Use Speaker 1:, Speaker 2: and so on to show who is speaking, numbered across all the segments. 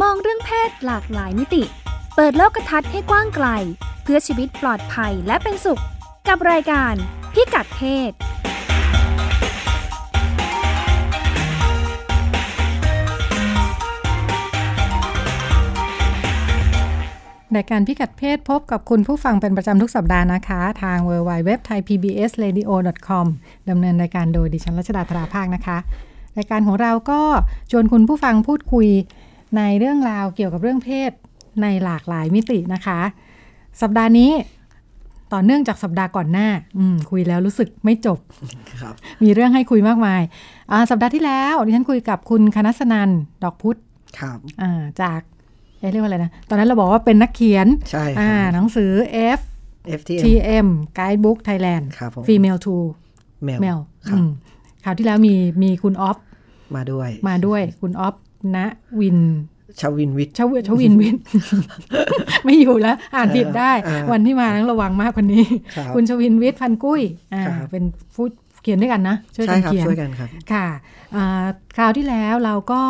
Speaker 1: ศหลากหลายมิติ เปิดโลกทัศน์ให้กว้างไกล เพื่อชีวิตปลอดภัยและเป็นสุข กับรายการพิกัดเพศ
Speaker 2: รายการพิกัดเพศพบกับคุณผู้ฟังเป็นประจำทุกสัปดาห์นะคะ ทาง w w w t h a i p b s r a d i o c o m ดำเนินรายการโดยดิฉันรัชดาธราภาคนะคะ รายการของเราก็ชวนคุณผู้ฟังพูดคุยในเรื่องราวเกี่ยวกับเรื่องเพศในหลากหลายมิตินะคะ สัปดาห์นี้ต่อเนื่องจากสัปดาห์ก่อนหน้าอืมคุยแล้วรู้สึกไม่จบ
Speaker 3: ครับ
Speaker 2: มีเรื่องให้คุยมากมายอ่าสัปดาห์ที่แล้วดิฉันคุยกับคุณคณัสนันดอกพุธ
Speaker 3: ครับ
Speaker 2: อ่าจากเอ๊ะเรียกว่าอะไรนะ ตอนนั้นเราบอกว่าเป็นนักเขียน
Speaker 3: ใช่ค
Speaker 2: อ่า
Speaker 3: รับ
Speaker 2: หนังสือ F
Speaker 3: FTM
Speaker 2: TM Guidebook Thailand
Speaker 3: ครับผม
Speaker 2: Female to
Speaker 3: แมว
Speaker 2: Male
Speaker 3: ครับ
Speaker 2: อืมคราวที่แล้วมีมีคุณออฟ
Speaker 3: มาด้วย
Speaker 2: มา ด้วยคุณออฟณวิน
Speaker 3: ชวินวิทย์
Speaker 2: ชวชวิน วิน ไม่อยู่แล้ว อ่านผิดได้
Speaker 3: เออเออ
Speaker 2: วันที่มาต้องระวังมากกว่านี้
Speaker 3: ครับ
Speaker 2: คุณชวินวิทย์พันกุ้ยอ่า
Speaker 3: ครับ
Speaker 2: เป็นผู้เขียนด้วยกันนะ ช่วย
Speaker 3: ใช่
Speaker 2: กัน
Speaker 3: ครับ
Speaker 2: เขียน
Speaker 3: ช่วยกันครับ
Speaker 2: ค่ะอ่าคราวที่แล้วเราก็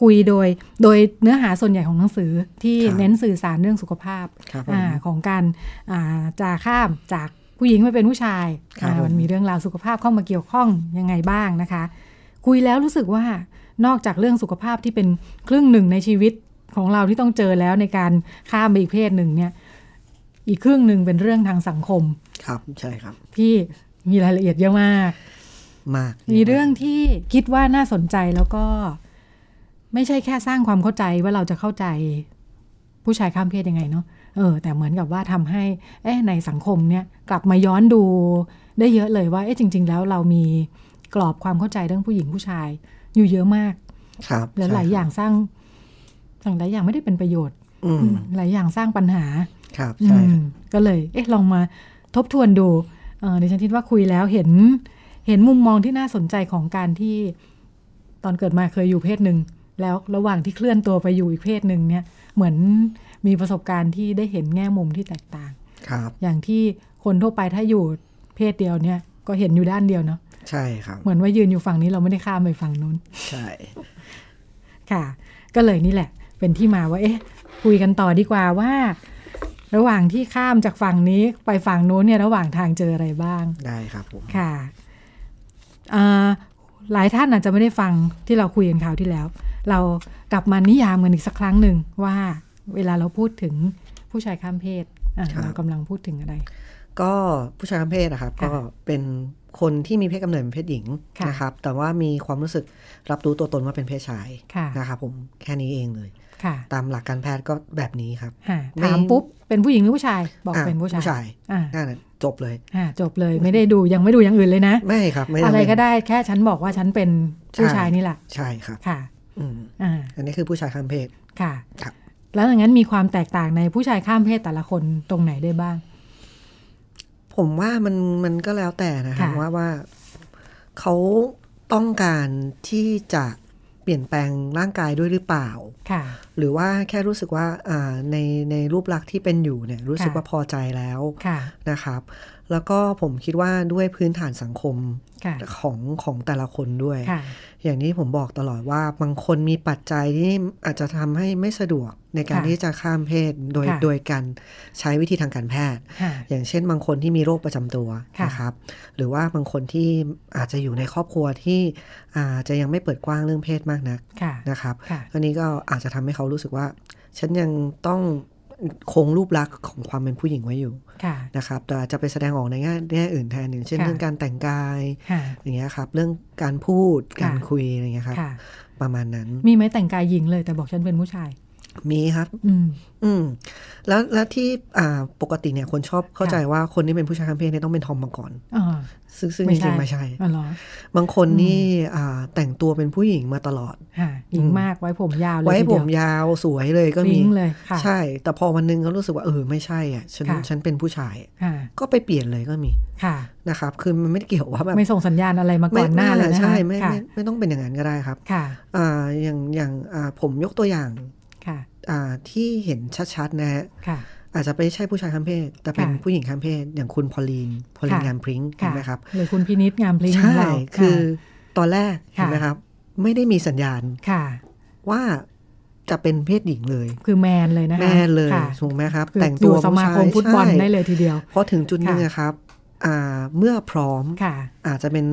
Speaker 2: คุยโดยโดยเนื้อหาส่วนใหญ่ของหนังสือที่
Speaker 3: ครับ
Speaker 2: เน้นสื่อสารเรื่องสุขภาพ
Speaker 3: ครับผม
Speaker 2: อาของการอ่าจะข้ามจากผู้หญิงไปเป็นผู้ชาย
Speaker 3: ครับ
Speaker 2: อ่า
Speaker 3: ผม
Speaker 2: มันมีเรื่องราวสุขภาพเข้ามาเกี่ยวข้องยังไงบ้างนะคะ คุยแล้วรู้สึกว่านอกจากเรื่องสุขภาพที่เป็นครึ่งหนึ่งในชีวิตของเราที่ต้องเจอแล้วในการข้ามไปอีกเพศหนึ่งเนี่ยอีกครึ่งหนึ่งเป็นเรื่องทางสังคม
Speaker 3: ครับใช่ครับ
Speaker 2: ที่มีรายละเอียดเยอะมาก
Speaker 3: มาก
Speaker 2: มีเรื่องที่คิดว่าน่าสนใจแล้วก็ ไม่ใช่แค่สร้างความเข้าใจว่าเราจะเข้าใจ ผู้ชายข้ามเพศยังไงเนาะเออ แต่เหมือนกับว่าทำให้ เอ๊ะในสังคมเนี่ย กลับมาย้อนดูได้เยอะเลยว่า เอ๊ะจริง ๆ แล้วเรามีกรอบความเข้าใจเรื่องผู้หญิงผู้ชาย อยู่เยอะมาก
Speaker 3: ครับ
Speaker 2: แล้วหลาย
Speaker 3: ใช่
Speaker 2: อ
Speaker 3: ครับ
Speaker 2: ย่างสร้างสั่งหลายอย่างไม่ได้เป็นประโยชน์
Speaker 3: อืม
Speaker 2: หลายอย่างสร้างปัญหา
Speaker 3: ครับ
Speaker 2: อืม
Speaker 3: ใช่ครับ
Speaker 2: ก็เลย เอ๊ะ ลองมาทบทวนดูเอ่อดิฉันคิดว่าคุยแล้วเห็น เห็นมุมมองที่น่าสนใจของการที่ตอนเกิดมาเคยอยู่เพศหนึ่ง แล้วระหว่างที่เคลื่อนตัวไปอยู่อีกเพศหนึ่งเนี่ย เหมือนมีประสบการณ์ที่ได้เห็นแง่มุมที่แตกต่าง
Speaker 3: ครับ
Speaker 2: อย่างที่คนทั่วไปถ้าอยู่เพศเดียวเนี่ย ก็เห็นอยู่ด้านเดียวเนาะ
Speaker 3: ใช่ครับ
Speaker 2: เหมือนว่ายืนอยู่ฝั่งนี้เราไม่ได้ข้ามไปฝั่งนู้น
Speaker 3: ใช่
Speaker 2: ค่ะ ก็เลยนี่แหละ เป็นที่มาว่า เอ๊ะ คุยกันต่อดีกว่าว่า ระหว่างที่ข้ามจากฝั่งนี้ไปฝั่งโน้นเนี่ย ระหว่างทางเจออะไรบ้าง
Speaker 3: ได้ครับผม
Speaker 2: ค่ะอ่าหลายท่านอาจจะไม่ได้ฟังที่เราคุยกันคราวที่แล้ว เรากลับมานิยามกันอีกสักครั้งหนึ่งว่าเวลาเราพูดถึงผู้ชายข้ามเพศอ่ะเรากำลังพูดถึงอะไร
Speaker 3: ก็ผู้ชายข้ามเพศนะครับ
Speaker 2: ค่ะ
Speaker 3: ก็เป็นคนที่มีเพศกำเนิดเป็นเพศหญิง
Speaker 2: ค่ะ
Speaker 3: นะครับ แต่ว่ามีความรู้สึกรับรู้ตัวตนว่าเป็นเพศชาย
Speaker 2: ค่ะ
Speaker 3: นะครับผมแค่นี้เองเลย
Speaker 2: ค่ะ
Speaker 3: ตามหลักการแพทย์ก็แบบนี้ครับ
Speaker 2: ฮะ
Speaker 3: ไม่
Speaker 2: ถามปุ๊บ เป็นผู้หญิงหรือผู้ชาย บอกเป็นผู้ชาย
Speaker 3: ผู้ชาย
Speaker 2: อ่า
Speaker 3: นั่นน่ะจบเลย
Speaker 2: อ่าจบเลยไม่ได้ดูยังไม่ดูอย่างอื่นเลยนะ
Speaker 3: ไม่ครับไม่จำเป็น
Speaker 2: อะไรก็ได้แค่ฉันบอกว่าฉันเป็นผู้ชายนี่แหละ
Speaker 3: ใช่ครับ
Speaker 2: ค่ะ
Speaker 3: อืม
Speaker 2: อ่า
Speaker 3: อันนี้คือผู้ชายข้ามเพศ
Speaker 2: ค่ะ
Speaker 3: ครับ
Speaker 2: แล้วอย่างนั้นมีความแตกต่างในผู้ชายข้ามเพศแต่ละคนตรงไหนได้บ้าง
Speaker 3: ผมว่ามันมันก็แล้วแต่นะครับ
Speaker 2: ค่ะ
Speaker 3: ว่าว่าเขาต้องการที่จะเปลี่ยนแปลงร่างกายด้วยหรือเปล่า
Speaker 2: ค่ะ
Speaker 3: หรือว่าแค่รู้สึกว่าอ่าในในรูปลักษณ์ที่เป็นอยู่เนี่ยรู้สึก
Speaker 2: ค่ะ
Speaker 3: ว่าพอใจแล้ว
Speaker 2: ค่ะ
Speaker 3: นะครับ แล้วก็ผมคิดว่าด้วยพื้นฐานสังคม
Speaker 2: ค่ะ
Speaker 3: ของของแต่ละคนด้วย
Speaker 2: ค่ะ
Speaker 3: อย่างนี้ผมบอกตลอดว่าบางคนมีปัจจัยที่อาจจะทำให้ไม่สะดวกในการ
Speaker 2: ค่ะ
Speaker 3: ที่จะข้ามเพศโดย
Speaker 2: ค่ะ
Speaker 3: โดยการใช้วิธีทางการแพทย์
Speaker 2: ค่ะ
Speaker 3: อย่างเช่นบางคนที่มีโรคประจำตัว
Speaker 2: ค่ะ
Speaker 3: นะครับ หรือว่าบางคนที่อาจจะอยู่ในครอบครัวที่อาจจะยังไม่เปิดกว้างเรื่องเพศมากนัก
Speaker 2: ค่ะ
Speaker 3: นะครับ
Speaker 2: ค่ะ
Speaker 3: อันนี้ก็อาจจะทำให้เขารู้สึกว่า ฉันยังต้องคงรูปลักษณ์ของความเป็นผู้หญิงไว้อยู่
Speaker 2: ค่ะ
Speaker 3: นะครับ แต่อาจจะไปแสดงออกในแง่แง่อื่นแทนอย่างเช่น
Speaker 2: ค่ะ
Speaker 3: เรื่องการแต่งกาย
Speaker 2: ค่ะ
Speaker 3: อย่างเงี้ยครับเรื่องการพูดการ
Speaker 2: ค่ะ
Speaker 3: คุยอะไรเงี้ยครับ
Speaker 2: ค่ะ
Speaker 3: ประมาณนั้น
Speaker 2: มีไหมแต่งกายหญิงเลยแต่บอกฉันเป็นผู้ชาย
Speaker 3: มีครับ
Speaker 2: อืม
Speaker 3: อืมแล้วแล้วที่อ่าปกติเนี่ยคนชอบเข้าใจว่าคนที่เป็นผู้ชายทางเพศเนี่ยต้องเป็นทอมมาก่อน
Speaker 2: อ่า
Speaker 3: ซึ่งซึ่ง
Speaker 2: ไม่
Speaker 3: จ
Speaker 2: ใช่
Speaker 3: ริงๆไม่ใช่
Speaker 2: อ๋อเหรอบ
Speaker 3: างคนนี่อ่าแต่งตัวเป็นผู้หญิงมาตลอด
Speaker 2: ค่ะหญิง
Speaker 3: อืม
Speaker 2: มากไว้ผมยาวเลย
Speaker 3: ไว้
Speaker 2: ที
Speaker 3: ผ
Speaker 2: เดีย
Speaker 3: มยาวสวยเลยก็มี
Speaker 2: ลิงเลยค่ะ
Speaker 3: ใช่ แต่พอวันหนึงเขารู้สึกว่าเออไม่ใช่อ่ะฉัน
Speaker 2: ค่ะ
Speaker 3: ฉันเป็นผู้ชาย
Speaker 2: ค่ะ
Speaker 3: ก็ไปเปลี่ยนเลยก็มี
Speaker 2: ค่ะ
Speaker 3: นะครับ คือมันไม่ได้เกี่ยวว่าแบบ
Speaker 2: ไม่ส่งสัญญาณอะไรมาก่อนหน้าเลยนะคะ
Speaker 3: ใช่ไม่
Speaker 2: ค่ะ
Speaker 3: ไม่ไม่ต้องเป็นอย่างนั้นก็ได้ครับ
Speaker 2: ค่ะ
Speaker 3: อ่าอย่างอย่างอ่าผมยกตัวอย่าง
Speaker 2: ค่ะ
Speaker 3: อ่าที่เห็นชัดๆนะฮะ
Speaker 2: ค่ะ
Speaker 3: อาจจะไม่ใช่ผู้ชายข้ามเพศ แต่เป็น
Speaker 2: ค่ะ
Speaker 3: ผู้หญิงข้ามเพศ อย่างคุณพอลีนพอลีน
Speaker 2: ค่ะ
Speaker 3: งามพริ้งเห็น
Speaker 2: ค่ะ
Speaker 3: ไหมครับ
Speaker 2: หรือคุณพินิษงามพลิงของ
Speaker 3: ใช่
Speaker 2: เรา
Speaker 3: คือะ ตอนแรกเห็นไหม
Speaker 2: ค่ะ
Speaker 3: ครับ ไม่ได้มีสัญญาณ
Speaker 2: ค่ะ
Speaker 3: ว่า จะเป็นเพศหญิงเลย
Speaker 2: คือแมนเลยนะคะ
Speaker 3: แม่เลย
Speaker 2: ค่ะ
Speaker 3: ถูกไหมครับ
Speaker 2: คือ
Speaker 3: แต่งตั
Speaker 2: อ
Speaker 3: ว
Speaker 2: ยู่สมาคมฟุตบอลได้เลยทีเดียว
Speaker 3: เพราะถึงจุดหนึง
Speaker 2: ค่ะ
Speaker 3: อะครับอ่าเมื่อพร้อม
Speaker 2: ค่ะ
Speaker 3: อาจจะเป็น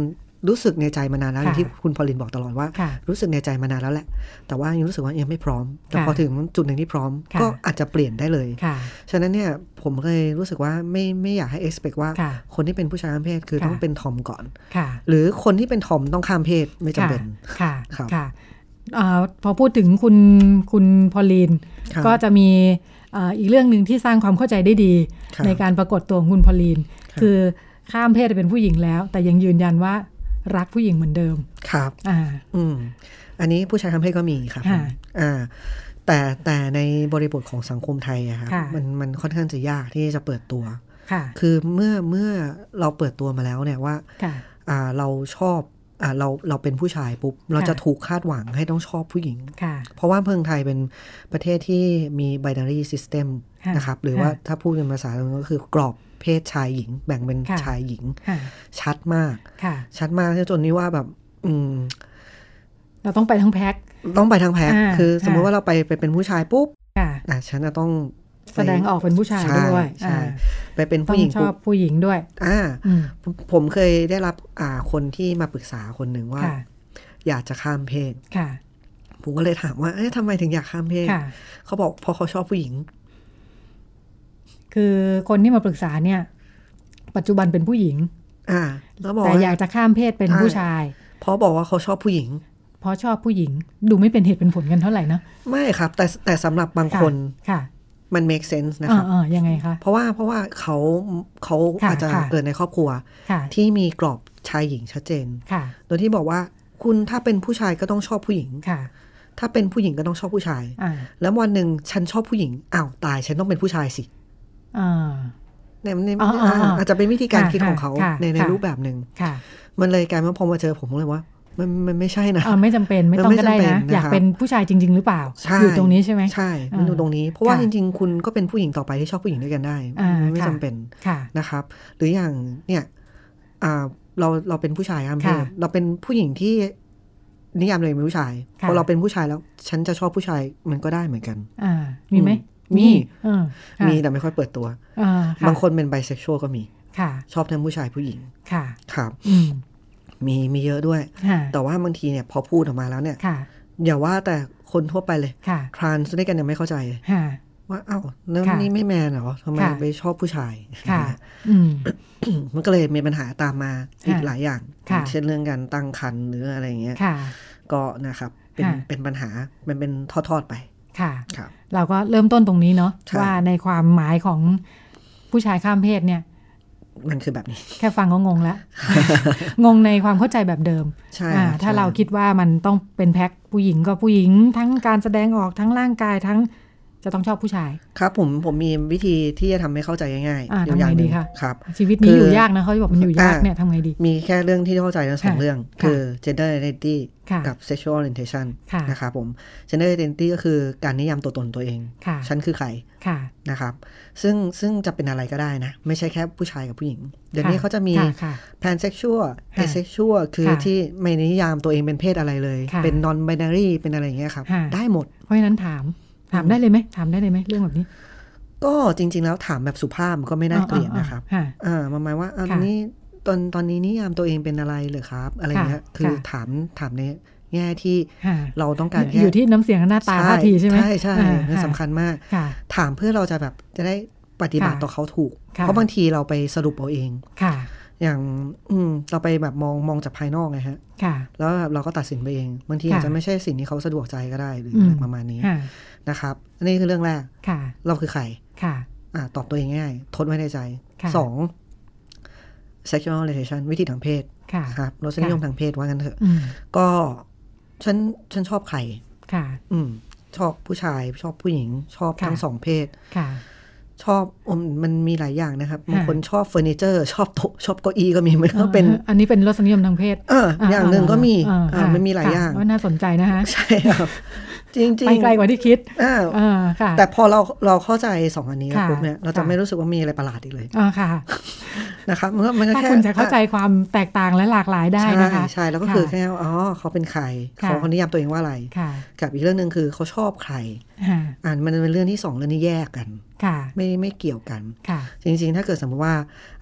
Speaker 3: รู้สึกในใจมานานแล้ว
Speaker 2: ค่ะ
Speaker 3: ที่คุณพอลินบอกตลอดว่า
Speaker 2: ค่ะ
Speaker 3: รู้สึกในใจมานานแล้วแหละ แต่ว่ายังรู้สึกว่ายังไม่พร้อม แต่
Speaker 2: ค่ะ
Speaker 3: พอถึงจุดหนึ่งที่พร้อม
Speaker 2: ค่ะ
Speaker 3: ก็อาจจะเปลี่ยนได้เลย
Speaker 2: ค่ะ
Speaker 3: ฉะนั้นเนี่ยผมเลยรู้สึกว่าไม่ไม่อยากให้ expect ว่า
Speaker 2: ค่ะ
Speaker 3: คนที่เป็นผู้ชายข้ามเพศคือ
Speaker 2: ค่ะ
Speaker 3: ต้องเป็นทอมก่อน
Speaker 2: ค่ะ
Speaker 3: หรือคนที่เป็นทอมต้องข้ามเพศไม่จำเป็น
Speaker 2: ค่ะ
Speaker 3: ครับ
Speaker 2: ค่ะเอ่อพอพูดถึงคุณคุณพอลลีน
Speaker 3: ครับ
Speaker 2: ก็จะมีเอ่ออีกเรื่องหนึ่งที่สร้างความเข้าใจได้ดี
Speaker 3: ครับ
Speaker 2: ในการปรากฏตัวของคุณพอลลีน
Speaker 3: ครับ
Speaker 2: คือข้ามเพศเป็นผู้หญิงแล้ว แต่ยังยืนยันว่ารักผู้หญิงเหมือนเดิม
Speaker 3: ครับ
Speaker 2: อ่า
Speaker 3: อืม อันนี้ผู้ชายข้ามเพศก็มีครับ
Speaker 2: ค่ะ
Speaker 3: อ่า แต่แต่ในบริบทของสังคมไทยอะครับ
Speaker 2: ค่ะ
Speaker 3: มันมันค่อนข้างจะยากที่จะเปิดตัว
Speaker 2: ค่ะ
Speaker 3: คือเมื่อเมื่อเราเปิดตัวมาแล้วเนี่ยว่า
Speaker 2: ค่ะ
Speaker 3: อ่าเราชอบอ่าเราเราเป็นผู้ชายปุ๊บ เรา
Speaker 2: ค่ะ
Speaker 3: จะถูกคาดหวังให้ต้องชอบผู้หญิง
Speaker 2: ค่ะ
Speaker 3: เพราะว่าเมืองไทยเป็นประเทศที่มี binary system
Speaker 2: ค่ะ
Speaker 3: นะครับ หรือว่า
Speaker 2: ค่ะ
Speaker 3: ถ้าพูดเป็นภาษาก็คือกรอบเพศชายหญิง แบ่งเป็น
Speaker 2: ค่ะ
Speaker 3: ชายหญิง
Speaker 2: ค่ะ
Speaker 3: ชัดมาก
Speaker 2: ค่ะ
Speaker 3: ชัดมากจนนี่ว่าแบบ อืม
Speaker 2: เราต้องไปทั้งแพ็ค
Speaker 3: ต้องไปทางแพ้
Speaker 2: อ่า
Speaker 3: คือสมมุติ
Speaker 2: ค่ะ
Speaker 3: ว่าเราไปไปเป็นผู้ชายปุ๊บ
Speaker 2: ค่ะ
Speaker 3: อ่ะฉันจะต้องไป
Speaker 2: แสดงออกเป็นผู้ชาย
Speaker 3: ใช่
Speaker 2: ด้วย
Speaker 3: ใช่
Speaker 2: อ่า
Speaker 3: ไปเป็น
Speaker 2: ต้อ
Speaker 3: ผู้
Speaker 2: ง
Speaker 3: หญิง
Speaker 2: ชอ
Speaker 3: ปุ๊
Speaker 2: บบ ผู้หญิงด้วย
Speaker 3: อ่า
Speaker 2: อืม
Speaker 3: ผมผมเคยได้รับอ่าคนที่มาปรึกษาคนหนึ่งว่า
Speaker 2: ค่ะ
Speaker 3: อยากจะข้ามเพศ
Speaker 2: ค่ะ
Speaker 3: ผมก็เลยถามว่า เอ๊ะทำไมถึงอยากข้ามเพศ
Speaker 2: ค่ะ
Speaker 3: เขาบอกเพราะเขาชอบผู้หญิง
Speaker 2: คือคนที่มาปรึกษาเนี่ย ปัจจุบันเป็นผู้หญิง
Speaker 3: อ่า แล้วบอก
Speaker 2: แต่
Speaker 3: ว่า
Speaker 2: อยากจะข้ามเพศเป็น
Speaker 3: ใช่
Speaker 2: ผู้ชาย
Speaker 3: เพราะบอกว่าเขาชอบผู้หญิง
Speaker 2: เพราะชอบผู้หญิง ดูไม่เป็นเหตุเป็นผลกันเท่าไหร่นะ
Speaker 3: ไม่ครับ แต่แต่สำหรับบางคน
Speaker 2: ค่ะ
Speaker 3: มัน make sense นะ
Speaker 2: เอ
Speaker 3: ครั
Speaker 2: อบ เออยังไงคะ
Speaker 3: เพราะว่าเพราะว่าเขาเขา
Speaker 2: ค่ะ
Speaker 3: อาจจะ
Speaker 2: ค่ะ
Speaker 3: เกิดในครอบครัว
Speaker 2: ค่ะ
Speaker 3: ที่มีกรอบชายหญิงชัดเจน
Speaker 2: ค่ะ
Speaker 3: โดยที่บอกว่าคุณถ้าเป็นผู้ชายก็ต้องชอบผู้หญิง
Speaker 2: ค่ะ
Speaker 3: ถ้าเป็นผู้หญิงก็ต้องชอบผู้ชาย
Speaker 2: อ่า
Speaker 3: แล้ววันหนึ่งฉันชอบผู้หญิงอ้าวตายฉันต้องเป็นผู้ชายสิ
Speaker 2: อ่า
Speaker 3: เนี่ยมันเนี่ย
Speaker 2: อ๋ออ๋ออ๋ออ่
Speaker 3: าอาจจะเป็นวิธีการคิดของเขา
Speaker 2: ค่ะ
Speaker 3: ในใน
Speaker 2: ค่ะ
Speaker 3: รูปแบบหนึ่ง
Speaker 2: ค่ะ
Speaker 3: มันเลยกลายมาพอมาเจอผมผมเลยว่า มันมันไม่ใช่นะ
Speaker 2: เออไม่จำเป็นไม่ต้อง
Speaker 3: มันไม่
Speaker 2: ก็ได้
Speaker 3: จำเป็น
Speaker 2: นะ
Speaker 3: นะครับ
Speaker 2: อยากเป็นผู้ชายจริง ๆ หรือเปล่า
Speaker 3: ใช่
Speaker 2: อยู่ตรงนี้ใช่ไหม
Speaker 3: ใช่ มันอยู่
Speaker 2: อ่า
Speaker 3: ตรงนี้ เพราะว่า
Speaker 2: ค่ะ
Speaker 3: จริงๆ คุณก็เป็นผู้หญิงต่อไปที่ชอบผู้หญิงด้วยกันได้
Speaker 2: อ่า
Speaker 3: มันไม่
Speaker 2: ค่ะ
Speaker 3: จำเป็น
Speaker 2: ค่ะ
Speaker 3: นะครับ หรืออย่างเนี่ยอ่าเราเราเป็นผู้ชายอ้ามเพศ
Speaker 2: ค่ะ
Speaker 3: เราเป็นผู้หญิงที่นิยามตัวเลยเป็นผู้ชาย
Speaker 2: ค่ะ
Speaker 3: พอเราเป็นผู้ชายแล้ว ฉันจะชอบผู้ชายมันก็ได้เหมือนกัน
Speaker 2: อ่า มีไหม
Speaker 3: มี
Speaker 2: เออค่ะ
Speaker 3: มีแต่ไม่ค่อยเปิดตัว
Speaker 2: อ่าะ
Speaker 3: บางคนเป็นไบเซ็กชวลก็มี
Speaker 2: ค่ะ
Speaker 3: ชอบทั้งผู้ชายผู้หญิง
Speaker 2: ค่ะ
Speaker 3: ครับ
Speaker 2: อืม
Speaker 3: มีมีเยอะด้วย
Speaker 2: ค่ะ
Speaker 3: แต่ว่าบางทีเนี่ยพอพูดออกมาแล้วเนี่ย
Speaker 2: ค่ะ
Speaker 3: อย่าว่าแต่คนทั่วไปเลย
Speaker 2: ค่ะ
Speaker 3: ทรานส์ด้วยกันยังไม่เข้าใจเลย
Speaker 2: ค่ะ
Speaker 3: ว่าอ้าวแล้ว
Speaker 2: ค่ะ
Speaker 3: นี่ไม่แมนเหรอทำไม
Speaker 2: ค่ะ
Speaker 3: ไปชอบผู้ชาย
Speaker 2: ค่ะ อืม
Speaker 3: มันก็เลยมีปัญหาตามมาอีก
Speaker 2: ค่ะ
Speaker 3: หลายอย่าง
Speaker 2: ค่ะ
Speaker 3: เช่นเรื่องการตั้งครรภ์หรืออะไรอย่างเงี้ย
Speaker 2: ค่ะ
Speaker 3: ก็นะครับเป็น
Speaker 2: ค่ะ
Speaker 3: เป็นปัญหามันเป็นทอดๆไป
Speaker 2: ค่ะ
Speaker 3: ครับ
Speaker 2: เราก็เริ่มต้นตรงนี้เนาะ
Speaker 3: ใช่
Speaker 2: ว่าในความหมายของผู้ชายข้ามเพศเนี่ย
Speaker 3: มันคือแบบนี้
Speaker 2: แค่ฟังก็งงแล้ว งงในความเข้าใจแบบเดิม
Speaker 3: ใช่
Speaker 2: อ่า
Speaker 3: ครับ
Speaker 2: ถ้า
Speaker 3: ใช่
Speaker 2: เราคิดว่ามันต้องเป็นแพ็คผู้หญิงก็ผู้หญิง ทั้งการแสดงออกทั้งร่างกายทั้งจะต้องชอบผู้ชาย
Speaker 3: ครับผมผมมีวิธีที่จะทำให้เข้าใจง่าย
Speaker 2: อ่า
Speaker 3: ๆอยู่อย่าง
Speaker 2: ทำไง
Speaker 3: ห
Speaker 2: ดี
Speaker 3: นึ่ง
Speaker 2: คะ
Speaker 3: ครับ
Speaker 2: ชีวิตนี้
Speaker 3: คือ
Speaker 2: อ
Speaker 3: อยู่
Speaker 2: ยากนะเขาจะบอกมันอยู่ยาก
Speaker 3: อ่า
Speaker 2: เนี่ยทำไงดี
Speaker 3: มีแค่เรื่องที่เข้าใจทั้งสอง
Speaker 2: ค่ะ
Speaker 3: เรื่อง
Speaker 2: ค่ะ
Speaker 3: คือ gender identity
Speaker 2: ค่ะ
Speaker 3: กับ sexual orientation
Speaker 2: ค่ะ
Speaker 3: นะครับผม gender identity ก็คือการนิยามตัวตนตัวเอง
Speaker 2: ค่ะ
Speaker 3: ฉันคือใคร
Speaker 2: ค่ะ
Speaker 3: นะครับ ซึ่งซึ่งจะเป็นอะไรก็ได้นะ ไม่ใช่แค่ผู้ชายกับผู้หญิง เดี๋ยวนี้
Speaker 2: ค่ะ
Speaker 3: เขาจะมี
Speaker 2: ค่ะค่ะ
Speaker 3: pansexual
Speaker 2: ค่ะ
Speaker 3: asexual คือ
Speaker 2: ค่ะ
Speaker 3: ที่ไม่นิยามตัวเองเป็นเพศอะไรเลย
Speaker 2: ค่ะ
Speaker 3: เป็น non binary เป็นอะไรอย่างเงี้ยครับ
Speaker 2: ค่ะ
Speaker 3: ได้หมด
Speaker 2: เพราะฉะนั้นถาม ถามได้เลยไหมถามได้เลยไหมเรื่องแบบนี้
Speaker 3: ก็จริง ๆ แล้วถามแบบสุภาพมันก็ไม่น่าเกลียดนะครับ
Speaker 2: อ่า
Speaker 3: อ่าประมาณว่าอัน
Speaker 2: ค่ะ
Speaker 3: นี้ตอนตอนนี้นิยามตัวเองเป็นอะไรเหรือครับ อะไรเงี้ย
Speaker 2: ค่ะ
Speaker 3: คือ
Speaker 2: ค่ะ
Speaker 3: ถามถามในแง่ที่
Speaker 2: อ่า
Speaker 3: เราต้องการแค่
Speaker 2: อยู่ที่น้ำเสียงและหน้าตาท่าทีใช่ไหม
Speaker 3: ใช่ใช่
Speaker 2: อ่า
Speaker 3: มันสำคัญมาก
Speaker 2: ค่ะ
Speaker 3: ถามเพื่อเราจะแบบจะได้ปฏิบัติ
Speaker 2: ค่ะ
Speaker 3: ต่อเขาถูก
Speaker 2: ค่ะ
Speaker 3: เพราะบางทีเราไปสรุปเอาเอง
Speaker 2: ค่ะ
Speaker 3: อย่างอืมเราไปแบบมองมองจากภายนอกไงฮะ
Speaker 2: ค่ะ
Speaker 3: แล้วแบบเราก็ตัดสินไปเองบางที
Speaker 2: ค่ะ
Speaker 3: อาจจะไม่ใช่สิ่งที่เขาสะดวกใจก็ได้หรือ
Speaker 2: อืม
Speaker 3: อะไรประมาณนี้
Speaker 2: ค่ะ
Speaker 3: นะครับอันนี้คือเรื่องแรก
Speaker 2: ค่ะ
Speaker 3: เราคือใคร
Speaker 2: ค่ะ
Speaker 3: อ่ะตอบตัวเองง่ายทดไว้ในใจ
Speaker 2: ค่ะ
Speaker 3: สอง sexual relation วิธีทางเพศ
Speaker 2: ค่ะ
Speaker 3: ครับรสนิยมทางเพศว่างั้นเถอะ
Speaker 2: อืม
Speaker 3: ก็ฉันฉันชอบใคร
Speaker 2: ค่ะ
Speaker 3: อืม ชอบผู้ชายชอบผู้หญิง ชอบ
Speaker 2: ค่ะ
Speaker 3: ทั้งสองเพศ
Speaker 2: ค่ะ
Speaker 3: ชอบอมมันมีหลายอย่างนะครับบาง
Speaker 2: ค่ะ
Speaker 3: คนชอบเฟอร์นิเจอร์ ชอบโต๊ะชอบเก้าอี้ก็มีมันก็เป็น
Speaker 2: อันนี้เป็นรสนิยมทางเพศ
Speaker 3: เออออย่างหนึ่งก็มีอ่ามันมีหลาย
Speaker 2: ค่ะ
Speaker 3: อย่าง
Speaker 2: ว่าน่าสนใจนะคะ
Speaker 3: ใช่ครับ จริงๆ
Speaker 2: ไปไกลกว่าที่คิด
Speaker 3: อ่า
Speaker 2: อ่าค่ะ
Speaker 3: แต่พอเราเราเข้าใจสองอันนี้แล้ว
Speaker 2: ค่ะ
Speaker 3: ปุ๊บเนี่ยเราจะ
Speaker 2: ค่ะ
Speaker 3: ไม่รู้สึกว่ามีอะไรประหลาดอีกเลย
Speaker 2: อ่าค่ะ
Speaker 3: นะครับมันก็มันก็
Speaker 2: ถ้า
Speaker 3: แค่
Speaker 2: คุณจะเข้าใจความแตกต่างและหลากหลายได้
Speaker 3: ใช่
Speaker 2: นะคะ
Speaker 3: ใช่แล้วก็คือ
Speaker 2: ค่ะ
Speaker 3: แค่ว่าอ๋อเขาเป็นใคร
Speaker 2: ค่ะ
Speaker 3: เขาเขานิยามตัวเองว่าอะไร
Speaker 2: ค่ะ
Speaker 3: กับอีกเรื่องหนึ่งคือเขาชอบใคร
Speaker 2: อ่า
Speaker 3: อ่านมันเป็นเรื่องที่สองเรื่องนี้แยกกัน
Speaker 2: ค่ะ
Speaker 3: ไม่ไม่เกี่ยวกัน
Speaker 2: ค่ะ
Speaker 3: จริงๆ ถ้าเกิดสมมติว่า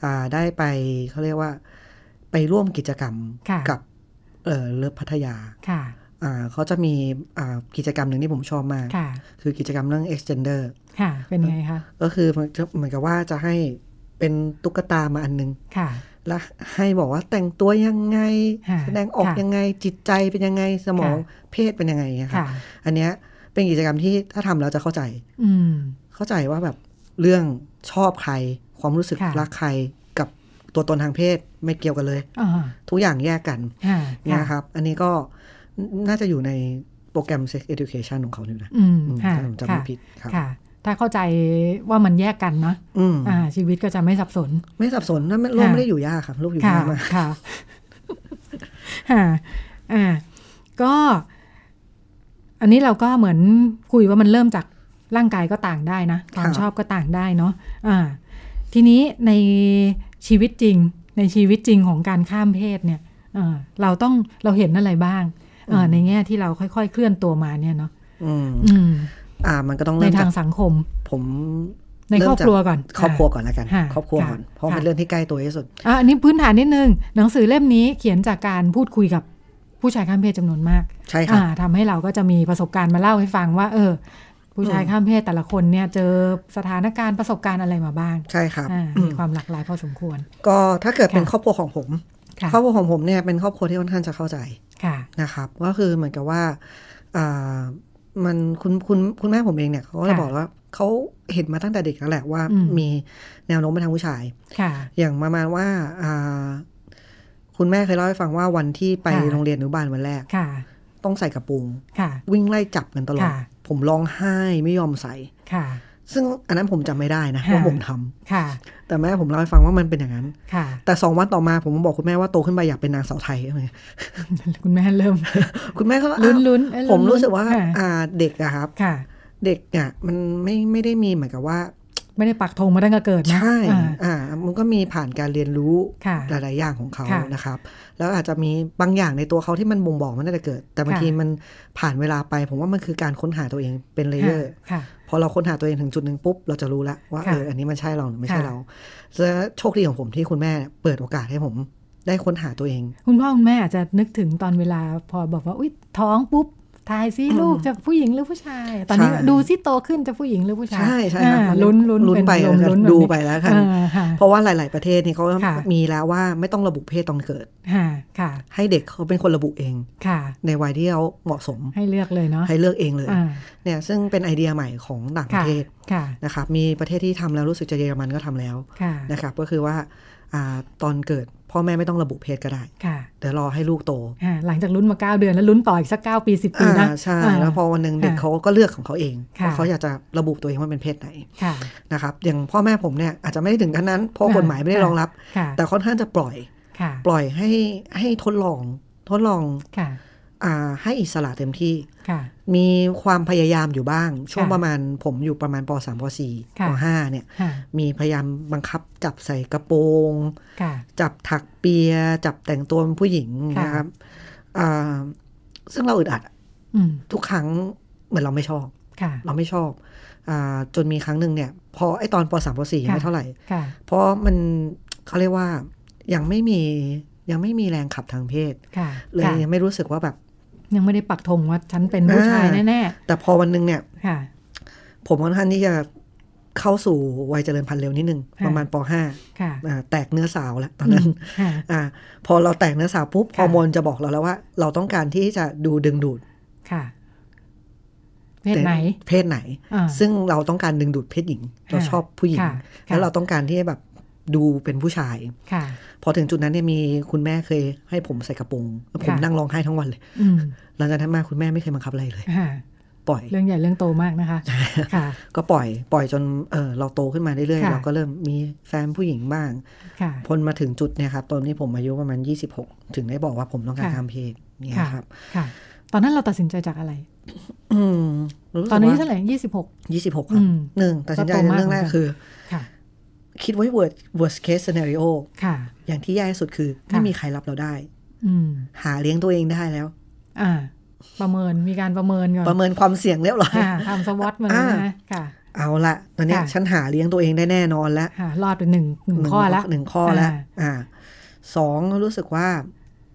Speaker 3: อ่าได้ไปเขาเรียกว่า ไปร่วมกิจกรรม
Speaker 2: ค่ะ
Speaker 3: กับเออเลิฟพัทยา
Speaker 2: ค่ะ
Speaker 3: อ่าเขาจะมีอ่ากิจกรรมหนึ่งที่ผมชอบมาก
Speaker 2: ค่ะ
Speaker 3: คือกิจกรรมเรื่อง extender
Speaker 2: ค่ะ เป็นไงคะ
Speaker 3: ก็คือมันจะเหมือนกับว่าจะให้เป็นตุ๊กตามาอันหนึง
Speaker 2: ค่ะ
Speaker 3: แล้วให้บอกว่าแต่งตัวยังไง
Speaker 2: ค่ะ
Speaker 3: แสดงออก
Speaker 2: ค่ะ
Speaker 3: ยังไงจิตใจเป็นยังไงสมองเพศเป็นยังไงอะค่ะ
Speaker 2: ค่ะ
Speaker 3: อันเนี้ยเป็นกิจกรรมที่ถ้าทำแล้วจะเข้าใจ
Speaker 2: อืม
Speaker 3: เข้าใจว่าแบบเรื่องชอบใคร ความรู้สึก
Speaker 2: ค่ะ
Speaker 3: รักใครกับตัวตนทางเพศไม่เกี่ยวกันเลย
Speaker 2: อ่า
Speaker 3: ทุกอย่างแยกกัน
Speaker 2: ค่ะ
Speaker 3: นะ
Speaker 2: ค่ะ
Speaker 3: ครับ อันนี้ก็นน่าจะอยู่ในโปรแกรม Sex Education ของเขาอยู่นะ
Speaker 2: อืม
Speaker 3: อืม
Speaker 2: ค่ะ
Speaker 3: ถ้าผมจำไม่
Speaker 2: ค่ะ
Speaker 3: ผิดครับ
Speaker 2: ค่ะ ถ้าเข้าใจว่ามันแยกกันเนาะ
Speaker 3: อืม
Speaker 2: อ่า ชีวิตก็จะไม่สับสน
Speaker 3: ไม่สับสนนะไม่โลก
Speaker 2: ค่ะ
Speaker 3: ไม่ได้อยู่ยากครับโลกอยู่
Speaker 2: ค่ะ
Speaker 3: ง่ายมาก
Speaker 2: ค่ะค่ะอ่า ก็ อันนี้เราก็เหมือนคุยว่ามันเริ่มจากร่างกายก็ต่างได้นะความชอบก็ต่างได้เนาะอ่า ทีนี้ในชีวิตจริง ในชีวิตจริงของการข้ามเพศเนี่ยเอ่อเราต้องเราเห็นอะไรบ้างเอ่อในแง่ที่เราค่อยๆ เคลื่อนตัวมาเนี่ยเนาะ
Speaker 3: อืม
Speaker 2: อืม
Speaker 3: อ่า มันก็ต้อง
Speaker 2: ใน
Speaker 3: เริ่มจา
Speaker 2: ทาก งสังคม
Speaker 3: ผม
Speaker 2: ในครอบครัวก่อน
Speaker 3: ครอบครัวก่อนละกัน
Speaker 2: ค่ะ
Speaker 3: ครอบครัวก่อน
Speaker 2: ค่ะ
Speaker 3: เพราะมัน
Speaker 2: ค่ะ
Speaker 3: เป็นเรื่องที่ใกล้ตัวที่สุด
Speaker 2: อ่ะอันนี้พื้นฐานนิดนึง หนังสือเล่มนี้เขียนจากการพูดคุยกับผู้ชายข้ามเพศจำนวนมาก
Speaker 3: ใช่ค่ะ
Speaker 2: อ่าทำให้เราก็จะมีประสบการณ์มาเล่าให้ฟังว่า เออ ผู้ชายข้ามเพศแต่ละคนเนี่ย เจอสถานการณ์ประสบการณ์อะไรมาบ้าง
Speaker 3: ใช่ครับ
Speaker 2: อ่า
Speaker 3: อื
Speaker 2: มี
Speaker 3: ม
Speaker 2: ความหลากหลายพอสมควร
Speaker 3: ก็ถ้าเกิดเป็น
Speaker 2: ค่ะ
Speaker 3: ครอบครัวของผม
Speaker 2: ค่ะ
Speaker 3: ครอบครัวของผมเนี่ยเป็นครอบครัวที่ค่อนข้างจะเข้าใจ
Speaker 2: ค่ะ
Speaker 3: นะครับก็คือเหมือนกับว่าอ่ามันคุณคุณคุณแม่ผมเองเนี่ยเขาก็จะ
Speaker 2: ค่ะ
Speaker 3: บอกว่าเขาเห็นมาตั้งแต่เด็กแล้วแหละว่า
Speaker 2: อืม
Speaker 3: มีแนวโน้มไปทางผู้ชาย
Speaker 2: ค่ะ
Speaker 3: อย่างประมาณว่าอ่าคุณแม่เคยเล่าให้ฟังว่าวันที่ไป
Speaker 2: ค่ะ
Speaker 3: โรงเรียนอนุบาลวันแรก
Speaker 2: ค่ะ
Speaker 3: ต้องใส่กระโปรง
Speaker 2: ค่ะ
Speaker 3: วิ่งไล่จับกันตลอด
Speaker 2: ค่ะ
Speaker 3: ผมร้องไห้ไม่ยอมใส่
Speaker 2: ค่ะ
Speaker 3: ซึ่งอันนั้นผมจำไม่ได้นะ
Speaker 2: ค่ะ
Speaker 3: ว่าผมทำ
Speaker 2: ค่ะ
Speaker 3: แต่แม่ผมเล่าให้ฟังว่ามันเป็นอย่างนั้น
Speaker 2: ค่ะ
Speaker 3: แต่สองวันต่อมาผมบอกคุณแม่ว่าโตขึ้นไปอยากเป็นนางสาวไทยอะไรเงี้ย
Speaker 2: คุณแม่เริ่ม
Speaker 3: คุณแม่ก็ว่า
Speaker 2: ลุ้น
Speaker 3: อ้าว
Speaker 2: ลุ้นเอ้ย
Speaker 3: ผม
Speaker 2: ลุ้น
Speaker 3: รู้สึกว่า
Speaker 2: ค่ะ
Speaker 3: อ่าเด็กอะครับ
Speaker 2: ค่ะ
Speaker 3: เด็กอ่ะมันไม่ไม่ได้มีเหมือนกับว่า
Speaker 2: ไม่ได้ปักธงมาตั้งแต่เกิดนะ
Speaker 3: ใช่
Speaker 2: อ่า
Speaker 3: อ่ามันก็มีผ่านการเรียนรู้
Speaker 2: ค่ะ
Speaker 3: หลาย ๆ อย่างของเขา
Speaker 2: ค่ะ
Speaker 3: นะครับ แล้วอาจจะมีบางอย่างในตัวเขาที่มันบ่งบอกมันตั้งแต่เกิด แต่บาง
Speaker 2: ค่ะ
Speaker 3: ทีมันผ่านเวลาไป ผมว่ามันคือการค้นหาตัวเองเป็นเลเยอร์
Speaker 2: ค่ะ
Speaker 3: พอเราค้นหาตัวเองถึงจุดหนึ่งปุ๊บ เราจะรู้ละว่า
Speaker 2: ค่ะ
Speaker 3: เอออันนี้มันใช่เราหรือไม่ใช่
Speaker 2: ค่ะ
Speaker 3: เราจะโชคดีของผมที่คุณแม่เปิดโอกาสให้ผมได้ค้นหาตัวเอง
Speaker 2: คุณพ่อคุณแม่อาจจะนึกถึงตอนเวลาพอบอกว่าอุ้ยท้องปุ๊บทายซิลูกจะผู้หญิงหรือผู้ชาย ตอนนี้
Speaker 3: ใช่
Speaker 2: ดูซิโตขึ้นจะผู้หญิงหรือผู้ชาย
Speaker 3: ใช่ใช่ครับ
Speaker 2: อ่า
Speaker 3: มัน
Speaker 2: ลุ้นลุ้น
Speaker 3: ลุ้น
Speaker 2: เป็น
Speaker 3: ไป
Speaker 2: ลม
Speaker 3: แล้วกัน
Speaker 2: ลุ้นแบบ
Speaker 3: ดู
Speaker 2: นี้
Speaker 3: ไปแล้วกัน
Speaker 2: อ่าค่ะ
Speaker 3: เพราะว่าหลาย ๆ ประเทศนี่เขา
Speaker 2: ค่ะ
Speaker 3: มีแล้วว่าไม่ต้องระบุเพศตอนเกิด
Speaker 2: ค่ะค่ะ
Speaker 3: ให้เด็กเขาเป็นคนระบุเอง
Speaker 2: ค่ะ
Speaker 3: ในวัยที่เขาเหมาะสม
Speaker 2: ให้เลือกเลยเนาะ
Speaker 3: ให้เลือกเองเลย
Speaker 2: อ่า
Speaker 3: เนี่ยซึ่งเป็นไอเดียใหม่ของต่างป
Speaker 2: ค่ะ
Speaker 3: ระเทศ
Speaker 2: ค่ะ
Speaker 3: นะครับมีประเทศที่ทำแล้วรู้สึกจะเยอรมันก็ทำแล้ว
Speaker 2: ค่ะ
Speaker 3: นะครับก็คือว่าอาตอนเกิดพ่อแม่ไม่ต้องระบุเพศก็ได้
Speaker 2: ค่ะ
Speaker 3: เดี๋ยวรอให้ลูกโต
Speaker 2: อ่าหลังจากลุ้นมาเก้าเดือนแล้วลุ้นต่ออีกสักเก้าปีสิบปีนะ
Speaker 3: อ่าใช่
Speaker 2: า
Speaker 3: แล้วพอวันหนึ่งเด็ก
Speaker 2: ค่ะ
Speaker 3: เขาก็เลือกของเขาเอง
Speaker 2: ค่ะ
Speaker 3: ว่าเขาอยากจะระบุตัวเองว่าเป็นเพศไหน
Speaker 2: ค่ะ
Speaker 3: นะครับอย่างพ่อแม่ผมเนี่ยอาจจะไม่ได้ถึงขั้นนั้นเพราะ
Speaker 2: ค่ะ
Speaker 3: กฎหมายไม่ได้
Speaker 2: ค่ะ
Speaker 3: รองรับ
Speaker 2: ค่ะ
Speaker 3: แต่ค่อนข้างจะปล่อย
Speaker 2: ค่ะ
Speaker 3: ปล่อยให้ให้ทดลองทดลอง
Speaker 2: ค่ะ
Speaker 3: อาให้อิสระเต็มที่
Speaker 2: ค่ะ
Speaker 3: มีความพยายามอยู่บ้าง ช่วง
Speaker 2: ค่ะ
Speaker 3: ประมาณผมอยู่ประมาณป .3 ป .4
Speaker 2: ค่ะ
Speaker 3: ป .5 เนี่ย
Speaker 2: ค่ะ
Speaker 3: มีพยายามบังคับจับใส่กระโปรง
Speaker 2: ค่ะ
Speaker 3: จับถักเปีย จับแต่งตัวเป็นผู้หญิงนะครับอ่าซึ่งเราอึดอัดอะ
Speaker 2: อืม
Speaker 3: ทุกครั้งเหมือนเราไม่ชอบ
Speaker 2: ค่ะ
Speaker 3: เราไม่ชอบอาจนมีครั้งหนึ่งเนี่ย พอไอตอนป .3 ป .4
Speaker 2: ค่ะ
Speaker 3: ไม่เท่าไหร่
Speaker 2: ค่ะ
Speaker 3: เพราะมันเขาเรียกว่ายังไม่มียังไม่มีแรงขับทางเพศ
Speaker 2: ค่ะ
Speaker 3: เลย
Speaker 2: ค่ะ
Speaker 3: ยังไม่รู้สึกว่าแบบ
Speaker 2: ยังไม่ได้ปักธงว่าฉันเป็นผู้ชาย
Speaker 3: อ่า
Speaker 2: แน่
Speaker 3: แต่พอวันหนึงเนี่ย
Speaker 2: ๆค่ะ
Speaker 3: ผมค่อนข้างที่จะเข้าสู่วัยเจริญพันธุ์เร็วนิดนึง
Speaker 2: ค่ะ
Speaker 3: ประมาณป
Speaker 2: ค่ะ
Speaker 3: .5 อ่าแตกเนื้อสาวแล้วตอนนั้น
Speaker 2: ค่ะ
Speaker 3: อ่าพอเราแตกเนื้อสาวปุ๊บ
Speaker 2: ค่ะ
Speaker 3: ฮอร์โมนจะบอกเราแล้วว่า เราต้องการที่จะดูดึงดูด
Speaker 2: ค่ะเพศไหน
Speaker 3: แต่เพศไหน
Speaker 2: อ่า
Speaker 3: ซึ่งเราต้องการดึงดูดเพศหญิง เราชอบผู้หญิง
Speaker 2: ค่ะค่ะ
Speaker 3: แล้วเราต้องการที่จะแบบดูเป็นผู้ชาย
Speaker 2: ค่ะ
Speaker 3: พอถึงจุดนั้นเนี่ยมีคุณแม่เคยให้ผมใส่กระโปรงผม
Speaker 2: ค่ะ
Speaker 3: นั่งร้องไห้ทั้งวันเลย
Speaker 2: อืม
Speaker 3: หลังจากนั้นมาคุณแม่ไม่เคยบังคับอะไรเลย
Speaker 2: ค่ะ
Speaker 3: ปล่อย
Speaker 2: เรื่องใหญ่เรื่องโตมากนะคะ ค่ะ
Speaker 3: ก็ปล่อย ปล่อยจนเออเราโตขึ้นมาเรื่อยๆ
Speaker 2: ค่ะ
Speaker 3: เราก็เริ่มมีแฟนผู้หญิงบ้าง
Speaker 2: ค่ะ
Speaker 3: พนมาถึงจุดเนี่ยครับ ตอนนี้ผมอายุประมาณ 26 ถึงได้บอกว่าผมต้องการ
Speaker 2: ค่ะ
Speaker 3: ทำเพลงเนี่ยครับ
Speaker 2: ค่ะ ตอนนั้นเราตัดสินใจจากอะไร
Speaker 3: อืมรู้
Speaker 2: ต
Speaker 3: สึ
Speaker 2: อน
Speaker 3: ก
Speaker 2: นี้
Speaker 3: ว่า
Speaker 2: เท่าไหร่ยี่สิบหก
Speaker 3: 26 ครับ
Speaker 2: อืม
Speaker 3: หนึ่งตัดสินใจ
Speaker 2: ก็โตมาก
Speaker 3: เรื่องแรก
Speaker 2: เหมือนกัน
Speaker 3: คือ
Speaker 2: ค่ะ
Speaker 3: คิดไว้ worst worst case scenario
Speaker 2: ค่ะ
Speaker 3: อย่างที่แย่ที่สุดคือ
Speaker 2: ค่ะ
Speaker 3: ไม่มีใครรับเราได้
Speaker 2: อืม
Speaker 3: หาเลี้ยงตัวเองได้แล้ว
Speaker 2: อ่า ประเมิน มีการประเมินก่อน
Speaker 3: ประเมินความเสี่ยงเรียบร้อย
Speaker 2: ค่ะทำสวอตมาแล้ว
Speaker 3: อ่า
Speaker 2: นะค่ะ
Speaker 3: เอาละตอนเนี้ย
Speaker 2: ค่ะ
Speaker 3: ฉันหาเลี้ยงตัวเองได้แน่นอนแล้ว
Speaker 2: ค่ะ รอดไปหนึ่งหนึ่งข้อละ
Speaker 3: หนึ่งข้อแล้ว
Speaker 2: า
Speaker 3: อ่าสองรู้สึกว่า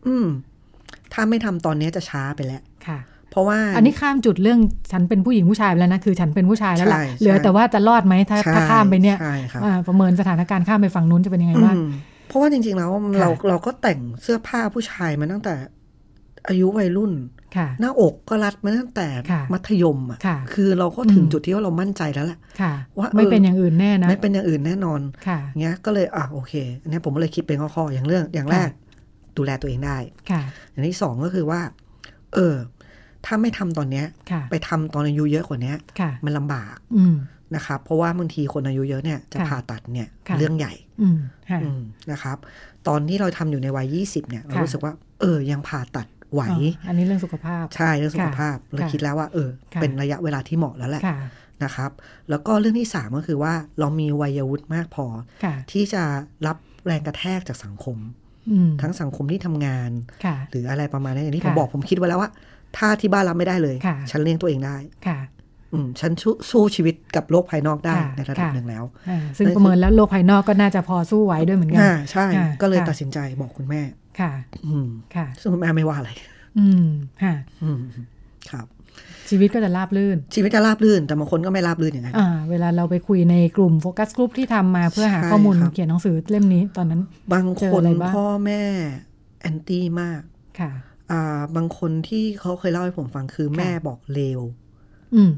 Speaker 3: อืม ถ้าไม่ทำตอนเนี้ยจะช้าไปแล้ว
Speaker 2: ค่ะ
Speaker 3: เพราะว่า
Speaker 2: อันนี้ข้ามจุดเรื่องฉันเป็นผู้หญิงผู้ชายไปแล้วนะ คือฉันเป็นผู้ชายแล้วล่ะ
Speaker 3: ใช่ใช่
Speaker 2: เหลือแต่ว่าจะรอดไหมถ้า
Speaker 3: ใช่
Speaker 2: ถ้าข้ามไปเนี่ย
Speaker 3: ใช่ครับ
Speaker 2: อ่าประเมินสถานการณ์ข้ามไปฝั่งนู้นจะเป็นยังไงบ้าง
Speaker 3: อืมเพราะว่าจริงๆแล้วเราเราก็แต่งเสื้อผ้าผู้ชายมาตั้งแต่ อายุวัยรุ่น
Speaker 2: ค่ะ
Speaker 3: หน้าอกก็รัดมาตั้งแต่
Speaker 2: ค่ะ
Speaker 3: มัธยมอ่ะ
Speaker 2: ค่ะ
Speaker 3: คือเราก็ถึง
Speaker 2: อืม
Speaker 3: จุดที่ว่าเรามั่นใจแล้วแหละ
Speaker 2: ค่ะ
Speaker 3: ว่า
Speaker 2: ไม่
Speaker 3: เออ
Speaker 2: เป็นอย่างอื่นแน่นะ
Speaker 3: ไม่เป็นอย่างอื่นแน่นอน
Speaker 2: ค่ะ
Speaker 3: เงี้ยก็เลยอ่ะโอเคอันเนี้ยผมเลยคิดเป็นข้อๆอย่างเรื่องอย่างแรก ดูแลตัวเองได้
Speaker 2: ค่ะ
Speaker 3: อย่างที่สองก็คือว่า เออ ถ้าไม่ทำตอนเนี้ย
Speaker 2: ค่ะ
Speaker 3: ไปทำตอนอายุเยอะกว่าเนี้ย
Speaker 2: ค่ะ
Speaker 3: มันลำบาก
Speaker 2: อืม
Speaker 3: นะครับเพราะว่าบางทีคนอายุเยอะเนี่ยจะ
Speaker 2: ค่ะ
Speaker 3: ผ่าตัดเนี่ย
Speaker 2: ค่ะ
Speaker 3: เรื่องใหญ่
Speaker 2: อืมค่ะ
Speaker 3: อืมนะครับ ตอนที่เราทำอยู่ในวัย 20 เนี่ย เรา
Speaker 2: ค่ะ
Speaker 3: รู้สึกว่า เออ ยังผ่าตัดไหว
Speaker 2: อ๋ออันนี้เรื่องสุขภาพ
Speaker 3: ใช่เรื่องสุขภาพ
Speaker 2: ค่ะ
Speaker 3: เราคิดแล้วว่า เออ
Speaker 2: ค่ะ
Speaker 3: เป็นระยะเวลาที่เหมาะแล้วแหละ
Speaker 2: ค่ะ
Speaker 3: นะครับ แล้วก็เรื่องที่ 3 ก็คือว่าเรามีวัยวุฒิมากพอ
Speaker 2: ค่ะ
Speaker 3: ที่จะรับแรงกระแทกจากสังคม
Speaker 2: อืม
Speaker 3: ทั้งสังคมที่ทำงาน
Speaker 2: ค่ะ
Speaker 3: หรืออะไรประมาณนี้อย่างที่ผม
Speaker 2: ค่ะ
Speaker 3: บอกผมคิดไว้แล้วว่า ถ้าที่บ้านรับไม่ได้เลย
Speaker 2: ค่ะ
Speaker 3: ฉันเลี้ยงตัวเองได้
Speaker 2: ค่ะ
Speaker 3: อืมฉันสู้สู้ชีวิตกับโลกภายนอกได้
Speaker 2: ค่ะ
Speaker 3: ในระดับ
Speaker 2: ค่ะ
Speaker 3: หนึ่งแล้ว
Speaker 2: อ่าซึ่งประเมินแล้วโลกภายนอกก็น่าจะพอสู้ไหวด้วยเหมือนกัน
Speaker 3: อ่า ใช่
Speaker 2: ค่ะ
Speaker 3: ก็เลยตัดสินใจบอกคุณแม่
Speaker 2: ค่ะ
Speaker 3: อืม
Speaker 2: ค่ะ
Speaker 3: ซึ่งคุณแม่ไม่ว่าอะไร
Speaker 2: อืมค่ะ
Speaker 3: อืมครับ
Speaker 2: ชีวิตก็จะราบรื่น
Speaker 3: ชีวิตจะราบรื่น แต่บางคนก็ไม่ราบรื่นอย่างนั้น
Speaker 2: อ่า เวลาเราไปคุยในกลุ่มโฟกัสกลุ่มที่ทำมาเพื่อหา
Speaker 3: ใช่
Speaker 2: ข้อมูล
Speaker 3: ครับ
Speaker 2: เขียนหนังสือเล่มนี้ตอนนั้น
Speaker 3: บาง
Speaker 2: เจ
Speaker 3: ค
Speaker 2: ออะ
Speaker 3: น
Speaker 2: ไรบ้าง
Speaker 3: พ่อแม่แอนตี้มาก
Speaker 2: ค่ะ
Speaker 3: อ่าบางคนที่เขาเคยเล่าให้ผมฟังคือแม่บอกเลว
Speaker 2: อืม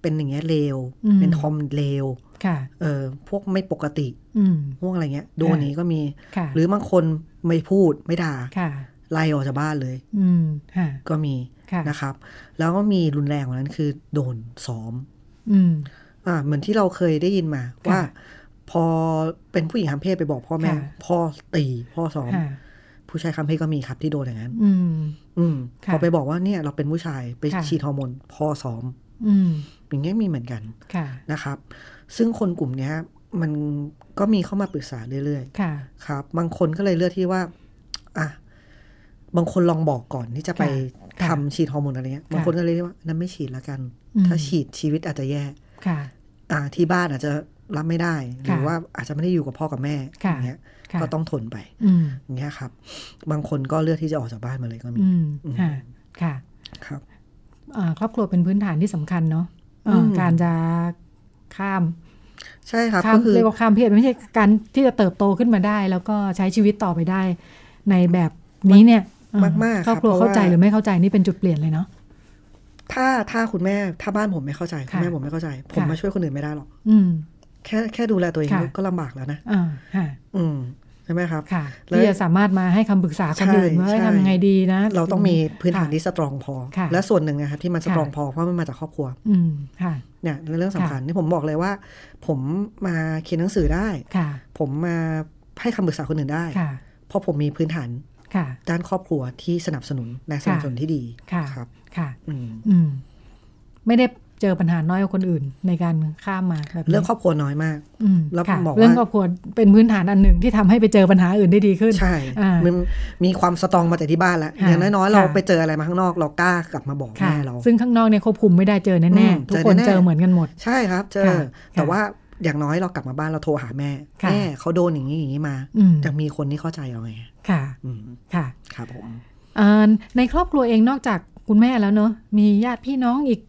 Speaker 3: เป็นอย่างเงี้ยเลว
Speaker 2: อืม
Speaker 3: เป็นทอมเลว
Speaker 2: ค่ะ
Speaker 3: เออพวกไม่ปกติ
Speaker 2: อืม
Speaker 3: พวกอะไรเงี้ยโดนอย่างนี้ก็มี
Speaker 2: ค่ะ
Speaker 3: หรือบางคนไม่พูดไม่ด่า
Speaker 2: ค่ะ
Speaker 3: ไล่ออกจากบ้านเลย
Speaker 2: อืม ค่ะ
Speaker 3: ก็มี
Speaker 2: ค่ะ
Speaker 3: นะครับ แล้วก็มีรุนแรงกว่านั้นคือโดนซ้อม
Speaker 2: อืม
Speaker 3: อ่าเหมือนที่เราเคยได้ยินมา
Speaker 2: ค่ะ
Speaker 3: ว่า พอเป็นผู้หญิงทำเพศไปบอกพ่อแม่
Speaker 2: ค่ะ
Speaker 3: พ่อตีพ่อซ้อม
Speaker 2: ค่ะ
Speaker 3: ผู้ชายคำเพศก็มีครับที่โดนอย่างนั้น
Speaker 2: อืม
Speaker 3: อืม
Speaker 2: ค่ะ
Speaker 3: พอไปบอกว่าเนี่ยเราเป็นผู้ชายไป
Speaker 2: ค่ะ
Speaker 3: ฉีดฮอร์โมนพ่อซ้อม
Speaker 2: อืม
Speaker 3: อย่างเงี้ยมีเหมือนกัน
Speaker 2: ค่ะ
Speaker 3: นะครับ ซึ่งคนกลุ่มเนี้ยมันก็มีเข้ามาปรึกษาเรื่อย
Speaker 2: ค่ะ
Speaker 3: ๆครับ บางคนก็เลยเลือกที่ว่าอ่ะบางคนลองบอกก่อนที่จะไป
Speaker 2: ค่ะ
Speaker 3: ทำฉีดฮอร์โมนอะไรเงี้ยบางคนก็เลยเรียกว่านั้นไม่ฉีดละกัน
Speaker 2: อืม
Speaker 3: ถ้าฉีดชีวิตอาจจะแย่
Speaker 2: ค่ะ
Speaker 3: อ่าที่บ้านอาจจะรับไม่ได้ ห
Speaker 2: ค่ะ
Speaker 3: รือว่าอาจจะไม่ได้อยู่กับพ่อกับแม่
Speaker 2: ค่ะ
Speaker 3: อย่างเงี้ย
Speaker 2: ค่ะ
Speaker 3: ก็ต้องทนไป
Speaker 2: อืม
Speaker 3: อย่างเงี้ยครับ บางคนก็เลือกที่จะออกจากบ้านมาเลยก็มี
Speaker 2: อืม
Speaker 3: อืม
Speaker 2: ค่ะ ค่ะ
Speaker 3: ครับ
Speaker 2: อ่าครอบครัวเป็นพื้นฐานที่สำคัญเนาะอ่า
Speaker 3: อืม
Speaker 2: การจะข้าม
Speaker 3: ใช่ครับ
Speaker 2: ข้าม
Speaker 3: ก็คือ
Speaker 2: เรียกว่าข้ามเพศไม่ใช่การที่จะเติบโตขึ้นมาได้ แล้วก็ใช้ชีวิตต่อไปได้ ในแบบนี้เนี่ยอ่
Speaker 3: มากๆ
Speaker 2: ครอบครัว
Speaker 3: บ
Speaker 2: เข้าใจห
Speaker 3: พะ
Speaker 2: รือไม่เข้าใจนี่เป็นจุดเปลี่ยนเลยเนาะ
Speaker 3: ถ้าถ้าคุณแม่ถ้าบ้านผมไม่เข้าใจคุณ
Speaker 2: ค่ะ
Speaker 3: แม่ผมไม่เข้าใจ ผม
Speaker 2: ค่ะ
Speaker 3: มาช่วยคนอื่นไม่ได้หรอก
Speaker 2: อืม
Speaker 3: แค่แค่ดูแลตัวเอง
Speaker 2: ค่ะ
Speaker 3: ก็ลำบากแล้วนะ
Speaker 2: อ่าค่ะ
Speaker 3: อืมใช่ไหมครับ
Speaker 2: ค่ะ
Speaker 3: แล้ว
Speaker 2: ที่จะสามารถมาให้คำปรึกษาคนอื่น
Speaker 3: ใช่
Speaker 2: ว่าเอ้ย
Speaker 3: ใช่
Speaker 2: ทำยังไงดีนะ
Speaker 3: เราต้องมีพื้นฐานที่สตรองพอ
Speaker 2: ค่ะ
Speaker 3: และส่วนหนึ่งนะครับที่มันส
Speaker 2: ค่ะ
Speaker 3: ตรองพอเพราะมันมาจากครอบครัว
Speaker 2: อืมค่ะ
Speaker 3: เนี่ยเรื่องสำคัญที่ผมบอกเลยว่า ผมมาเขียนหนังสือได้
Speaker 2: ค่ะ
Speaker 3: ผมมาให้คำปรึกษาคนอื่นได้
Speaker 2: ค่ะ
Speaker 3: เพราะผมมีพื้นฐาน
Speaker 2: ค่ะ
Speaker 3: ด้านครอบครัวที่สนับสนุนและสนับสนุนที่ดี
Speaker 2: ค่ะ
Speaker 3: ครับ
Speaker 2: ค่ะ
Speaker 3: อืม
Speaker 2: อืม ไม่ได้เจอปัญหาน้อยกว่าคนอื่นในการข้ามมาแบบนี้
Speaker 3: เรื่องครอบครัวน้อยมาก
Speaker 2: ม
Speaker 3: แล้ว
Speaker 2: ค่ะ
Speaker 3: บอกว่า
Speaker 2: เรื่องครอบครัวเป็นพื้นฐานอันหนึ่งที่ทำให้ไปเจอปัญหาอื่นได้ดีขึ้น
Speaker 3: ใช่
Speaker 2: อ่ามั
Speaker 3: มันมีความสตรองมาจากที่บ้านแล้ว
Speaker 2: ค่ะ
Speaker 3: อย่างน้อยๆเรา
Speaker 2: ค่ะ
Speaker 3: ไปเจออะไรมาข้างนอกเรากล้ากลับมาบอก
Speaker 2: ค่ะ
Speaker 3: แม่เรา
Speaker 2: ซึ่งข้างนอกเนี่ยควบคุมไม่ได้เจอ
Speaker 3: อื
Speaker 2: แน่
Speaker 3: ม
Speaker 2: ๆทุกคน
Speaker 3: เจ
Speaker 2: เจ
Speaker 3: อ
Speaker 2: อ
Speaker 3: แน่ๆ
Speaker 2: เหมือนกันหมด
Speaker 3: ใช่ครับ เจอ
Speaker 2: ค่ะ
Speaker 3: แต่
Speaker 2: ค่ะ
Speaker 3: ว่าอย่างน้อยเรากลับมาบ้านเราโทรหาแม่
Speaker 2: ค่ะ
Speaker 3: แม่เขาโดนอย่างนี้อย่างนี้มา
Speaker 2: อืม
Speaker 3: จะมีคนที่เข้าใจเราไง
Speaker 2: ค่ะ
Speaker 3: อืม
Speaker 2: ค่ะ
Speaker 3: ครับผม
Speaker 2: เอ่อในครอบครัวเองนอกจากคุณแม่แล้วเนอะมีญาติพี่น้องอีก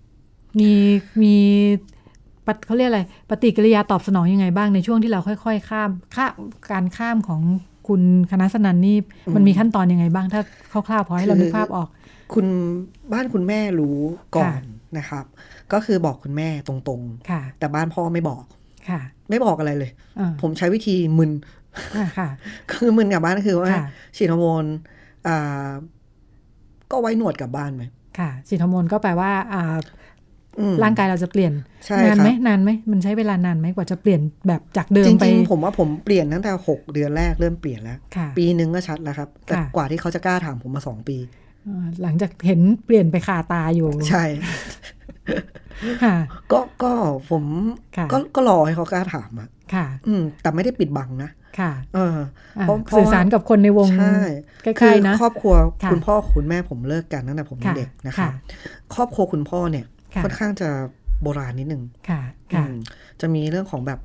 Speaker 2: มีมีปะเขาเรียกอะไร ปฏิกิริยาตอบสนองยังไงบ้างในช่วงที่เราค่อย ๆ ข้ามข้าการข้ามของคุณคณะสนันนี่มันมีขั้นตอนยังไงบ้างถ้าคร่าวๆพอให้เรานึกภาพออก
Speaker 3: คุณบ้านคุณแม่รู้ก่อ
Speaker 2: ค่ะ
Speaker 3: นนะครับ ก็คือบอกคุณแม่ตรง
Speaker 2: ค่ะ
Speaker 3: ๆ แต่บ้านพ่อไม่บอก
Speaker 2: ค่ะ
Speaker 3: ไม่บอกอะไรเลย
Speaker 2: อ่า
Speaker 3: ผมใช้วิธีมึน
Speaker 2: อ่าค่ะ
Speaker 3: คือมึนกลับบ้านก็คือว่า
Speaker 2: ค่ะ
Speaker 3: ฉีดฮอร์โมนอ่าก็ไว้หนวดกลับบ้านไหม
Speaker 2: ค่ะฉีดฮอร์โมนก็แปลว่าอ่า
Speaker 3: อืม
Speaker 2: ร่างกายเราจะเปลี่ยน
Speaker 3: ใช่
Speaker 2: นานไหม
Speaker 3: ครับ
Speaker 2: นานไหมมันใช้เวลานานไหมกว่าจะเปลี่ยนแบบจากเดิ
Speaker 3: จ
Speaker 2: มไป
Speaker 3: ริงๆ ผมว่าผมเปลี่ยนตั้งแต่หกเดือนแรกเริ่มเปลี่ยนแล้ว
Speaker 2: ค่ะ
Speaker 3: ปีหนึ่งก็ชัดแล้วครับ แต่
Speaker 2: ค่ะ
Speaker 3: กว่าที่เขาจะกล้าถามผมมาสองปี
Speaker 2: อ่าหลังจากเห็นเปลี่ยนไปคาตาอยู่
Speaker 3: ใช่
Speaker 2: ค่ะ
Speaker 3: ก็ก็ผม
Speaker 2: ค่ะ
Speaker 3: ก็ก็รอให้เขากล้าถามอะ
Speaker 2: ค่ะ
Speaker 3: อืม แต่ไม่ได้ปิดบังนะ
Speaker 2: ค่ะ
Speaker 3: เออ
Speaker 2: อ่า
Speaker 3: เพราะเพราะ
Speaker 2: สื่อสารกับคนในวง
Speaker 3: ใช่
Speaker 2: ใก
Speaker 3: คื
Speaker 2: ล้ๆนะ
Speaker 3: ครอบครัว
Speaker 2: ค่ะ
Speaker 3: คุณพ่อคุณแม่ผมเลิกกันตั้งแต่ผมยังเด็กนะคะ ครอบครัวคุณพ่อเนี่ย
Speaker 2: ค่ะ
Speaker 3: ค่อนข้างจะโบราณนิดนึง
Speaker 2: ค่ะค่ะ
Speaker 3: อืมจะมีเรื่องของแบบ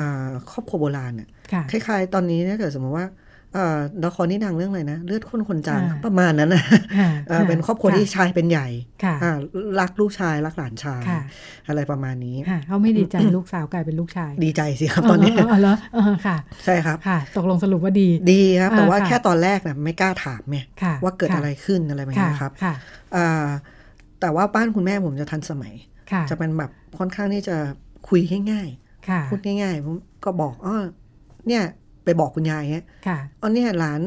Speaker 3: อ่าครอบครัวโบราณเนี่ย
Speaker 2: ค่ะ
Speaker 3: คล้ายๆ ตอนนี้ถ้าเกิดสมมติว่าเอ่อละครนี่ดังเรื่องอะไรนะ เลือดข้นคนจาง
Speaker 2: อ่า
Speaker 3: ประมาณนั้นนะ
Speaker 2: ค่ะ
Speaker 3: เออเป็นครอบครัวที่ชายเป็นใหญ่
Speaker 2: ค่ะ
Speaker 3: อ่ารักลูกชายรักหลานชาย
Speaker 2: ค่ะ
Speaker 3: อะไรประมาณนี้
Speaker 2: ค่ะเขาไม่ดีใจลูกสาวกลายเป็นลูกชาย
Speaker 3: ดีใจสิครับตอนเนี้ย
Speaker 2: เออเหรอเออค่ะ
Speaker 3: ใช่ครับ
Speaker 2: ค่ะ ตกลงสรุปว่าดี
Speaker 3: ดีครับ แต่ว่า
Speaker 2: อ่าค่ะ
Speaker 3: แค่ตอนแรกนะไม่กล้าถามไง
Speaker 2: ค่ะ
Speaker 3: ว่าเกิด
Speaker 2: ค่
Speaker 3: อะไรขึ้นอะไรแบบ
Speaker 2: ค่ะ
Speaker 3: นี้ครับ
Speaker 2: ค่ะ
Speaker 3: อ่าแต่ว่าบ้านคุณแม่ผมจะทันสมัย
Speaker 2: ค่ะ
Speaker 3: จะเป็นแบบค่อนข้างที่จะคุยง่าย
Speaker 2: ค่ะ
Speaker 3: ๆพูดง่ายๆผมก็บอกอ๋อเนี่ยไปบอกคุณยายเงี้ย
Speaker 2: ค่ะ
Speaker 3: อ๋อเนี่ยหลาน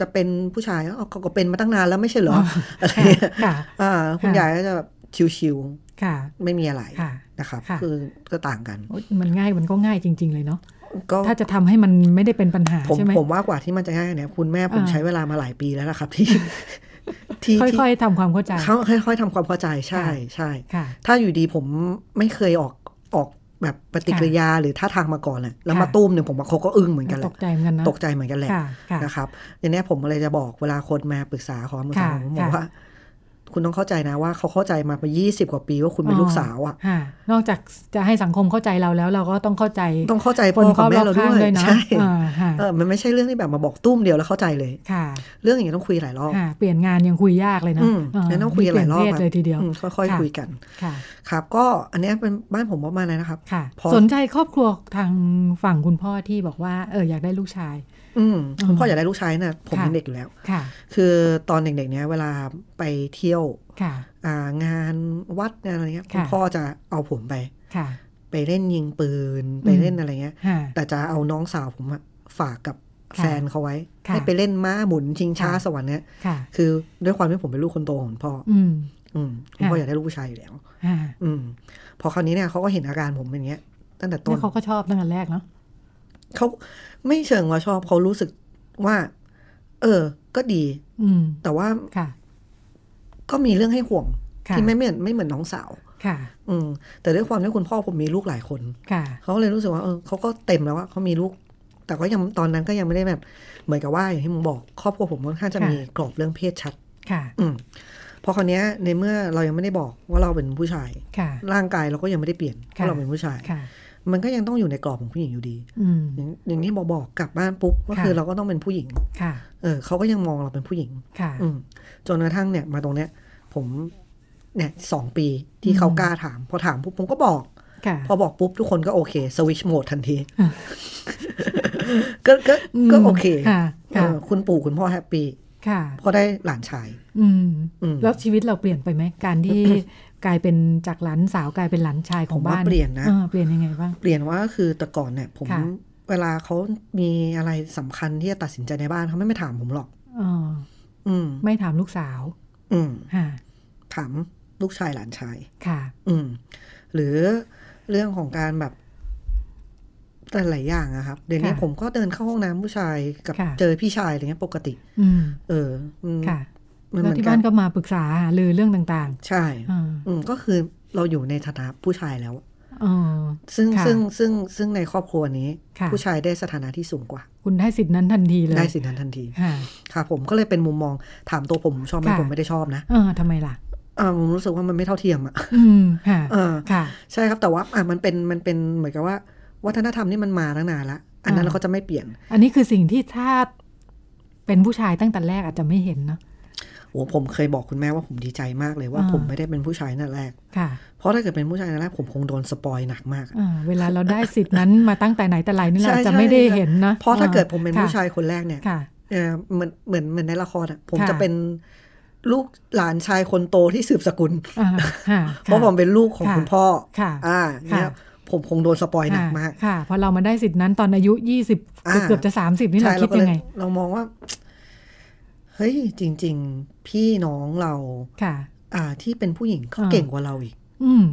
Speaker 3: จะเป็นผู้ชายอ๋อเขาก็เป็นมาตั้งนานแล้วไม่ใช่เหรออะไร
Speaker 2: ค่ะ
Speaker 3: เงี้ย
Speaker 2: ค่ะ
Speaker 3: อ่าคุณ
Speaker 2: ค่ะ
Speaker 3: ยายก็จะแบบชิว
Speaker 2: ค่ะ
Speaker 3: ๆไม่มีอะไร
Speaker 2: ค่ะ
Speaker 3: นะครับ
Speaker 2: ค่ะ
Speaker 3: คือก็ต่างกัน
Speaker 2: โอ๊ยมันง่ายมันก็ง่ายจริง ๆ เลยเนาะ
Speaker 3: ก็
Speaker 2: ถ้าจะทำให้มันไม่ได้เป็นปัญหา
Speaker 3: ผม
Speaker 2: ใช่ไหม
Speaker 3: ผมว่ากว่าที่มันจะง่ายเนี่ยคุณแม่ผม
Speaker 2: อ่า
Speaker 3: ใช้เวลามาหลายปีแล้วนะครับ ที่ที่ที่
Speaker 2: ค่อย ๆทำความเข้าใจ
Speaker 3: เขาค่อยๆทำความเข้าใจใช่
Speaker 2: ค่ะ
Speaker 3: ใช่
Speaker 2: ค่ะ
Speaker 3: ถ้าอยู่ดีผมไม่เคยออกออกแบบปฏิกิริยาหรือท่าทางมาก่อนเลยแล้วมา
Speaker 2: ค่ะ
Speaker 3: ตุ้มเนี่ยผมว่าเขาก็อึ้งเหมือนกันแห
Speaker 2: ต
Speaker 3: ละ
Speaker 2: กใจเหมือนกันนะ
Speaker 3: ตกใจเหมือนกันแหละ
Speaker 2: ค่ะค่ะ
Speaker 3: นะครับอย่างเนี้ยผมเลยจะบอกเวลาคนมาปรึกษาขอคำปรึกษา
Speaker 2: ค่ะ
Speaker 3: ผมบอก
Speaker 2: ค่ะ
Speaker 3: ว่า คุณต้องเข้าใจนะว่าเขาเข้าใจมาไปยี่สิบกว่าปีว่าคุณเป็นลูกสาวอ่ะ
Speaker 2: ค่ะ นอกจากจะให้สังคมเข้าใจเราแล้วเราก็ต้องเข้าใจ
Speaker 3: ต้องเข้าใจ
Speaker 2: ค
Speaker 3: พ่
Speaker 2: น
Speaker 3: อ
Speaker 2: ร
Speaker 3: กับ
Speaker 2: อบ
Speaker 3: แม่เรา
Speaker 2: ๆข้างด้
Speaker 3: ด้วย
Speaker 2: วยเนาะ
Speaker 3: ใช่
Speaker 2: อ่าค่ะ
Speaker 3: เออมันไม่ใช่เรื่องที่แบบมาบอกตุ้มเดียวแล้วเข้าใจเลย
Speaker 2: ค่ะ
Speaker 3: เรื่องอย่างเงี้ยต้องคุยหลายรอบ
Speaker 2: ค่ะ เปลี่ยนงานยังคุยยากเลยนะ
Speaker 3: อืม
Speaker 2: า
Speaker 3: แล้วต้องคุยหลายรอบ
Speaker 2: เปน
Speaker 3: อะ
Speaker 2: เพศเลยทีเดียว
Speaker 3: อืมค่อย
Speaker 2: ค่ะ
Speaker 3: ๆคุยกัน
Speaker 2: ค่ะ
Speaker 3: ครับ ก็อันเนี้ยเป็นบ้านผมประมาณนั้นนะครับ
Speaker 2: ค่ะ
Speaker 3: พอ
Speaker 2: สนใจครอบครัวทางฝั่งคุณพ่อที่บอกว่าเอออยากได้ลูกชาย
Speaker 3: อืม
Speaker 2: อืม
Speaker 3: คุณพ่ออยากได้ลูกชายนะ่ะผม
Speaker 2: ค่ะ
Speaker 3: เป็นเด็กอยู่แล้ว
Speaker 2: ค่ะ
Speaker 3: คือตอนเด็กๆเนี้ยเวลาไปเที่ยว
Speaker 2: ค่ะ
Speaker 3: อ่างานวัดงานอะไรเงี้ยคุณ
Speaker 2: ค่ะ
Speaker 3: พ่อจะเอาผมไป
Speaker 2: ค่ะ
Speaker 3: ไปเล่นยิงปืนไปเล่นอะไรเงี้ย
Speaker 2: ค่ะ
Speaker 3: แต่จะเอาน้องสาวผมอะฝากกับ
Speaker 2: ค่ะ
Speaker 3: แฟนเขาไว้
Speaker 2: ค่ะ
Speaker 3: ให้ไปเล่นม้าหมุนชิงช้า
Speaker 2: ค่ะ
Speaker 3: สวรรค์เนี่ย
Speaker 2: ค่ะ
Speaker 3: คือด้วยความที่ผมเป็นลูกคนโตของคุณพ่อ
Speaker 2: อืม
Speaker 3: อืมคุณพ่อ
Speaker 2: ค่ะ
Speaker 3: อยากได้ลูกผู้ชายอยู่แล้ว
Speaker 2: ค่ะ
Speaker 3: อืม พอคราวนี้เนี่ยเขาก็เห็นอาการผมเป็นเงี้ย ตั้งแต่ต้
Speaker 2: นี่
Speaker 3: น
Speaker 2: เขาก็ชอบตั้งแต่แรกเนาะ
Speaker 3: เขาไม่เชิงว่าชอบเขารู้สึกว่า เออ ก็ดี
Speaker 2: อืม
Speaker 3: แต่ว่า
Speaker 2: ค่ะ
Speaker 3: ก็มีเรื่องให้ห่วง
Speaker 2: ค่ะ
Speaker 3: ที่ไม่เหมือนไม่เหมือนน้องสาว
Speaker 2: ค่ะ
Speaker 3: อืม แต่ด้วยความที่คุณพ่อผมมีลูกหลายคน
Speaker 2: ค่ะ
Speaker 3: เขาเลยรู้สึกว่าเออเขาก็เต็มแล้วว่าเขามีลูก แต่ก็ยังตอนนั้นก็ยังไม่ได้แบบเหมือนกับว่าอย่างที่มึงบอก ครอบครัวผมค่อนข้างจะ
Speaker 2: ค่ะ
Speaker 3: มีกรอบเรื่องเพศชัด
Speaker 2: ค่ะ
Speaker 3: อืมเพอคราวเนี้ยในเมื่อเรายังไม่ได้บอกว่าเราเป็นผู้ชาย
Speaker 2: ค่ะ
Speaker 3: ร่างกายเราก็ยังไม่ได้เปลี่ยนเพ
Speaker 2: ค่ะ
Speaker 3: ราะเราเป็นผู้ชาย
Speaker 2: ค่ะ
Speaker 3: มันก็ยังต้องอยู่ในกรอบของผู้หญิงอยู่ดี
Speaker 2: อืม
Speaker 3: อย่างอย่างที่บอกบอกกลับบ้านปุ๊บก็คือ
Speaker 2: ค่ะ
Speaker 3: เราก็ต้องเป็นผู้หญิง
Speaker 2: ค่ะ
Speaker 3: เออเขาก็ยังมองเราเป็นผู้หญิง
Speaker 2: ค่ะ
Speaker 3: อืมจนกระทั่งเนี่ยมาตรงเนี้ย ผมเนี่ยสองปีที่เขา
Speaker 2: อืม
Speaker 3: กล้าถาม พอถามปุ๊บผมก็บอก
Speaker 2: ค่ะ
Speaker 3: พอบอกปุ๊บ ทุกคนก็โอเคสวิชโหมดทันที
Speaker 2: อ่ะ
Speaker 3: ก็ก็ก็โอเค
Speaker 2: ค่ะ
Speaker 3: เอ
Speaker 2: ค่ะ
Speaker 3: อคุณปู่คุณพ่อแฮปปี้
Speaker 2: ค่ะ
Speaker 3: พ่อได้หลานชาย
Speaker 2: อืม
Speaker 3: อืม
Speaker 2: แล้วชีวิตเราเปลี่ยนไปไหม การที่ กลายเป็นจากหลานสาวกลายเป็นหลานชายข
Speaker 3: ผ
Speaker 2: อง
Speaker 3: มว่า
Speaker 2: บ้าน
Speaker 3: เปลี่ยนนะ
Speaker 2: เออเปลี่ยนยังไงบ้าง
Speaker 3: เปลี่ยนว่าคือแต่ก่อนเนี่ย ผม
Speaker 2: ค่ะ
Speaker 3: เวลาเขามีอะไรสำคัญที่จะตัดสินใจในบ้านเขาไม่ไม่ถามผมหรอก
Speaker 2: เออ
Speaker 3: อืม
Speaker 2: ไม่ถามลูกสาว
Speaker 3: อืม
Speaker 2: ค่ะ
Speaker 3: ถามลูกชายหลานชาย
Speaker 2: ค่ะ
Speaker 3: อืม หรือเรื่องของการแบบแต่หลายอย่างอะครับ เดี๋ยวนี้
Speaker 2: ค่ะ
Speaker 3: ผมก็เดินเข้าห้องน้ำผู้ชายกับ
Speaker 2: ค่ะ
Speaker 3: เจอพี่ชายอะไรเงี้ยปกติ
Speaker 2: อืม
Speaker 3: เอออืม
Speaker 2: ค่ะ
Speaker 3: มันเห
Speaker 2: แล้ว
Speaker 3: มือน
Speaker 2: ที่
Speaker 3: กั
Speaker 2: บ้าน นก็มาปรึกษาหารือเรื่องต่าง
Speaker 3: ใช่
Speaker 2: ๆอ่า
Speaker 3: อืมก็คือเราอยู่ในฐานะผู้ชายแล้ว
Speaker 2: อ๋อ
Speaker 3: ซึ่ง
Speaker 2: ค่ะ
Speaker 3: ซึ่งซึ่งซึ่งในครอบครัวนี้
Speaker 2: ค่ะ
Speaker 3: ผู้ชายได้สถานะที่สูงกว่า
Speaker 2: คุณได้สิทธินั้นทันทีเลย
Speaker 3: ได้สิทธินั้นทันที
Speaker 2: ค่ะ
Speaker 3: ค่ะ ผมก็เลยเป็นมุมมองถามตัวผมผมชอบไหม
Speaker 2: ค่ะ
Speaker 3: ผมไม่ได้ชอบนะ
Speaker 2: เออทำไมล่ะ
Speaker 3: เออผมรู้สึกว่ามันไม่เท่าเทียมอะ
Speaker 2: อืม ค่ะ
Speaker 3: เออ
Speaker 2: ค่ะ
Speaker 3: ใช่ครับแต่ว่าอ่ะมันเป็นมันเป็นเหมือนกับว่า วัฒนธรรมนี่มันมาตั้งนานละอันนั้น
Speaker 2: อ่า
Speaker 3: เราก็จะไม่เปลี่ยน
Speaker 2: อันนี้คือสิ่งที่ถ้าเป็นผู้ชายตั้งแต่แรกอาจจะไม่เห็นเนาะ
Speaker 3: โอ้ผมเคยบอกคุณแม่ว่าผมดีใจมากเลยว่า
Speaker 2: อ่า
Speaker 3: ผมไม่ได้เป็นผู้ชายนั่นแรก
Speaker 2: ค่ะ
Speaker 3: เพราะถ้าเกิดเป็นผู้ชายนั่นแรกผมคงโดนสปอยหนักมากอะ
Speaker 2: อ่าเวลาเราได้สิทธิ์นั้นมาตั้งแต่ไหนแต่ไรนี่เรา
Speaker 3: ใช่
Speaker 2: จะ
Speaker 3: ใช่
Speaker 2: ไม่ได้เห็นนะ
Speaker 3: เพราะถ้าเกิดผมเป็น
Speaker 2: ค่ะ
Speaker 3: ผู้ชายคนแรกเนี่ย
Speaker 2: ค่ะ
Speaker 3: เออเหมือนเหมือนเหมือนในละครอะผม
Speaker 2: ค่ะ
Speaker 3: จะเป็นลูกหลานชายคนโตที่สืบสกุล
Speaker 2: อ่าค่ะ
Speaker 3: เพราะผมเป็นลูกของ
Speaker 2: ค่ะ
Speaker 3: คุณพ่อ
Speaker 2: ค่ะ
Speaker 3: อ่าเนี่ย
Speaker 2: ค่ะ
Speaker 3: ผมคงโดนสปอยหนักมาก
Speaker 2: ค่ะพอเรามาได้สิทธิ์นั้นตอนอายุยี่สิบ
Speaker 3: อ่า
Speaker 2: เกือบจะสามสิบนี่เรา
Speaker 3: ใช่
Speaker 2: คิด
Speaker 3: ก็เล
Speaker 2: ยั
Speaker 3: ย
Speaker 2: งไง
Speaker 3: เรามองว่า เฮ้ยจริง ๆ พี่น้องเรา
Speaker 2: ค่ะ
Speaker 3: อ่าที่เป็นผู้หญิงเขา
Speaker 2: อ่า
Speaker 3: เก่งกว่าเราอีก
Speaker 2: อืม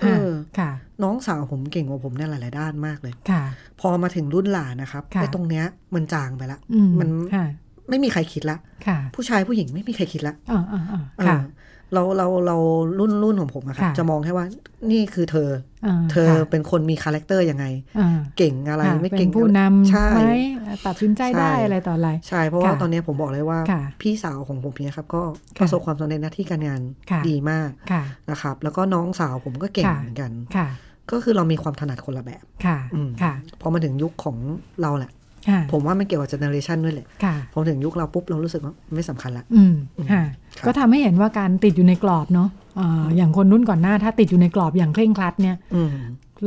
Speaker 3: เออ
Speaker 2: ค่ะ
Speaker 3: น้องสาวผมเก่งกว่าผมในหลาย ๆ ด้านมากเลย
Speaker 2: ค่ะ
Speaker 3: พอมาถึงรุ่นหลานนะครับ
Speaker 2: ค่ะ
Speaker 3: ไอ้ตรงเนี้ยมันจางไปละ
Speaker 2: อืม
Speaker 3: มัน
Speaker 2: ค่ะ
Speaker 3: ไม่มีใครคิดละ
Speaker 2: ค่ะ
Speaker 3: ผู้ชายผู้หญิงไม่มีใครคิดละ
Speaker 2: อ่าอ่าอ่า
Speaker 3: เออ
Speaker 2: ค่ะ
Speaker 3: เราเราเรารุ่นรุ่นของผมอะครับ
Speaker 2: ค่ะ
Speaker 3: จะมองแค่ว่านี่คือเธอ
Speaker 2: า
Speaker 3: เธอ
Speaker 2: ค่ะ
Speaker 3: เป็นคนมีคาแรคเตอร์ยังไง
Speaker 2: อ่า
Speaker 3: เก่งอะไร
Speaker 2: ค่ะ
Speaker 3: ไม่
Speaker 2: ป็
Speaker 3: เก่ง
Speaker 2: ผู้
Speaker 3: อะไร
Speaker 2: นำ
Speaker 3: ใช่
Speaker 2: ไหมตัดสินใจได้
Speaker 3: ใช่
Speaker 2: อะไรต่ออะไร
Speaker 3: ใช่ เพราะว่า
Speaker 2: ค่ะ
Speaker 3: ตอนนี้ผมบอกเลยว่า
Speaker 2: ค่ะ
Speaker 3: พี่สาวของผมเนี่ยครับ ก็
Speaker 2: ค่ะ
Speaker 3: ประสบความสำเร็จหน้าที่การงาน
Speaker 2: ค่ะ
Speaker 3: ดีมาก
Speaker 2: ค่ะ
Speaker 3: นะครับ แล้วก็น้องสาวผมก็เก่ง
Speaker 2: ค่ะ
Speaker 3: เหมือนกัน
Speaker 2: ค่ะ
Speaker 3: ก็คือเรามีความถนัดคนละแบบ
Speaker 2: ค่ะ
Speaker 3: อืม
Speaker 2: ค่ะ
Speaker 3: พอมาถึงยุคของเราแหละ
Speaker 2: ค่ะ
Speaker 3: ผมว่ามันเกี่ยวกับเจเนอเรชันด้วยแหละ
Speaker 2: ค่ะ
Speaker 3: พอถึงยุคเราปุ๊บเรารู้สึกว่าไม่สำคัญละ
Speaker 2: อืม
Speaker 3: อืม
Speaker 2: ค่ะ
Speaker 3: ครับ
Speaker 2: ก็ทำให้เห็นว่าการติดอยู่ในกรอบเนาะอ่าอย่างคนรุ่นก่อนหน้าถ้าติดอยู่ในกรอบอย่างเคร่งครัดเนี่ย
Speaker 3: อืม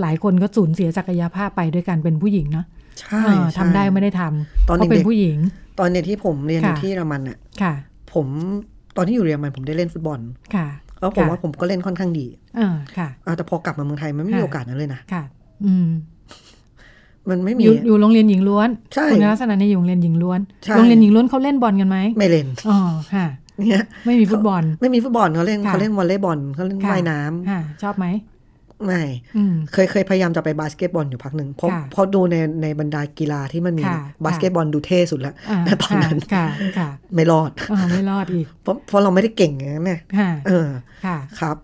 Speaker 2: หลายคนก็สูญเสียศักยภาพไปด้วยการเป็นผู้หญิงเนาะ
Speaker 3: ใช่
Speaker 2: อ่า
Speaker 3: ใช่
Speaker 2: ทำได้ไม่ได้ทำ
Speaker 3: ตอน
Speaker 2: เพราะเป็
Speaker 3: เด็
Speaker 2: น
Speaker 3: กๆ
Speaker 2: ผู้หญิง
Speaker 3: ตอนเนี่ยที่ผมเรียนอยู่
Speaker 2: ค่ะ
Speaker 3: ที่เยอรมันน่ะ
Speaker 2: ค่ะ
Speaker 3: ผมตอนที่อยู่เยอรมันผมได้เล่นฟุตบอล
Speaker 2: ค่ะ
Speaker 3: แล้วผม
Speaker 2: ค่ะ
Speaker 3: ว่าผมก็เล่นค่อนข้างดี
Speaker 2: อ่าค่ะ
Speaker 3: อ่าแต่พอกลับมาเมืองไทยมันไม่มี
Speaker 2: ค่ะ
Speaker 3: โอกาสนั้นเลยนะ
Speaker 2: ค่ะ อืม
Speaker 3: มันไม่
Speaker 2: อ
Speaker 3: มี
Speaker 2: ยู่อยู่โรงเรียนหญิงล้วน
Speaker 3: ใช่
Speaker 2: คุณลักษณะเนี่ยอยู่โรงเรียนหญิงล้วน
Speaker 3: ใช่
Speaker 2: โรงเรียนหญิงล้วนเขาเล่นบอลกันไหม
Speaker 3: ไม่เล่น
Speaker 2: อ๋อค่ะ
Speaker 3: เนี่ย
Speaker 2: ไม่มีฟุตบอล
Speaker 3: ไม่มีฟุตบอลเขาเล่น
Speaker 2: ค่ะ
Speaker 3: เขาเล่นวอลเลย์บอลเขาเล่น
Speaker 2: ค่ะ
Speaker 3: ว่ายน้ำ
Speaker 2: ค่ะ ชอบไหม
Speaker 3: ไม่
Speaker 2: อืม
Speaker 3: เคยเคยพยายามจะไปบาสเกตบอลอยู่พักหนึ่งเพราะ
Speaker 2: ค่ะ
Speaker 3: เพราะดูในในบรรดากีฬาที่มันมี
Speaker 2: ค่ะ
Speaker 3: บาสเกตบอลดูเท่สุดแล้ว
Speaker 2: อ่า
Speaker 3: ณตอนนั้น
Speaker 2: ค่ะ ค่ะ
Speaker 3: ไม่รอด
Speaker 2: ค่ะอ๋อไม่รอดอีก
Speaker 3: เพราะเพราะเราไม่ได้เก่งอย่างนั้นเนี่ย
Speaker 2: ค่ะ
Speaker 3: เออ
Speaker 2: ค่ะ
Speaker 3: ครับ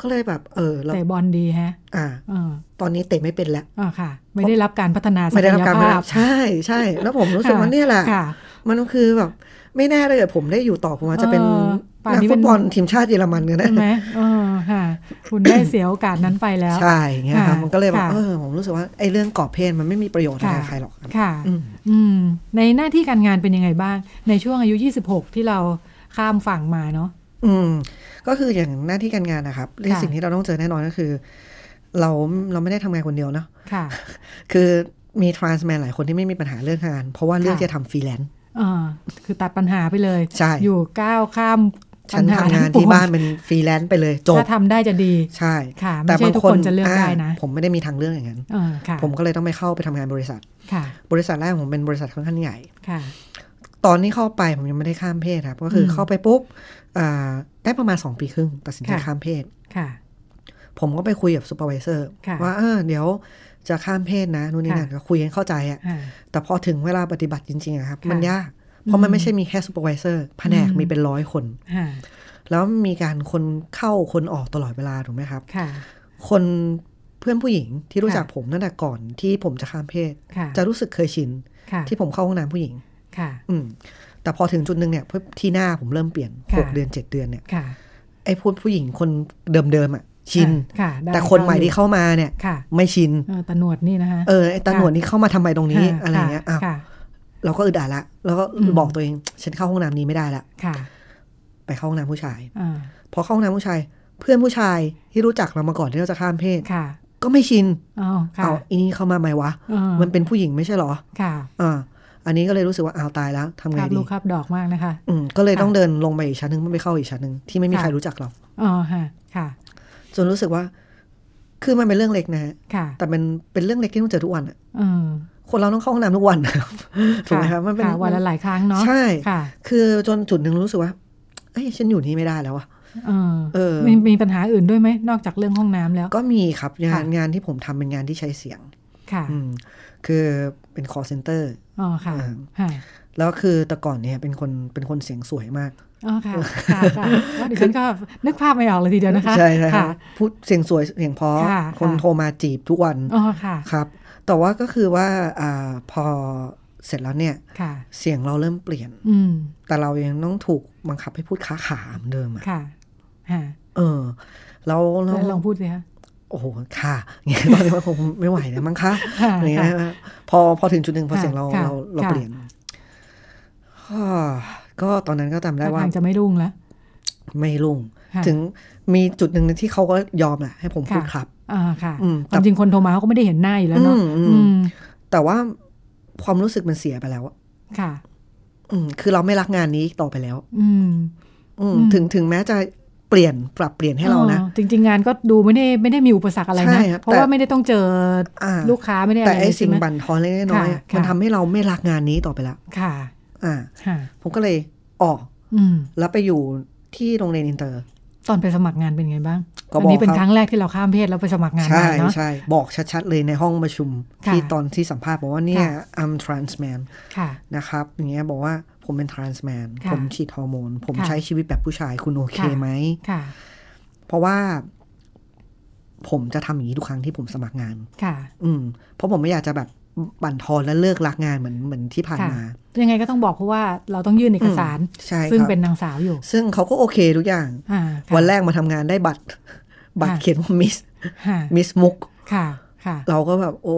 Speaker 3: ก็เลยแบบ เออเรา
Speaker 2: เตะบอลดีฮะ
Speaker 3: อ่า
Speaker 2: อ่า
Speaker 3: ตอนนี้เตะไม่เป็นแล้ว
Speaker 2: อ่าค่ะ ไม่ได้รับการพัฒนาศั
Speaker 3: ไม่
Speaker 2: ก
Speaker 3: ได้รับ
Speaker 2: ย
Speaker 3: การมา
Speaker 2: ภาพ
Speaker 3: ใช่ใช่ แล้วผมรู้สึก
Speaker 2: ค่ะ
Speaker 3: ว่าเนี่ยแหละ
Speaker 2: ค่ะ
Speaker 3: มันก็คือแบบ ไม่แน่เลยเกิดผมได้อยู่ต่อผมอาจจะเป็น
Speaker 2: เออป่าน
Speaker 3: นัก
Speaker 2: นี้เป็
Speaker 3: ฟุ
Speaker 2: น
Speaker 3: ตบอลทีมชาติเยอรมันก็ได้
Speaker 2: ใช่ไหมเออค่ะ คุณได้เสียโอกาสนั้นไปแล้ว
Speaker 3: ใช่อย่างเงี้ยครับ
Speaker 2: ค่ะ
Speaker 3: มันก็เลยแบบ
Speaker 2: ค่ะ
Speaker 3: เออผมรู้สึกว่าไอ้เรื่องกรอบเพนมันไม่มีประโยชน์อะไร
Speaker 2: ค่ะ
Speaker 3: กับใครหรอกครับ
Speaker 2: ค่ะ
Speaker 3: อืม
Speaker 2: อืม ในหน้าที่การงานเป็นยังไงบ้าง ในช่วงอายุ 26 ที่เราข้ามฝั่งมาเนาะ
Speaker 3: อืมก็คืออย่างหน้าที่การงานนะครับที่
Speaker 2: ค่ะ
Speaker 3: สิ่งที่เราต้องเจอแน่นอนก็คือ เราเราไม่ได้ทำงานคนเดียวเนาะ
Speaker 2: ค่ะ
Speaker 3: คือมีทรานส์แมนหลายคนที่ไม่มีปัญหาเรื่องงาน เพราะว่าเลือก
Speaker 2: ค่ะ
Speaker 3: จะทำฟรีแลนซ์
Speaker 2: เออคือตัดปัญหาไปเลย
Speaker 3: ใช่
Speaker 2: อยู่ก้าวข้าม
Speaker 3: ฉันทำงาน
Speaker 2: ปัญห
Speaker 3: ที่
Speaker 2: ปวง
Speaker 3: บ้านเป็นฟรีแลนซ์ไปเลยจบ
Speaker 2: ถ้าทำได้จะดี
Speaker 3: ใช่
Speaker 2: ค่ะ ไม่ใช่ทุกคนจะเลือกได้นะ
Speaker 3: าผมไม่ได้มีทางเลือกอย่างนั้น
Speaker 2: เออค่ะ
Speaker 3: ผมก็เลยต้องไปเข้าไปทำงานบริษัท
Speaker 2: ค่ะ
Speaker 3: บริษัทแรกผมเป็นบริษัทค่อนข้างใหญ่
Speaker 2: ค่ะ
Speaker 3: ตอนที่เข้าไปผมยังไม่ได้ข้ามเพศครับ ก็คืออ
Speaker 2: ม
Speaker 3: เข้าไปปุ๊บอ่าได้ประมาณ 2 ปีครึ่ง ตัดสินใจ
Speaker 2: ค่ะ
Speaker 3: ข้ามเพศ
Speaker 2: ค่ะ
Speaker 3: ผมก็ไปคุยกับซูเปอร์วิเซอร์
Speaker 2: ค่ะ
Speaker 3: ว่าเออเดี๋ยวจะข้ามเพศนะนู่นนี่
Speaker 2: ค่ะ
Speaker 3: นั่นก็คุยกันเข้าใจอะ
Speaker 2: อ่า
Speaker 3: แต่พอถึงเวลาปฏิบัติจริงๆอะครับ
Speaker 2: ค่ะ
Speaker 3: มันยาก เพราะมั
Speaker 2: อื
Speaker 3: น
Speaker 2: ม
Speaker 3: ไม่ใช่มีแค่ซูเปอร์วิเซอร์แผนก
Speaker 2: อืม
Speaker 3: มีเป็นร้อยคน
Speaker 2: ค่ะ
Speaker 3: แล้วมีการคนเข้าคนออกตลอดเวลาถูกไหมครับ
Speaker 2: ค่ะ
Speaker 3: คนเพื่อนผู้หญิงที่รู้
Speaker 2: ค่ะ
Speaker 3: จักผมตั้งแต่ก่อนที่ผมจะข้ามเพศ
Speaker 2: ค่ะ
Speaker 3: จะรู้สึกเคยชิน
Speaker 2: ค่ะ
Speaker 3: ที่ผมเข้าห้องน้ำผู้หญิง
Speaker 2: ค่ะ
Speaker 3: อืมแต่พอถึงจุดหนึ่งเนี่ยพอที่หน้าผมเริ่มเปลี่ยน
Speaker 2: ค่ะ
Speaker 3: หกเดือนเจ็ดเดือนเนี่ย
Speaker 2: ค่ะ
Speaker 3: ไอ้พูดผู้หญิงคนเดิมๆอ่ะชิน
Speaker 2: ค่ะได้
Speaker 3: แต่คนใหม่ที่เข้ามาเนี่ย
Speaker 2: ค่ะ
Speaker 3: ไม่ชิน
Speaker 2: เออตะหนวดนี่นะคะ
Speaker 3: เออไอ้ตาหนวดนี่เข้ามาทำไมตรงนี้
Speaker 2: ค่
Speaker 3: อะไรเงี้ยอ้าว
Speaker 2: ค่ะ
Speaker 3: เราก็อึดอัดละแล้วก็
Speaker 2: อืม
Speaker 3: บอกตัวเอง ฉันเข้าห้องน้ำนี้ไม่ได้ละ
Speaker 2: ค่ะ
Speaker 3: ไปเข้าห้องน้ำผู้ชาย
Speaker 2: อ่า
Speaker 3: พอเข้าห้องน้ำผู้ชาย เพื่อนผู้ชายที่รู้จักเรามาก่อนที่เราจะข้ามเพศ
Speaker 2: ค่ะ
Speaker 3: ก็ไม่ชิน
Speaker 2: อ้าวค่ะ
Speaker 3: เอาอีนี่เข้ามาไหมวะ
Speaker 2: เออ
Speaker 3: มันเป็นผู้หญิงไม่ใช่เหรอ
Speaker 2: ค่ะ
Speaker 3: อ่าอันนี้ก็เลยรู้สึกว่าอ้าวตายแล้วทำไง
Speaker 2: คาบ
Speaker 3: ดี
Speaker 2: ลูกคาบดอกมากนะคะ
Speaker 3: อืมก็เลยต้องเดินลงไปอีกชั้นหนึงไม่ไปเข้าอีกชั้นหนึงที่ไม่มีใครรู้จักเรา
Speaker 2: อ๋อค่ะค่ะ
Speaker 3: จนรู้สึกว่า คือมันเป็นเรื่องเล็กนะฮะ
Speaker 2: ค่ะ
Speaker 3: แต่มันเป็นเรื่องเล็กที่ต้องเจอทุกวันอะ
Speaker 2: เออ
Speaker 3: คนเราต้องเข้าห้องน้ำทุกวันนะครับ ถูกไหมครับมันเป็น
Speaker 2: ค่ะวันละหลายครั้งเนาะ
Speaker 3: ใช่
Speaker 2: ค่ะ
Speaker 3: คือจนจุดหนึ่งรู้สึกว่า เอ้ยฉันอยู่นี่ไม่ได้แล้วอะ
Speaker 2: เออ
Speaker 3: เออ
Speaker 2: มีมีปัญหาอื่นด้วยไหมนอกจากเรื่องห้องน้ำแล้ว
Speaker 3: ก็มีครับงาน
Speaker 2: ค่ะ
Speaker 3: งานที่ผมทำเป็นงานที่ใช้เสียง
Speaker 2: ค่ะ
Speaker 3: อืม คือเป็น call center
Speaker 2: อ๋อค่ะ
Speaker 3: อ่า
Speaker 2: ค่ะ
Speaker 3: แล้วคือแต่ก่อนเนี่ยเป็นคนเป็นคนเสียงสวยมาก
Speaker 2: อ๋อค่ะค่ะค่ะว่าดิฉันก็นึกภาพไม่ออกเลยทีเดียวนะคะ
Speaker 3: ใช่ใช่ครั
Speaker 2: ค่ะ
Speaker 3: บพูดเสียงสวยเสียงเพราะ
Speaker 2: ค่ะ
Speaker 3: คน
Speaker 2: ค่ะ
Speaker 3: โทรมาจีบทุกวัน
Speaker 2: อ๋อค่ะ
Speaker 3: ครับ แต่ว่าก็คือว่าอ่าพอเสร็จแล้วเนี่ย
Speaker 2: ค่ะ
Speaker 3: เสียงเราเริ่มเปลี่ยน
Speaker 2: อืม
Speaker 3: แต่เรายังต้องถูกบังคับให้พูดค้าขาเหมือนเดิมอะ
Speaker 2: ค่ะค่ะ
Speaker 3: เออ แล้วแล้
Speaker 2: แล้ว วลองพูดสิคะ
Speaker 3: โอ้โห ค่ะอย่างเงี้ยตอนนี้มันคงไม่ไหวแล้วมั้งคะ
Speaker 2: ค่ะ
Speaker 3: อย่างเงี้
Speaker 2: ค่ะ
Speaker 3: ยพอพอถึงจุดหนึ่งพอเสียงเรา
Speaker 2: ค่ะ
Speaker 3: เราเรา
Speaker 2: ค่ะ
Speaker 3: เปลี่ยนฮ่าก็ตอนนั้นก็จำได้ว่า
Speaker 2: ทางจะไม่รุ่งแล้ว
Speaker 3: ไม่รุ่ง
Speaker 2: ค่ะ
Speaker 3: ถึงมีจุดหนึ่งที่เขาก็ยอมแหละให้ผมพูด
Speaker 2: ค่ะ
Speaker 3: ครับ
Speaker 2: อ่าค่ะ
Speaker 3: อืม
Speaker 2: ค
Speaker 3: แต่
Speaker 2: วามจริงคนโทรมาเขาก็ไม่ได้เห็นหน้าอยู่แล้วเนาะ
Speaker 3: อืมอืม
Speaker 2: อืม
Speaker 3: แต่ว่าความรู้สึกมันเสียไปแล้วอะ
Speaker 2: ค่ะ
Speaker 3: อืม คือเราไม่รักงานนี้อีกต่อไปแล้ว
Speaker 2: อืม
Speaker 3: อืม
Speaker 2: อืม
Speaker 3: ถึงถึงแม้จะเปลี่ยนปรับเปลี่ยนให้เรานะ
Speaker 2: อ๋อจริง ๆ งานก็ดูไม่ได้ไม่ได้มีอุปสรรคอะไร
Speaker 3: ใช่
Speaker 2: นะ
Speaker 3: ครับ
Speaker 2: เพราะ
Speaker 3: แต่
Speaker 2: ว่าไม่ได้ต้องเจอ
Speaker 3: อ่า
Speaker 2: ลูกค้าไม่ได้อะไร
Speaker 3: แต่ไอ้สิ่ง
Speaker 2: ใช่หม
Speaker 3: บั่นทอนเล็กๆน้อยๆ
Speaker 2: ค่ะ
Speaker 3: อะ
Speaker 2: ค่ะ
Speaker 3: มันทำให้เราไม่รักงานนี้ต่อไปละ
Speaker 2: ค่ะ
Speaker 3: อ่า
Speaker 2: ค่ะ
Speaker 3: ผมก็เลยออก
Speaker 2: อืม
Speaker 3: แล้วไปอยู่ที่โรงเรียนอินเตอร์
Speaker 2: ตอนไปสมัครงานเป็นไงบ้าง
Speaker 3: ก็บอก
Speaker 2: อันนี้เป็น
Speaker 3: ครับ
Speaker 2: ครั้งแรกที่เราข้ามเพศแล้วไปสมัครงาน
Speaker 3: ใช่
Speaker 2: มาเนาะ
Speaker 3: ใช่บอกชัดๆ เลยในห้องประชุม
Speaker 2: ค่ะ
Speaker 3: ที่ตอนที่สัมภาษณ์บอกว่าเนี่ย
Speaker 2: ค่ะ
Speaker 3: I'm trans man
Speaker 2: ค่ะ
Speaker 3: นะครับอย่างเงี้ยบอกว่าผมเป็น trans man
Speaker 2: ค่ะ
Speaker 3: ผมฉีดฮอร์โมน ผม
Speaker 2: ค่ะ
Speaker 3: ใช้ชีวิตแบบผู้ชายคุณโอเค
Speaker 2: ค่ะ
Speaker 3: ไหม
Speaker 2: ค่ะ
Speaker 3: เพราะว่า ผมจะทำอย่างนี้ทุกครั้งที่ผมสมัครงาน
Speaker 2: ค่ะ
Speaker 3: อืมเพราะผมไม่อยากจะแบบบั่นทอนและเลิกรักงานเหมือนเหมือนที่ผ่าน
Speaker 2: ค่ะ
Speaker 3: มา
Speaker 2: ยังไงก็ต้องบอกเพราะว่าเราต้องยื่นเอกสาร
Speaker 3: ใช่
Speaker 2: ซึ่ง
Speaker 3: ครับ
Speaker 2: เป็นนางสาวอยู่
Speaker 3: ซึ่งเขาก็โอเคทุกอย่าง
Speaker 2: อ่าค่ะ
Speaker 3: วันแรกมาทำงานได้บัตร บัตร
Speaker 2: ค่ะ
Speaker 3: เขียนว่ามิส
Speaker 2: ค่ะ
Speaker 3: มิสมุก
Speaker 2: ค่ะค่ะ
Speaker 3: เราก็แบบ โอ้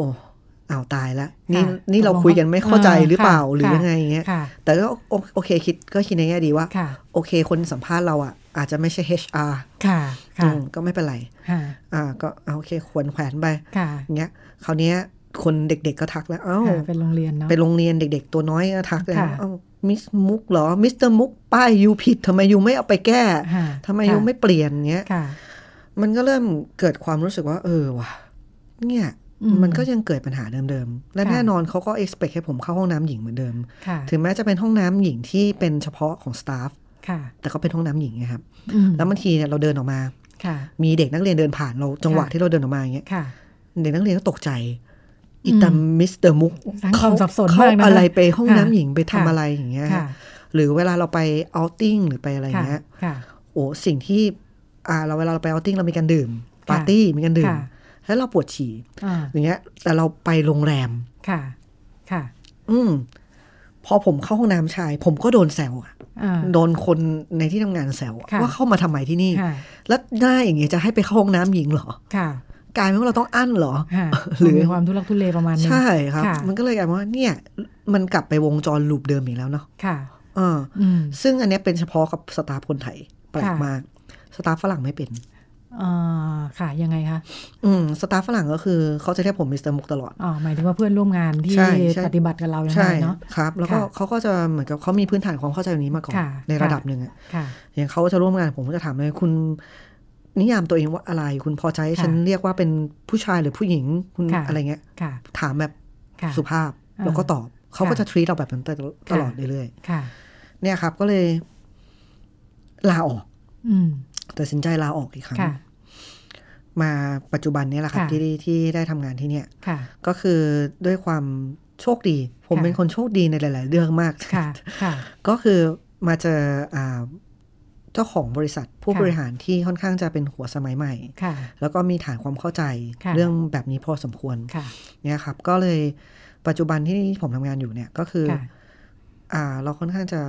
Speaker 3: อ้าวตายละนี่
Speaker 2: ค่ะ
Speaker 3: นี่เรา
Speaker 2: ตกลง
Speaker 3: คุยกันไม่เข้าใจ
Speaker 2: เออ
Speaker 3: หรือเปล่า
Speaker 2: ค่ะ
Speaker 3: หรือ
Speaker 2: ค่ะ
Speaker 3: ยังไงอย่างเงี้ย
Speaker 2: ค่ะ
Speaker 3: แต่ก็โอโอเคคิดก็คิดในแง่ดีว่า
Speaker 2: ค่ะ
Speaker 3: โอเค คนสัมภาษณ์เราอ่ะ อาจจะไม่ใช่ HR
Speaker 2: ค่ะ
Speaker 3: อื
Speaker 2: ค่ะ
Speaker 3: มก็ไม่เป็นไร
Speaker 2: ค่ะ
Speaker 3: อ่า ก็เอาโอเคขวนแขวนไป
Speaker 2: ค่ะ
Speaker 3: อย่างเงี้ยคราวเนี้ยคนเด็กๆก็ทักแล้วเอ้า
Speaker 2: ค่ะเป็นโรงเรียนเนาะ
Speaker 3: ไปโรงเรียนเด็กๆ ตัวน้อยก็ทักเลย
Speaker 2: ค่ะ
Speaker 3: เอ้ามิสมุกเหรอมิสเตอร์มุกป้ายยูผิดทำไมยูไม่เอาไปแก้
Speaker 2: ค่ะ
Speaker 3: ทำไมยูไม่เปลี่ยนเงี้ย
Speaker 2: ค่ะ
Speaker 3: มันก็เริ่มเกิดความรู้สึกว่า เออว่ะเนี่ย
Speaker 2: อื
Speaker 3: มันก็ยังเกิดปัญหาเดิมๆ และ
Speaker 2: ค่ะ
Speaker 3: แน่นอนเขาก็ expect ให้ผมเข้าห้องน้ำหญิงเหมือนเดิม
Speaker 2: ค่ะ
Speaker 3: ถึงแม้จะเป็นห้องน้ำหญิงที่เป็นเฉพาะของสตาฟ
Speaker 2: ค่ะ
Speaker 3: แต่ก็เป็นห้องน้ำหญิงนะครับ
Speaker 2: อืม
Speaker 3: แล้วบางทีเนี่ยเราเดินออกมา
Speaker 2: ค่ะ
Speaker 3: มีเด็กนักเรียนเดินผ่านเรา จังหวะ
Speaker 2: ค่ะ
Speaker 3: ที่เราเดินออกมาอย่างเงี้ย
Speaker 2: ค่ะ
Speaker 3: เด็กนักเรียนก็ตกใจ อี
Speaker 2: อืม
Speaker 3: ตามิสเตอร์มุก
Speaker 2: สร้างความสับสน
Speaker 3: เขา
Speaker 2: มากนะ
Speaker 3: อะไรไปห้องน้ำหญิงไปทำ
Speaker 2: ค่ะ
Speaker 3: อะไรอย่างเงี้ย
Speaker 2: ค่ะ
Speaker 3: หรือเวลาเราไป outing หรือไปอะไรอย่างเงี้ย
Speaker 2: ค่ะ
Speaker 3: โอ้ สิ่งที่ อ่า เราเวลาเราไป outing เรามีการดื่ม ปาร์ตี้ มีการดื่ม
Speaker 2: ค่ะ
Speaker 3: แล้วเราปวดฉี่
Speaker 2: อ่า
Speaker 3: อย่างเงี้ย แต่เราไปโรงแรม
Speaker 2: ค่ะค่ะ
Speaker 3: อืมพอผมเข้าห้องน้ำชาย ผมก็โดนแซวอะ
Speaker 2: อ่า
Speaker 3: โดนคนในที่ทำงานแซวอะ
Speaker 2: ค่ะ
Speaker 3: ว่าเข้ามาทำไมที่นี่
Speaker 2: ค่ะ
Speaker 3: แล้วหน้าอย่างเงี้ยจะให้ไปเข้าห้องน้ำหญิงเหรอ
Speaker 2: ค่ะ
Speaker 3: กลายเป็นว่าเราต้องอั้นเหรอ
Speaker 2: ค่ะ
Speaker 3: หรือ
Speaker 2: มีความทุลักทุเลประมาณหนึง
Speaker 3: ใช่ครับ
Speaker 2: ค่ะ
Speaker 3: มันก็เลยกลายเป็นว่าเนี่ย มันกลับไปวงจรลูปเดิมอีกแล้วเนาะ
Speaker 2: ค่ะ
Speaker 3: เออ
Speaker 2: อืม
Speaker 3: ซึ่งอันเนี้ยเป็นเฉพาะกับสตาฟคนไทยแปลก
Speaker 2: ค่ะ
Speaker 3: มากสตาฟฝรั่งไม่เป็น
Speaker 2: อ่าค่ะยังไงคะ
Speaker 3: อืมสตาฟฝรั่งก็คือเขาจะเรียกผมมิสเตอร์มุกตลอด
Speaker 2: อ๋อหมายถึงว่าเพื่อนร่วมงานที่
Speaker 3: ใช่ใช่
Speaker 2: ปฏิบัติกับเรายัง
Speaker 3: ใช่
Speaker 2: ไงเนาะ
Speaker 3: ครับ แล้วก็
Speaker 2: ค่ะ
Speaker 3: เขาก็จะเหมือนกับเขามีพื้นฐานความเข้าใจแบบนี้มาก่อน
Speaker 2: ค่ะ
Speaker 3: ในระ
Speaker 2: ค่ะ
Speaker 3: ดับหนึ่งอะ
Speaker 2: ค่ะ
Speaker 3: อย่างเขาจะร่วมงานผมก็จะถามเลยคุณนิยามตัวเองว่าอะไร คุณพอใจให้
Speaker 2: ค่ะ
Speaker 3: ฉันเรียกว่าเป็นผู้ชายหรือผู้หญิงคุณ
Speaker 2: ค่ะ
Speaker 3: อะไรเงี้ย
Speaker 2: ค่ะ
Speaker 3: ถามแบบ
Speaker 2: ค่ะ
Speaker 3: สุภาพ
Speaker 2: อ่า
Speaker 3: แล้วก็ตอบเขาก็
Speaker 2: ค่ะ
Speaker 3: จะทรีตเราแบบนั้นตลอด
Speaker 2: ค่ะ
Speaker 3: เรื่อย
Speaker 2: ค่ะ
Speaker 3: ๆเนี่ยครับ ก็เลยลาออก
Speaker 2: อืม
Speaker 3: ตัดสินใจลาออกอีกครั้ง
Speaker 2: ค่ะ
Speaker 3: มาปัจจุบันเนี้แหละครับ
Speaker 2: ค่ะ
Speaker 3: ที่ได้ที่ได้ทำงานที่เนี่ย
Speaker 2: ค่ะ
Speaker 3: ก็คือด้วยความโชคดี ผม
Speaker 2: ค่ะ
Speaker 3: เป็นคนโชคดีในหลาย ๆ เรื่องมาก
Speaker 2: ค่ะค่ะ
Speaker 3: ก็คือมาเจออ่าเจ้าของบริษัทผู้
Speaker 2: ค่ะ
Speaker 3: บริหารที่ค่อนข้างจะเป็นหัวสมัยใหม่
Speaker 2: ค่ะ
Speaker 3: แล้วก็มีฐานความเข้าใจ
Speaker 2: ค่ะ
Speaker 3: เรื่องแบบนี้พอสมควร
Speaker 2: ค่ะ
Speaker 3: เนี่ยครับ ก็เลยปัจจุบันที่ผมทำงานอยู่เนี่ยก็คือ
Speaker 2: ค่ะ
Speaker 3: อ่า เราค่อนข้างจะ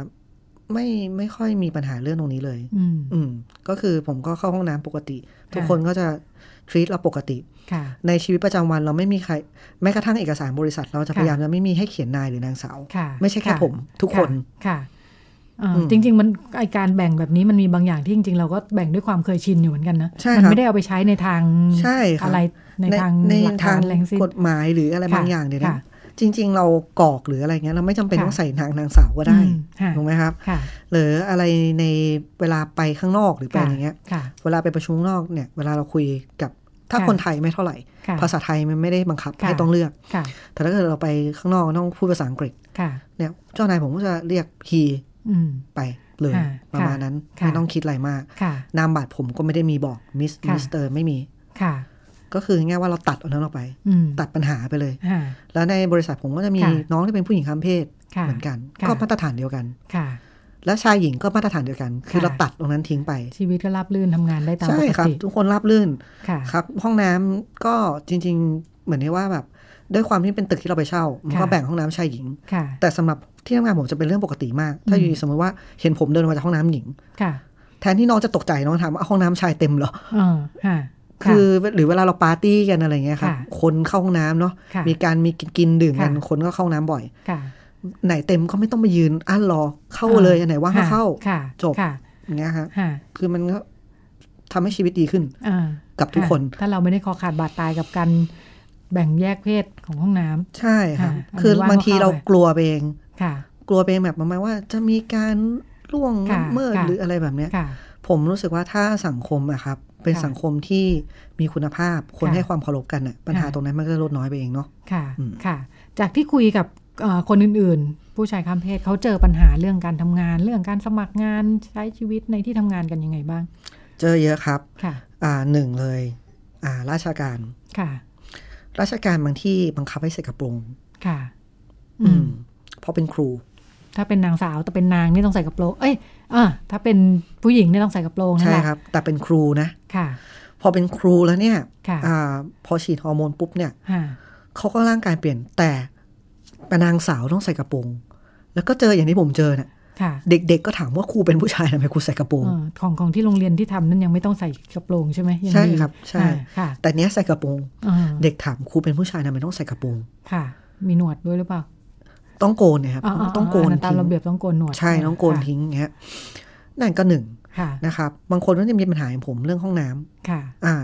Speaker 3: ไม่ไม่ค่อยมีปัญหาเรื่องตรงนี้เลย
Speaker 2: อืม
Speaker 3: อืม ก็คือผมก็เข้าห้องน้ำปกติ
Speaker 2: ะ
Speaker 3: ทุกคนก็จะ treat เราปกติ
Speaker 2: ค่ะ
Speaker 3: ในชีวิตประจำวันเราไม่มีใคร แม้กระทั่งเอกสารบริษัท เราจะ
Speaker 2: ค่ะ
Speaker 3: พยายามจะไม่มีให้เขียนนายหรือนางสาว
Speaker 2: ค่ะ
Speaker 3: ไม่ใช่แค่
Speaker 2: ะ
Speaker 3: ผม ทุกคน
Speaker 2: ค่ะอ่า
Speaker 3: อืม
Speaker 2: จริง ๆ มันไอการแบ่งแบบนี้มันมีบางอย่างที่จริง ๆ เราก็แบ่งด้วยความเคยชินอยู่เหมือนกันนะ
Speaker 3: ใช่
Speaker 2: มั
Speaker 3: ครับ
Speaker 2: ไม่ได้เอาไปใช้ในทาง
Speaker 3: ใช่ครั
Speaker 2: อะ
Speaker 3: บ
Speaker 2: ไรในทางหลัก
Speaker 3: ทา
Speaker 2: ฐาน
Speaker 3: ง
Speaker 2: แรงสิ้น
Speaker 3: กฎหมายหรืออะไรบาง
Speaker 2: ค่ะ
Speaker 3: อย่างเดี๋ยวนะ
Speaker 2: ค่ะ
Speaker 3: จริง ๆ เรากรอกหรืออะไรเงี้ยเราไม่จำเป็น
Speaker 2: ค่ะ
Speaker 3: ต้องใส่นางนางสาวก็ได้
Speaker 2: อืมค่ะ
Speaker 3: ถูกไหมครับ
Speaker 2: ค่ะ
Speaker 3: หรืออะไรในเวลาไปข้างนอกหรือไป
Speaker 2: ค่ะ
Speaker 3: อย่างเงี้ย
Speaker 2: ค่ะ
Speaker 3: เวลาไปประชุมข้างนอกเนี่ย เวลาเราคุยกับถ้า
Speaker 2: ค่ะ
Speaker 3: คนไทยไม่เท่าไหร่
Speaker 2: ค่ะ
Speaker 3: ภาษาไทยมันไม่ได้บังคับ
Speaker 2: ค่ะ
Speaker 3: ให้ต้องเลือก
Speaker 2: ค่ะ
Speaker 3: แต่ถ้าเกิดเราไปข้างนอกต้องพูดภาษาอังกฤษ
Speaker 2: ค่ะ
Speaker 3: เนี่ยเจ้านายผมก็จะเรียก he
Speaker 2: อืม
Speaker 3: ไปเลย
Speaker 2: ค่ะ
Speaker 3: ประมาณนั้น
Speaker 2: ค่ะ
Speaker 3: ไม่ต้องคิดอะไรมาก
Speaker 2: ค่ะ
Speaker 3: นามบัตรผมก็ไม่ได้มีบอก miss
Speaker 2: ค่ะ
Speaker 3: mister ไม่มี
Speaker 2: ค่ะ
Speaker 3: ก็คือง่ายๆว่าเราตัดเอานั้นออกไป
Speaker 2: อืม
Speaker 3: ตัดปัญหาไปเลย
Speaker 2: ค่ะ
Speaker 3: แล้วในบริษัทผมก็จะมี
Speaker 2: ค่ะ
Speaker 3: น้องที่เป็นผู้หญิงข้ามเพศ
Speaker 2: ค่ะ
Speaker 3: เหมือนกัน
Speaker 2: ค่ะ
Speaker 3: ก็มาตรฐานเดียวกัน
Speaker 2: ค่ะ
Speaker 3: และชายหญิงก็มาตรฐานเดียวกัน คือ
Speaker 2: ค่ะ
Speaker 3: เราตัดตรงนั้นทิ้งไป
Speaker 2: ชีวิตก็ราบรื่นทำงานได้ตาม
Speaker 3: ใช่
Speaker 2: ปก
Speaker 3: ครับ
Speaker 2: ติ
Speaker 3: ทุกคนราบรื่น
Speaker 2: ค่ะ
Speaker 3: ครับ ห้องน้ำก็จริง ๆ เหมือนที่ว่าแบบด้วยความที่เป็นตึกที่เราไปเช่า มันก็
Speaker 2: ค่ะ
Speaker 3: แบ่งห้องน้ำชายหญิง
Speaker 2: ค่ะ
Speaker 3: แต่สำหรับที่ทำงานผมจะเป็นเรื่องปกติมาก ถ้า
Speaker 2: อืม
Speaker 3: อยู่ดีสมมติว่าเห็นผมเดินออกมาจากห้องน้ำหญิง
Speaker 2: ค่ะ
Speaker 3: แทนที่น้องจะตกใจน้องถามว่าห้องน้ำชายเต็มเหรอ
Speaker 2: เออค่ะ
Speaker 3: คือหรือเวลาเราปาร์ตี้กันอะไรเงี้ยครับ
Speaker 2: ค่ะ
Speaker 3: คนเข้าห้องน้ำเนาะ
Speaker 2: ค่ะ
Speaker 3: มีการมีกินกินดื่มกัน
Speaker 2: ค่ะ
Speaker 3: คนก็เข้าห้องน้ำบ่อย
Speaker 2: ค่ะ
Speaker 3: ไหนเต็มก็ไม่ต้องมายืนอ่านรอเข้า
Speaker 2: อ่า
Speaker 3: เลยอันไหนว่างก็เข้า
Speaker 2: ค่ะ
Speaker 3: จบ
Speaker 2: ค่ะ
Speaker 3: อย่างเงี้ยครับ
Speaker 2: ค่ะ
Speaker 3: คือมันก็ทำให้ชีวิตดีขึ้น
Speaker 2: อ่า
Speaker 3: กับทุกคน
Speaker 2: ถ้าเราไม่ได้คอขาดบาดตายกับการแบ่งแยกเพศของห้องน้ำ
Speaker 3: ใช่ครับ
Speaker 2: อ่า
Speaker 3: คือ
Speaker 2: อันนี้ว่า
Speaker 3: บางที
Speaker 2: ก็เข้า
Speaker 3: เรา
Speaker 2: ไป
Speaker 3: กลัวไปเอง
Speaker 2: ค่ะ
Speaker 3: กลัวไปเองแบบประมาณว่าจะมีการล่วง
Speaker 2: ค่ะ
Speaker 3: ละเมิด
Speaker 2: ค่ะ
Speaker 3: หรืออะไรแบบเนี้ย
Speaker 2: ค่ะ
Speaker 3: ผมรู้สึกว่าถ้าสังคมอะครับเป็น
Speaker 2: ค่ะ
Speaker 3: สังคมที่มีคุณภาพ คน
Speaker 2: ค่ะ
Speaker 3: ให้ความเคารพกันอะปัญหา
Speaker 2: ค่ะ
Speaker 3: ตรงนั้นมันก็จะลดน้อยไปเองเนาะ
Speaker 2: ค่ะ
Speaker 3: อืม
Speaker 2: ค่ะ จากที่คุยกับเอ่อคนอื่นๆ ผู้ชายข้ามเพศเขาเจอปัญหาเรื่องการทำงาน เรื่องการสมัครงานใช้ชีวิตในที่ทำงานกันยังไงบ้าง
Speaker 3: เจอเยอะครับ
Speaker 2: ค่ะ
Speaker 3: อ่าหนึ่งเลย อ่า ราชการ
Speaker 2: ค่ะ
Speaker 3: ราชการบางที่บังคับให้ใส่กระโปรง
Speaker 2: ค่ะ
Speaker 3: อื
Speaker 2: อื
Speaker 3: ม
Speaker 2: ม
Speaker 3: เพราะเป็นครู
Speaker 2: ถ้าเป็นนางสาวแต่เป็นนางนี่ต้องใส่กระโปรง เอ้ยอ่าถ้าเป็นผู้หญิงนี่ต้องใส่กระโปรงนั่น
Speaker 3: ใช่
Speaker 2: แหละ
Speaker 3: ครับ แต่เป็นครูนะ
Speaker 2: ค่ะ
Speaker 3: พอเป็นครูแล้วเนี่ย
Speaker 2: ค่ะ
Speaker 3: อ่า พอฉีดฮอร์โมนปุ๊บเนี่ย
Speaker 2: ค่ะ
Speaker 3: เขาก็ร่างกายเปลี่ยนแต่แต่นางสาวต้องใส่กระโปรงแล้วก็เจออย่างที่ผมเจอน่ะ
Speaker 2: ค่ะ
Speaker 3: เด็กๆก็ถามว่าครูเป็นผู้ชายทำไมครูใส่กระโปรง
Speaker 2: เออของของที่โรงเรียนที่ทำนั่นยังไม่ต้องใส่กระโปรงใช่ไหมยัง
Speaker 3: ใช่
Speaker 2: มี
Speaker 3: ครับใช่
Speaker 2: อ่าค่ะ
Speaker 3: แต่เนี้ยใส่กระโปรง
Speaker 2: อ่า
Speaker 3: เด็กถามครูเป็นผู้ชายทำไมต้องใส่กระโปรง
Speaker 2: ค่ะ มีหนวดด้วยหรือเปล่า
Speaker 3: ต้องโกนเนะครับ
Speaker 2: าา
Speaker 3: ต้องโกน
Speaker 2: ตาม
Speaker 3: ทิ้ง
Speaker 2: ระเบียบต้องโกนหนวด
Speaker 3: ใช่ต้องโกนทิ้งอย่างเงี้ยนั่นก็หนึ่ง
Speaker 2: ค่ะ
Speaker 3: นะครับ บางคนก็จะมีปัญหาอย่างผมเรื่องห้องน้ำ
Speaker 2: ค่ะ
Speaker 3: อ่า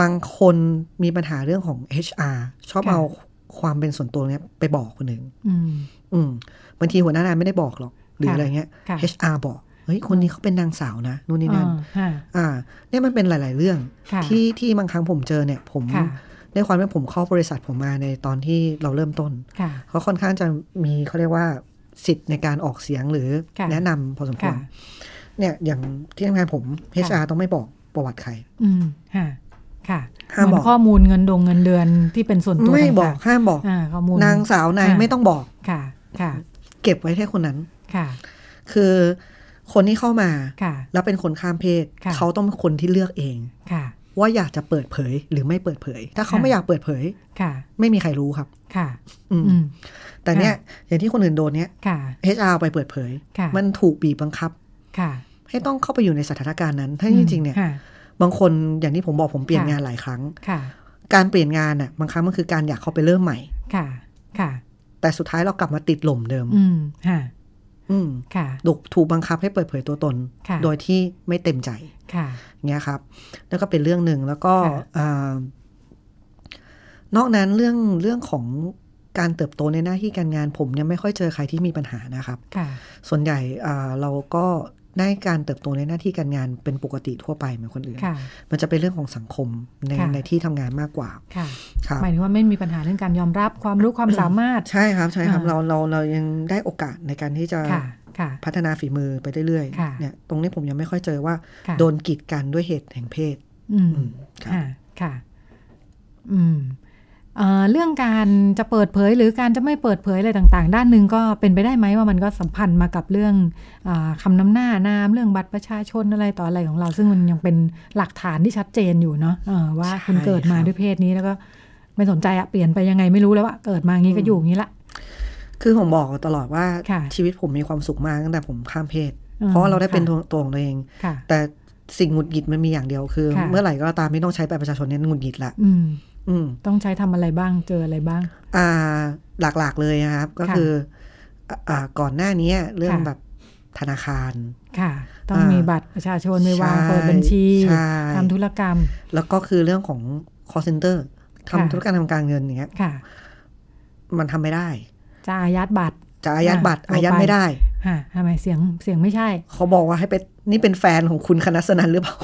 Speaker 3: บางคนมีปัญหาเรื่องของ HR ชอบ
Speaker 2: ค่ะ
Speaker 3: เอาความเป็นส่วนตัวเนี้ยไปบอกคนอื่น
Speaker 2: อืม
Speaker 3: อืมบางทีหัวหน้างานไม่ได้บอกหรอก หรือ
Speaker 2: ค่ะ
Speaker 3: อะไรเงี้ย
Speaker 2: ค่ะ
Speaker 3: HR บอกเฮ้ยคนนี้เขาเป็นนางสาวนะนู่นนี่นั่น
Speaker 2: อ่า
Speaker 3: อ่าเนี่ยมันเป็นหลาย ๆ เรื่อง
Speaker 2: ค่ะ
Speaker 3: ที่ที่บางครั้งผมเจอเนี่ย ผม
Speaker 2: ค่ะ
Speaker 3: ในความที่ผมเข้าบริษัทผมมาในตอนที่เราเริ่มต้น
Speaker 2: ค่ะ
Speaker 3: เขาค่อนข้างจะมีเขาเรียกว่าสิทธิ์ในการออกเสียงหรือ
Speaker 2: ค่ะ
Speaker 3: แนะนำพอสมคว
Speaker 2: ค่ะ
Speaker 3: รเนี่ยอย่างที่ทำงานผม
Speaker 2: ค่ะ
Speaker 3: HR ต้องไม่บอกประวัติใคร
Speaker 2: อืมค่ะค่ะ
Speaker 3: ห้าม
Speaker 2: เหมื
Speaker 3: บ
Speaker 2: อ
Speaker 3: อก
Speaker 2: นข้อมูลเงินดงเงินเดือนที่เป็นส่วนตัว
Speaker 3: ไม่
Speaker 2: ต่างๆ
Speaker 3: บอกห้ามบอก
Speaker 2: อ่าข้อมูล
Speaker 3: นางสาวนาย
Speaker 2: อ่า
Speaker 3: ไม่ต้องบอก
Speaker 2: ค่ะค่ะ
Speaker 3: เก็บไว้แค่คนนั้น
Speaker 2: ค่ะ
Speaker 3: คือคนที่เข้ามา
Speaker 2: ค่ะ
Speaker 3: แล้วเป็นคนข้ามเพศ
Speaker 2: ค่ะ
Speaker 3: เขาต้องเป็นคนที่เลือกเอง
Speaker 2: ค่ะ
Speaker 3: ว่าอยากจะเปิดเผยหรือไม่เปิดเผย ถ้าเขา
Speaker 2: ค่ะ
Speaker 3: ไม่อยากเปิดเผย
Speaker 2: ค่ะ
Speaker 3: ไม่มีใครรู้ครับ
Speaker 2: ค่ะ
Speaker 3: อืม
Speaker 2: อืม
Speaker 3: แต่เนี่ย
Speaker 2: ค่ะ
Speaker 3: อย่างที่คนอื่นโดนเนี่ย
Speaker 2: ค่ะ
Speaker 3: HR เอาไปเปิดเผย
Speaker 2: ค่ะ
Speaker 3: มันถูกบีบบังคับ
Speaker 2: ค่ะ
Speaker 3: ให้ต้องเข้าไปอยู่ในสถานการณ์นั้นถ้าจริงๆเนี่ย
Speaker 2: ค่ะ
Speaker 3: บางคนอย่างที่ผมบอกผมเปลี่ยน
Speaker 2: ค่ะ
Speaker 3: งานหลายครั้ง
Speaker 2: ค่ะ
Speaker 3: การเปลี่ยนงานน่ะบางครั้งมันคือการอยากเข้าไปเริ่มใหม่
Speaker 2: ค่ะค่ะ
Speaker 3: แต่สุดท้ายเรากลับมาติดหล่มเดิม
Speaker 2: อืมค่ะ
Speaker 3: อืม
Speaker 2: ค่ะ
Speaker 3: ถูกถูกบังคับให้เปิดเผยตัวตน
Speaker 2: ค่ะ
Speaker 3: โดยที่ไม่เต็มใจ
Speaker 2: ค่ะ
Speaker 3: เงี้ยครับ แล้วก็เป็นเรื่องหนึ่งแล้วก็
Speaker 2: ค่ะ
Speaker 3: เอ่อนอกนั้นเรื่องเรื่องของการเติบโตในหน้าที่การงานผมยังไม่ค่อยเจอใครที่มีปัญหานะครับ
Speaker 2: ค่ะ
Speaker 3: ส่วนใหญ่เอ่อเราก็ได้การเติบโตในหน้าที่การงานเป็นปกติทั่วไปเหมือนคนอื่น
Speaker 2: ค่ะ
Speaker 3: มันจะเป็นเรื่องของสังคมใน
Speaker 2: ค่ะ
Speaker 3: ในที่ทำงานมากกว่า
Speaker 2: ค่ะ
Speaker 3: ครับ
Speaker 2: หมายถึงว่าไม่มีปัญหาเรื่องการยอมรับความรู้ความสามารถ
Speaker 3: ใช่ครับใช่ครับ
Speaker 2: อ่า
Speaker 3: เราเราเรายังได้โอกาสในการที่จะ
Speaker 2: ค่ะค่ะ
Speaker 3: พัฒนาฝีมือไปเรื่อย
Speaker 2: ค่ะ
Speaker 3: ๆเนี่ยตรงนี้ผมยังไม่ค่อยเจอว่า
Speaker 2: ค่ะ
Speaker 3: โดนกีดกันด้วยเหตุแห่งเพศ
Speaker 2: อืม
Speaker 3: อืมครับ
Speaker 2: ค่ะค่ะ อืมเอ่อเรื่องการจะเปิดเผยหรือการจะไม่เปิดเผยอะไรต่างๆ ด้านหนึ่งก็เป็นไปได้ไหมว่ามันก็สัมพันธ์มากับเรื่องอาคำนำหน้านามเรื่องบัตรประชาชนอะไรต่ออะไรของเรา ซึ่งมันยังเป็นหลักฐานที่ชัดเจนอยู่เนาะเอ่อว่าคุณเกิดมาด้วยเพศนี้แล้วก็ไม่สนใจอะเปลี่ยนไปยังไงไม่รู้แล้วว่าเกิดมาอย่างนี้ก็อยู่อย่างนี้ละ
Speaker 3: คือผมบอกตลอดว่า
Speaker 2: ค่ะ
Speaker 3: ชีวิตผมมีความสุขมากตั้งแต่ผมข้ามเพศ
Speaker 2: อ่อ
Speaker 3: เพราะเราได้เป็น
Speaker 2: ค่ะ
Speaker 3: ตัวตัวของตัวเอง
Speaker 2: ค่ะ
Speaker 3: แต่สิ่งหงุดหงิดมันมีอย่างเดียวคือ
Speaker 2: ค่ะ
Speaker 3: เมื่อไหร่ก็ตามไม่ต้องใช้บัตรประชาชนเนี่ยหงุดหงิดละ
Speaker 2: อืม
Speaker 3: อืม
Speaker 2: ต้องใช้ทำอะไรบ้างเจออะไรบ้าง
Speaker 3: อ่าหลักๆเลยนะครับ ก็
Speaker 2: ค่ะ
Speaker 3: คืออ่าอ่าก่อนหน้านี้เรื่อง
Speaker 2: ค่ะ
Speaker 3: แบบธนาคาร
Speaker 2: ค่ะ ต้อง
Speaker 3: อ่ามี
Speaker 2: มีบัตรประชาชนไปวาง
Speaker 3: ใช่
Speaker 2: เปิดบัญชี
Speaker 3: ใช่
Speaker 2: ทำธุรกรรม
Speaker 3: แล้วก็คือเรื่องของ call center
Speaker 2: ค่ะ
Speaker 3: ทำธุรกรรมทางการเงินอย่างเงี้ย
Speaker 2: ค่ะ
Speaker 3: มันทำไม่ได้
Speaker 2: จะอายัดบัตร
Speaker 3: จะอายัด
Speaker 2: อ่ะ
Speaker 3: บัตร
Speaker 2: เอา
Speaker 3: อายัด
Speaker 2: ไป
Speaker 3: ไม่ได้
Speaker 2: ฮะทำไมเสียงเสียงไม่ใช่
Speaker 3: เขาบอกว่าให้ไปนี่เป็นแฟนของคุณคณะสนันหรือเปล่า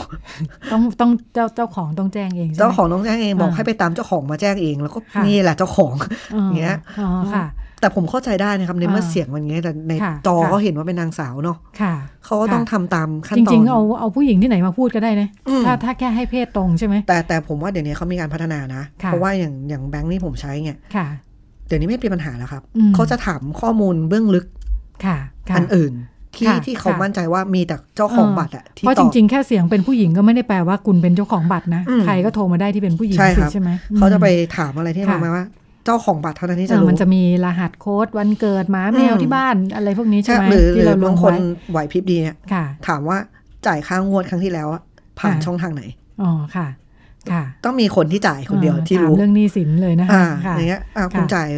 Speaker 2: ต้องต้องเจ้าเจ้าของต้องแจ้งเองใช่ไหม
Speaker 3: เจ้าของน้องแจ้งเองบอก
Speaker 2: อ่า
Speaker 3: ให้ไปตามเจ้าของมาแจ้งเอง แล้วก็
Speaker 2: ค่ะ
Speaker 3: นี่แหละเจ้าของ อย่างเงี้ย
Speaker 2: อ๋อค่ะ
Speaker 3: แต่ผมเข้าใจได้นะครับในเมื่อ
Speaker 2: เออ
Speaker 3: เสียงมันอย่างเงี้ยแต่ใน
Speaker 2: ค่ะ
Speaker 3: จอ
Speaker 2: ค่ะ
Speaker 3: เขาเห็นว่าเป็นนางสาวเนาะ
Speaker 2: ค่ะ
Speaker 3: เขาก็ต้อง
Speaker 2: ค่ะ
Speaker 3: ทำตามขั้น
Speaker 2: จ
Speaker 3: ตอน
Speaker 2: ริง ๆ เอาเอาผู้หญิงที่ไหนมาพูดก็ได้นะ
Speaker 3: อืม
Speaker 2: ถ้าถ้าแค่ให้เพศตรงใช่ไหม
Speaker 3: แต่แต่ผมว่าเดี๋ยวนี้เขามีการพัฒนานะ
Speaker 2: ค่ะ
Speaker 3: เพราะว่าอย่างอย่างแบงค์นี่ผมใช้เนี่ย
Speaker 2: ค่ะ
Speaker 3: เดี๋ยวนี้ไม่เป็นปัญหาแล้วครับ
Speaker 2: อืม
Speaker 3: เขาจะถามข้อมูลเบื้องลึก
Speaker 2: ค่ะค่ะ
Speaker 3: อันอื่น ที่
Speaker 2: ค่ะ
Speaker 3: ที่เขา
Speaker 2: ค่ะ
Speaker 3: มั่นใจว่ามีแต่เจ้าของ
Speaker 2: เออ
Speaker 3: บัตรอะที่
Speaker 2: เพราะ
Speaker 3: ต
Speaker 2: จ
Speaker 3: อบ
Speaker 2: ริง ๆ แค่เสียงเป็นผู้หญิงก็ไม่ได้แปลว่าคุณเป็นเจ้าของบัตรนะ
Speaker 3: อืม
Speaker 2: ใครก็โทรมาได้ที่เป็นผู้หญิง
Speaker 3: ใช่
Speaker 2: สิ
Speaker 3: ครับ
Speaker 2: ใช่ไหม
Speaker 3: เขาจะไปถามอะไรที่
Speaker 2: ค่ะ
Speaker 3: มาว่า เจ้าของบัตรเท่านั้นที่จะ
Speaker 2: เออ
Speaker 3: รู้
Speaker 2: มันจะมีรหัสโค้ดวันเกิดหมาแมว
Speaker 3: อืม
Speaker 2: ที่บ้านอะไรพวกนี้ใช่
Speaker 3: ใช่
Speaker 2: ไหม
Speaker 3: หรือห
Speaker 2: ที่
Speaker 3: รื
Speaker 2: เรา
Speaker 3: อ
Speaker 2: ล
Speaker 3: บาง งคน
Speaker 2: ไว้
Speaker 3: ไหวพริบดีเนี่ย
Speaker 2: ค่ะ
Speaker 3: ถามว่าจ่ายค่างวดครั้งที่แล้วอะผ่าน
Speaker 2: ค่ะ
Speaker 3: ช่องทางไหน
Speaker 2: อ๋อค่ะ ค่ะ
Speaker 3: ต้องมีคนที่จ่ายคนเดียว
Speaker 2: อ่อ
Speaker 3: ที่
Speaker 2: ถาม
Speaker 3: รู้
Speaker 2: เรื่องหนี้สินเลยนะคะ
Speaker 3: อ่า
Speaker 2: ค่ะ
Speaker 3: อย่างเงี้ยอ่าคุณ
Speaker 2: ค่ะ
Speaker 3: จ่าย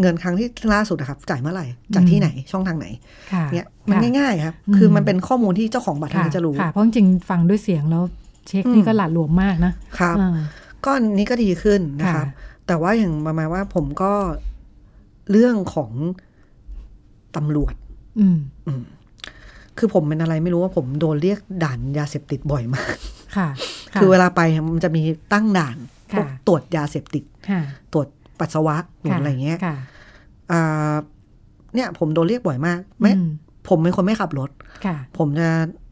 Speaker 3: เงินครั้งที่ล่าสุดอะครับ จ่ายเมื่อไหร่จ่ายที่
Speaker 2: อืม
Speaker 3: ไหนช่องทางไหน
Speaker 2: ค่ะ
Speaker 3: เนี่ยมัน
Speaker 2: ค่ะ
Speaker 3: ง่ายๆครับ
Speaker 2: อืม
Speaker 3: คือมันเป็นข้อมูลที่เจ้าของบัตรเท่า
Speaker 2: ค่ะ
Speaker 3: นั้นจะรู้
Speaker 2: ค่ะ เพราะจริงๆฟังด้วยเสียงแล้วเช็คนี่
Speaker 3: อืม
Speaker 2: ก็หลาดหลวมมากนะครับ เออ
Speaker 3: ก็อันนี้ก็ดีขึ้นนะครับ แต่ว่าอย่างประมาณว่าผมก็เรื่องของตำรวจ
Speaker 2: อืม
Speaker 3: คือผมเป็นอะไรไม่รู้ว่าผมโดนเรียกด่านยาเสพติดบ่อยมาก
Speaker 2: ค่ะะ
Speaker 3: คือเวลาไปเนี่ยมันจะมีตั้งด่านพวก
Speaker 2: ค่ะ
Speaker 3: ตรวจยาเสพติด
Speaker 2: ค่ะ
Speaker 3: ตรวจปัสสาวะหรืออะไรเงี้ย
Speaker 2: ค่ะ
Speaker 3: อ่าเนี่ยผมโดนเรียกบ่อยมากไม่
Speaker 2: อืม
Speaker 3: ผมเป็นคนไม่ขับรถ
Speaker 2: ค่ะ
Speaker 3: ผมจะ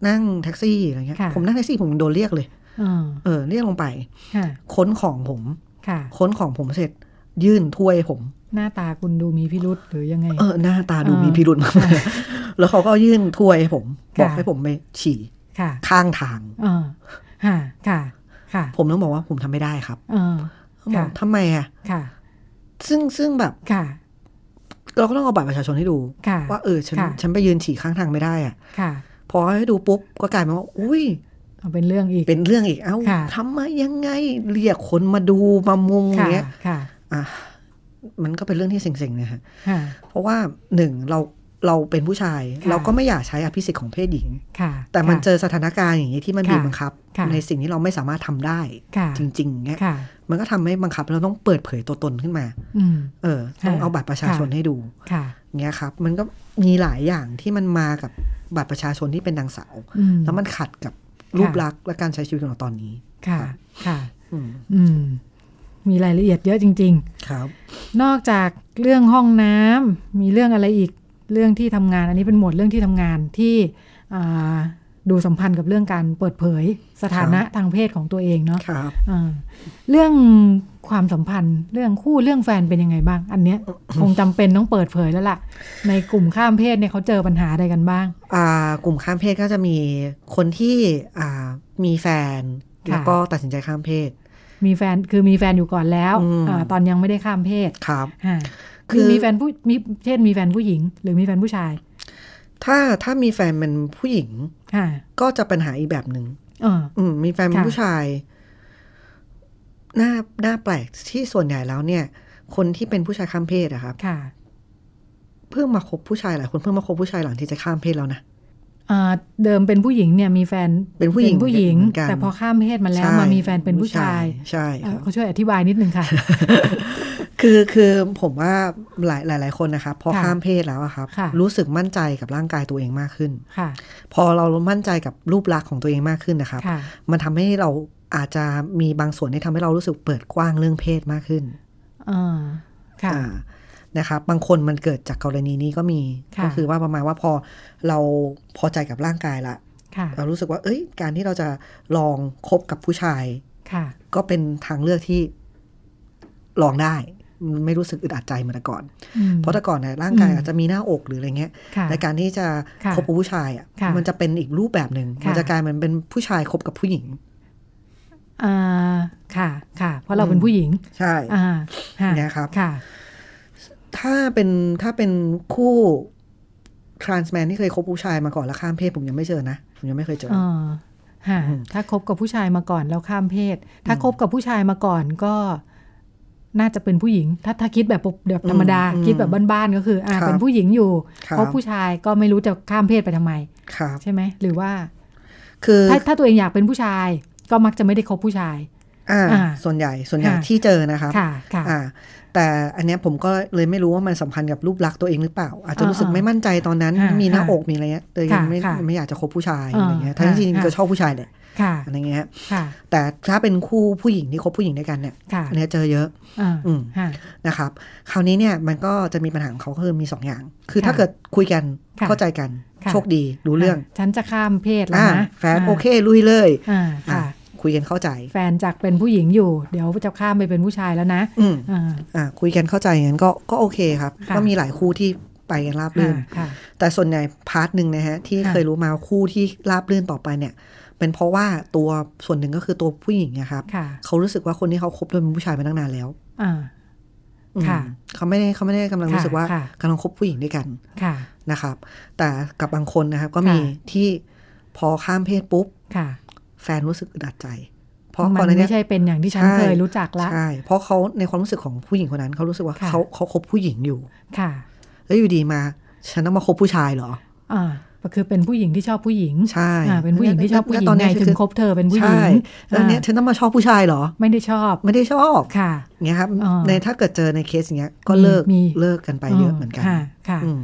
Speaker 3: นั่งแท็กซี่อะไรเงี้ย
Speaker 2: ค่ะ
Speaker 3: ผมนั่งแท็กซี่ผมยังโดนเรียกเลย
Speaker 2: อ่า
Speaker 3: เออเรียกลงไป
Speaker 2: ค่ะ
Speaker 3: ค้นของผม
Speaker 2: ค่ะ
Speaker 3: ค้นของผมเสร็จ ยื่นถ้วยผม
Speaker 2: หน้าตาคุณดูมีพิรุษหรือยังไง
Speaker 3: เออหน้าตาดู
Speaker 2: อ่ามี
Speaker 3: มีพิรุธมากเลย แล้วเขาก็ยื่นถ้วยให้ผม
Speaker 2: ค่ะ
Speaker 3: บอกให้ผมไปฉี่
Speaker 2: ค่ะ
Speaker 3: ข้างทาง
Speaker 2: อ่าค่ะ ค่ะ ค่ะ
Speaker 3: ผมต้องบอกว่าผมทำไม่ได้ครับ
Speaker 2: อ่า
Speaker 3: เขาบอก
Speaker 2: ค่ะ
Speaker 3: ทำไมอ่ะ
Speaker 2: ค่ะ
Speaker 3: ซึ่งซึ่งแบบ
Speaker 2: ค่ะ
Speaker 3: เราก็ต้องเอาบัตรประชาชนให้ดู
Speaker 2: ค่ะ
Speaker 3: ว่าเออฉัน
Speaker 2: ค่ะ
Speaker 3: ฉันไปยืนฉี่ข้างทางไม่ได้อ่ะ
Speaker 2: ค่ะ
Speaker 3: พอให้ดูปุ๊บก็กลายเป็นว่า อุ้ย
Speaker 2: เอาเป็นเรื่องอีก
Speaker 3: เป็นเรื่องอีก เอ้า
Speaker 2: ค่ะ
Speaker 3: ทำไมยังไง เรียกคนมาดูมามุง
Speaker 2: ค่ะ
Speaker 3: เงี้ย
Speaker 2: ค่ะ
Speaker 3: อ่ะ มันก็เป็นเรื่องที่เซ็งๆนะฮะ
Speaker 2: ค่ะ
Speaker 3: เพราะว่าหนึ่งเราเราเป็นผู้ชาย
Speaker 2: ค่ะ
Speaker 3: เราก็ไม่อยากใช้อภิสิทธิ์ของเพศหญิง
Speaker 2: ค่ะ
Speaker 3: แต่มันเจอสถานการณ์อย่างนี้ที่มัน
Speaker 2: ค่ะ
Speaker 3: บีบบังคับ
Speaker 2: ค่ะ
Speaker 3: ในสิ่งที่เราไม่สามารถทำได้
Speaker 2: ค่ะ
Speaker 3: จริงๆเงี้ย
Speaker 2: ค่ะ
Speaker 3: มันก็ทำให้บังคับเราต้องเปิดเผยตัวตนขึ้นมา
Speaker 2: อืม
Speaker 3: เออ ต้อง
Speaker 2: ค่ะ
Speaker 3: เอาบัตรประชาชน
Speaker 2: ค่ะ
Speaker 3: ให้ดู
Speaker 2: ค่ะ
Speaker 3: เงี้ยครับ มันก็มีหลายอย่างที่มันมากับบัตรประชาชนที่เป็นนางสาว
Speaker 2: อืม
Speaker 3: แล้วมันขัดกับรูป
Speaker 2: ค่ะ
Speaker 3: ลักษณ์และการใช้ชีวิตของเราตอนนี้
Speaker 2: ค่ะ ค่ะ
Speaker 3: อืม
Speaker 2: อืม มีรายละเอียดเยอะจริง
Speaker 3: ครับ
Speaker 2: ๆ นอกจากเรื่องห้องน้ำมีเรื่องอะไรอีก เรื่องที่ทำงาน อันนี้เป็นหมวดเรื่องที่ทำงานที่อ่าดูสัมพันธ์กับเรื่องการเปิดเผยสถานะทางเพศของตัวเองเนาะ
Speaker 3: ครับ
Speaker 2: อ่าเรื่องความสัมพันธ์เรื่องคู่เรื่องแฟนเป็นยังไงบ้าง อัน เนี้ย คงจำเป็นต้องเปิดเผยแล้วล่ะ ในกลุ่มข้ามเพศเนี่ยเขาเจอปัญหาอะไรกันบ้าง
Speaker 3: อ่ากลุ่มข้ามเพศก็จะมีคนที่อ่ามีแฟน
Speaker 2: ค่ะ
Speaker 3: แล้วก็ตัดสินใจข้ามเพศ
Speaker 2: มีแฟนคือมีแฟนอยู่ก่อนแล้ว
Speaker 3: อืม
Speaker 2: อาตอนยังไม่ได้ข้ามเพศ
Speaker 3: ครับ
Speaker 2: อ่า
Speaker 3: คื
Speaker 2: คือ
Speaker 3: อ
Speaker 2: มีแฟนผู้มีเช่นมีแฟนผู้หญิง หรือมีแฟนผู้ชาย
Speaker 3: ถ้าถ้ามีแฟนเป็นผู้หญิง
Speaker 2: ค่ะ
Speaker 3: ก็จะปัญหาอีกแบบหนึ่ง
Speaker 2: อ่า
Speaker 3: อืมมีแฟนเป็น
Speaker 2: ค่ะ
Speaker 3: ผู้ชายน่าน่าแปลกที่ส่วนใหญ่แล้วเนี่ย คนที่เป็นผู้ชายข้ามเพศอะครับ
Speaker 2: ค่ะ
Speaker 3: เพิ่งมาคบผู้ชายหลายคนเพิ่งมาคบผู้ชายหลังที่จะข้ามเพศแล้วนะ
Speaker 2: อ่าเดิมเป็นผู้หญิงเนี่ยมีแฟน
Speaker 3: เป็นผู้หญิง
Speaker 2: ผู้หญิง
Speaker 3: เหมือนกัน
Speaker 2: แต่พอข้ามเพศมาแล้ว
Speaker 3: ใช่
Speaker 2: มามีแฟนเป็นผู้ชาย
Speaker 3: ใช่
Speaker 2: เอ่อ
Speaker 3: ครับ
Speaker 2: เขาช่วยอธิบายนิดนึงค่ะ
Speaker 3: คือคือผมว่าหลายหลายหลายคนนะครับพอ
Speaker 2: ค่ะ
Speaker 3: ข้ามเพศแล้วอะครับ
Speaker 2: ค่ะ
Speaker 3: รู้สึกมั่นใจกับร่างกายตัวเองมากขึ้น
Speaker 2: ค่ะ
Speaker 3: พอเรามั่นใจกับรูปลักษณ์ของตัวเองมากขึ้นนะครับ
Speaker 2: ค่ะ
Speaker 3: มันทำให้เราอาจจะมีบางส่วนที่ทำให้เรารู้สึกเปิดกว้างเรื่องเพศมากขึ้น
Speaker 2: อ่าค่ะ
Speaker 3: อ่านะครับบางคนมันเกิดจากกรณีนี้ก็มี
Speaker 2: ค่ะ
Speaker 3: ก็คือว่าประมาณว่าพอเราพอใจกับร่างกายละ
Speaker 2: ค่ะ
Speaker 3: เรารู้สึกว่า เอ้ย การที่เราจะลองคบกับผู้ชาย
Speaker 2: ค่ะ
Speaker 3: ก็เป็นทางเลือกที่ลองได้ ไม่รู้สึกอึดอัดใจเหมือนแต่ก่อน
Speaker 2: ม
Speaker 3: เพราะแต่ก่อนเนี่ยร่างกาย
Speaker 2: อืม
Speaker 3: อาจจะมีหน้าอกหรืออะไรเงี้ย
Speaker 2: ค่ะ
Speaker 3: ในการที่จะ
Speaker 2: ค่ะ
Speaker 3: คบกับผู้ชายอ่ะ
Speaker 2: ค่ะ
Speaker 3: มันจะเป็นอีกรูปแบบหนึ่ง
Speaker 2: ค่ะ
Speaker 3: มันจะกลายมันเป็นผู้ชายคบกับผู้หญิง
Speaker 2: อ่าค่ะ ค่ะ เพราะเราเป็นผู้หญิง
Speaker 3: ใช่
Speaker 2: อ่าค่ะ
Speaker 3: เนี่ยครับ
Speaker 2: ค่ะ
Speaker 3: ถ้าเป็นถ้าเป็นคู่ trans man ที่เคยคบผู้ชายมาก่อนแล้วข้ามเพศผมยังไม่เจอนะผมยังไม่เคยเจอ
Speaker 2: อ่าค่ะ
Speaker 3: อืม
Speaker 2: ถ้าคบกับผู้ชายมาก่อนแล้วข้ามเพศ ถ้าคบกับผู้ชายมาก่อนก็ น่าจะเป็นผู้หญิง ถ้าถ้าคิดแบบปกแบบธรรมดา
Speaker 3: อืม
Speaker 2: คิดแบบบ้านๆก็คือ อ่า
Speaker 3: ครับ
Speaker 2: เป็นผู้หญิงอยู่
Speaker 3: ครับ
Speaker 2: คบผู้ชายก็ไม่รู้จะข้ามเพศไปทำไม
Speaker 3: ครับ
Speaker 2: ใช่ไหม หรือว่า
Speaker 3: คือ
Speaker 2: ถ้าถ้าตัวเองอยากเป็นผู้ชาย ก็มักจะไม่ได้คบผู้ชาย
Speaker 3: อ่า
Speaker 2: อ่า
Speaker 3: ส่วนใหญ่ส่วนใหญ่
Speaker 2: ค่ะ
Speaker 3: ที่เจอนะครับ
Speaker 2: ค่ะ ค่ะ
Speaker 3: อ่า แต่อันเนี้ยผมก็เลยไม่รู้ว่ามันสัมพันธ์กับรูปลักษณ์ตัวเองหรือเปล่า อาจจะรู้สึก
Speaker 2: อ่า
Speaker 3: ไม่มั่นใจตอนนั้น
Speaker 2: อ่า
Speaker 3: มีหน้า
Speaker 2: ค่ะ
Speaker 3: อกมีอะไรเงี้ยเลยยังไม่
Speaker 2: ค่ะ
Speaker 3: ไม่อยากจะคบผู้ชาย
Speaker 2: อ่า
Speaker 3: อะไรเงี้ยทั้งที่จริงๆ
Speaker 2: ค่ะ
Speaker 3: ก็ชอบผู้ชายแหละ
Speaker 2: ค่ะ
Speaker 3: อะไรเงี้ย
Speaker 2: ค่ะ
Speaker 3: แต่ถ้าเป็นคู่ผู้หญิงที่คบผู้หญิงด้วยกันเนี่ย
Speaker 2: ค่ะ
Speaker 3: อันเนี้ยเจอเยอะ
Speaker 2: อ่า
Speaker 3: อืม
Speaker 2: ค่ะ
Speaker 3: นะครับ คราวนี้เนี่ยมันก็จะมีปัญหาของเขาคือมีสองอย่าง คือ
Speaker 2: ค่ะ
Speaker 3: ถ้าเกิดคุยกัน
Speaker 2: ค่ะ
Speaker 3: เข้าใจกัน
Speaker 2: ค่ะ
Speaker 3: โชคดีรู้เรื่อง
Speaker 2: ะฉันจะข้ามเพศแล้ว
Speaker 3: อ่า
Speaker 2: นะ
Speaker 3: แฟนโอเคลุยเลย
Speaker 2: อ่า
Speaker 3: อ่ะ
Speaker 2: ค่ะ
Speaker 3: คุยกันเข้าใจ
Speaker 2: แฟนจากเป็นผู้หญิงอยู่ เดี๋ยวจะข้ามไปเป็นผู้ชายแล้วนะ
Speaker 3: อืม
Speaker 2: อ่า
Speaker 3: อ่าคุยกันเข้าใจงั้นก็ก็โอเคครับ
Speaker 2: ค่ะ
Speaker 3: ก็มีหลายคู่ที่ไปกันราบรื่น
Speaker 2: ค่ะ
Speaker 3: แต่ส่วนใหญ่พาร์ทหนึ่งนะฮะที่
Speaker 2: ค่ะ
Speaker 3: เคยรู้มาคู่ที่ราบรื่นต่อไปเนี่ย เป็นเพราะว่าตัวส่วนหนึ่งก็คือตัวผู้หญิงนะครับ
Speaker 2: ค่ะ
Speaker 3: เขารู้สึกว่าคนที่เขาคบด้วยเป็นผู้ชายมาตั้งนานแล้ว
Speaker 2: อ่า
Speaker 3: อืม
Speaker 2: ค่ะ
Speaker 3: เขาไม่ได้เขาไม่ได้กำลัง
Speaker 2: ค่ะ
Speaker 3: รู้สึกว่า
Speaker 2: ค่ะ
Speaker 3: กำลังคบผู้หญิงด้วยกัน
Speaker 2: ค่ะ
Speaker 3: นะครับ แต่กับบางคนนะครับก็มี
Speaker 2: ค่ะ
Speaker 3: ที่พอข้ามเพศปุ๊บ
Speaker 2: ค่ะ
Speaker 3: แฟนรู้สึกอึดอัดใจ เพราะ
Speaker 2: มั
Speaker 3: ก่อน
Speaker 2: น
Speaker 3: ห
Speaker 2: ไม่
Speaker 3: น้าเนี้ย
Speaker 2: ใช่เป็นอย่างที่ฉัน
Speaker 3: ใช่
Speaker 2: เคยรู้จักละ
Speaker 3: ใช่เพราะเขาในความรู้สึกของผู้หญิงคนนั้นเขารู้สึกว่า
Speaker 2: ค่ะ
Speaker 3: เขาเขาคบผู้หญิงอยู่
Speaker 2: ค่ะ
Speaker 3: แล้วอยู่ดีมา ฉันต้องมาคบผู้ชายเหรอ
Speaker 2: อ่าก็คือเป็นผู้หญิงที่ชอบผู้หญิง
Speaker 3: ใช่
Speaker 2: อ่าเป็นผู้หญิงที่ชอบผู้หญิง
Speaker 3: แล้วตอนเนี้
Speaker 2: ไง
Speaker 3: ย
Speaker 2: ถึ
Speaker 3: คื
Speaker 2: ง
Speaker 3: อ
Speaker 2: คบเธอเป็นผู้หญิง
Speaker 3: ใช่แล้วเนี้ยฉันต้องมาชอบผู้ชายเหรอ
Speaker 2: ไม่ได้ชอบ
Speaker 3: ไม่ได้ชอบ
Speaker 2: ค่ะ
Speaker 3: อย่างเงี้ยครับ
Speaker 2: อ่า
Speaker 3: ในถ้าเกิดเจอในเคสอย่างเงี้ยก็
Speaker 2: มี
Speaker 3: เลิก
Speaker 2: มี
Speaker 3: เลิกกันไปเยอะเหมือนกัน
Speaker 2: ค่ะ ค่ะ
Speaker 3: อืม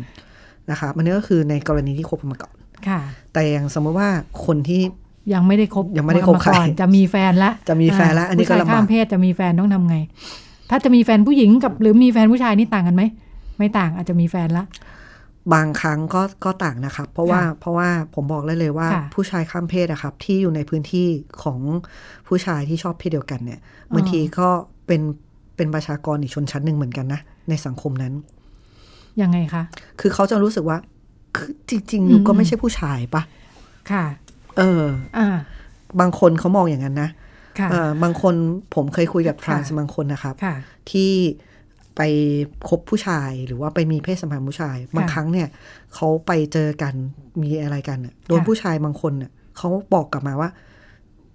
Speaker 3: นะครับอันนี้ก็คือในกรณีที่คบกันมาก่อน
Speaker 2: ค่ะ
Speaker 3: แต่อย่างสมมติว่าคนที่
Speaker 2: ยังไม่ได้คบ
Speaker 3: ยังไม่ได้ค
Speaker 2: าก่
Speaker 3: บ
Speaker 2: อน
Speaker 3: ใคร
Speaker 2: จะมีแฟนละ
Speaker 3: จะมีแฟนละอันนี้ก็
Speaker 2: ผู้ชาย
Speaker 3: ลำบาก
Speaker 2: ข้ามเพศจะมีแฟนต้องทำไง ถ้าจะมีแฟนผู้หญิงกับหรือมีแฟนผู้ชายนี่ต่างกันไหม ไม่ต่างอาจจะมีแฟนละ
Speaker 3: บางครั้งก็ก็ต่างนะครับ เพราะว่า
Speaker 2: ค่ะ
Speaker 3: เพราะว่าผมบอกได้เลยว่า
Speaker 2: ค่ะ
Speaker 3: ผู้ชายข้ามเพศอะครับ ที่อยู่ในพื้นที่ของผู้ชายที่ชอบเพศเดียวกันเนี่ย
Speaker 2: อ
Speaker 3: บางทีก็เป็นเป็นประชากรอีกชนชั้นหนึ่งเหมือนกันนะในสังคมนั้น
Speaker 2: ยังไงคะ
Speaker 3: คือเขาจะรู้สึกว่าคือจริงๆอยู่ก็
Speaker 2: อืม
Speaker 3: ไม่ใช่ผู้ชายปะ
Speaker 2: ค่ะ
Speaker 3: เออ
Speaker 2: อ่า
Speaker 3: บางคนเขามองอย่างนั้นนะ
Speaker 2: ค่ะ
Speaker 3: เออบางคนผมเคยคุยกับทรานส์
Speaker 2: ค่ะ
Speaker 3: บางคนนะครับ
Speaker 2: ค่ะ
Speaker 3: ที่ไปคบผู้ชายหรือว่าไปมีเพศสัมพันธ์ผู้ชาย บางครั้งเนี่ยเขาไปเจอกันมีอะไรกันน่ะโดน
Speaker 2: ค่ะ
Speaker 3: ผู้ชายบางคนเน่ะเขาบอกกลับมาว่า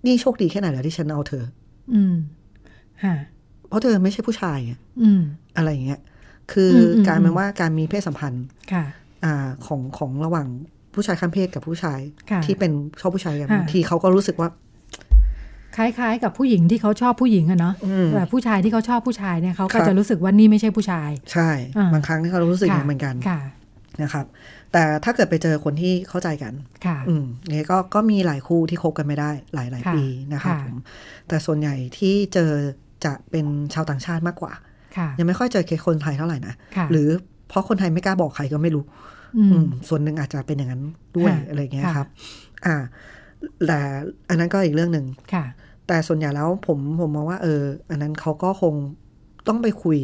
Speaker 3: นี่โชคดีแค่ไหนเหรอที่ฉันเอาเธอ
Speaker 2: อืมค่ะ
Speaker 3: เพราะเธอไม่ใช่ผู้ชายอะ
Speaker 2: อืม
Speaker 3: อะไรอย่างเงี้ยคืออ
Speaker 2: มอืม
Speaker 3: กลารเป็นว่าการมีเพศสัมพันธ์
Speaker 2: ค่ะ
Speaker 3: อ่าของของระหว่างผู้ชายข้ามเพศกับผู้ชาย
Speaker 2: ค่ะ
Speaker 3: ที่เป็นชอบผู้ชายกัน
Speaker 2: ค่ะ
Speaker 3: บางทีเขาก็รู้สึกว่า
Speaker 2: คล้ายๆ กับผู้หญิงที่เขาชอบผู้หญิงอะเนาะ
Speaker 3: อืม
Speaker 2: แต่ผู้ชายที่เขาชอบผู้ชายเนี่ยเขาก็
Speaker 3: ครับ
Speaker 2: จะรู้สึกว่านี่ไม่ใช่ผู้ชาย
Speaker 3: ใช่
Speaker 2: อ่า
Speaker 3: บางครั้งเขารู้สึกอย่าง
Speaker 2: ค่ะ
Speaker 3: นั้นเหมือนกัน
Speaker 2: ค่ะ
Speaker 3: นะครับ แต่ถ้าเกิดไปเจอคนที่เข้าใจกัน
Speaker 2: ค่ะ
Speaker 3: อืมเนี่ยก็ก็มีหลายคู่ที่คบกันไม่ได้หลายหลาย
Speaker 2: ค่ะ
Speaker 3: ปีนะคะ
Speaker 2: ค่ะ
Speaker 3: ผมแต่ส่วนใหญ่ที่เจอจะเป็นชาวต่างชาติมากกว่า
Speaker 2: ค่ะ
Speaker 3: ยังไม่ค่อยเจอเคสคนไทยเท่าไหร่นะ
Speaker 2: ค่ะ
Speaker 3: หรือเพราะคนไทยไม่กล้าบอกใครก็ไม่รู้
Speaker 2: ม
Speaker 3: อืมส่วนหนึ่งอาจจะเป็นอย่างนั้นด้วย
Speaker 2: ค่ะ
Speaker 3: อะไรอย่างเงี้ย
Speaker 2: ค่ะ
Speaker 3: ครับ อ่าแต่อันนั้นก็อีกเรื่องหนึ่ง
Speaker 2: ค่ะ
Speaker 3: แต่ส่วนใหญ่แล้วผมผมมองว่าเออ อันนั้นเขาก็คงต้องไปคุย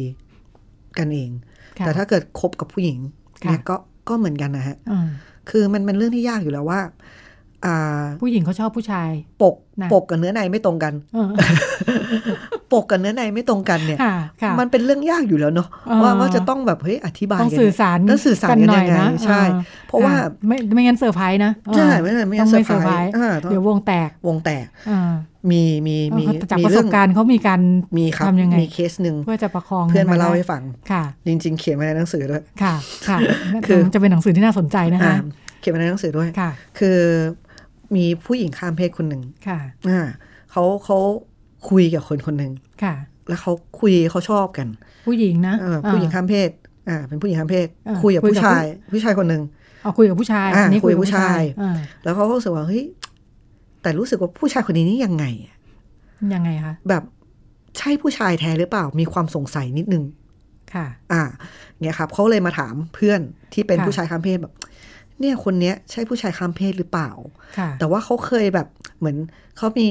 Speaker 3: กันเอง
Speaker 2: ค่ะ
Speaker 3: แต่ถ้าเกิดคบกับผู้หญิง
Speaker 2: ค่ะ
Speaker 3: เนี่ยก็ก็เหมือนกันนะฮะ
Speaker 2: อืม
Speaker 3: คือมันเป็นเรื่องที่ยากอยู่แล้วว่า อ่า
Speaker 2: ผู้หญิงเขาชอบผู้ชาย
Speaker 3: ปก
Speaker 2: นะ
Speaker 3: ปกกับเนื้อในไม่ตรงกัน
Speaker 2: เออ
Speaker 3: ปกกับเนื้อในไม่ตรงกันเนี่ย
Speaker 2: ค่ะ ค่ะ
Speaker 3: มันเป็นเรื่องยากอยู่แล้วเนาะ
Speaker 2: เออ
Speaker 3: ว่าว่าจะต้องแบบเฮ้ยอธิบาย
Speaker 2: ต้อง
Speaker 3: กัน
Speaker 2: สื่อ
Speaker 3: เนี่ย
Speaker 2: สาร
Speaker 3: ต้องสื่อสารกัน
Speaker 2: หน่อย
Speaker 3: ยังไง
Speaker 2: นะ
Speaker 3: ใช่
Speaker 2: ออ
Speaker 3: เพราะว่า
Speaker 2: อ่ไม่ไม่งั้นเซอร์ไพรส์นะเออ
Speaker 3: ใช่ไม่ไม่ไม่
Speaker 2: ต้อง
Speaker 3: เซอ
Speaker 2: ไม่
Speaker 3: ร์ไพ
Speaker 2: เซอร์ไพร
Speaker 3: ร
Speaker 2: ส์
Speaker 3: ส์อ่าต้อง
Speaker 2: เดี๋ยววงแตก
Speaker 3: วงแตก
Speaker 2: อ่า
Speaker 3: มีมีมี
Speaker 2: เขาจาก
Speaker 3: มี
Speaker 2: ประส
Speaker 3: เรื่อบ ง
Speaker 2: การณ์เขามีการ
Speaker 3: มีครับ
Speaker 2: ทำยังไง
Speaker 3: มีเคสหนึ่ง
Speaker 2: เพื่อจะประคอง
Speaker 3: เพื่อนมา
Speaker 2: กั
Speaker 3: เล่า
Speaker 2: ได้
Speaker 3: ให้ฟัง
Speaker 2: ค่ะ
Speaker 3: จริง ๆ เขียนไว้ในหนังสือด้วย
Speaker 2: ค่ะ ค่ะ
Speaker 3: คือ
Speaker 2: จะเป็นหนังสือที่น่าสนใจนะคะ
Speaker 3: อ่าเขียนไว้ในหนังสือด้วย
Speaker 2: ค่ะ
Speaker 3: คือมีผู้หญิงข้ามเพศคนหนึ่ง
Speaker 2: ค่ะ
Speaker 3: อ่าเขาเขาคุยกับคนคนหนึ่ง
Speaker 2: ค่ะ
Speaker 3: แล้วเขาคุยเขาชอบกัน
Speaker 2: ผู้หญิงนะ
Speaker 3: เออ
Speaker 2: อ่า
Speaker 3: ผู้หญิงข้ามเพศ อ่า เป็นผู้หญิงข้ามเพศ
Speaker 2: อ่า
Speaker 3: คุยกับ
Speaker 2: คุย
Speaker 3: ผู้
Speaker 2: กับผู้
Speaker 3: ชาย ผู้ชายคนหนึ่ง
Speaker 2: เอาคุยกับผู้ชาย
Speaker 3: อ่า
Speaker 2: อันนี้
Speaker 3: คุยกับผู้ชาย
Speaker 2: อ่า
Speaker 3: แล้วเขาก็รู้สึกว่าเฮ้ย แต่รู้สึกว่าผู้ชายคนนี้นี่ยังไงอะ
Speaker 2: ยังไงคะ
Speaker 3: แบบใช่ผู้ชายแท้หรือเปล่า มีความสงสัยนิดนึง
Speaker 2: ค่ะ
Speaker 3: อ่า เนี่ยครับเขาเลยมาถามเพื่อนที่เป็น
Speaker 2: ค่ะ
Speaker 3: ผู้ชายข้ามเพศแบบ เนี่ยคนเนี้ย ใช่ผู้ชายข้ามเพศหรือเปล่า
Speaker 2: ค่ะ
Speaker 3: แต่ว่าเขาเคยแบบเหมือนเขามี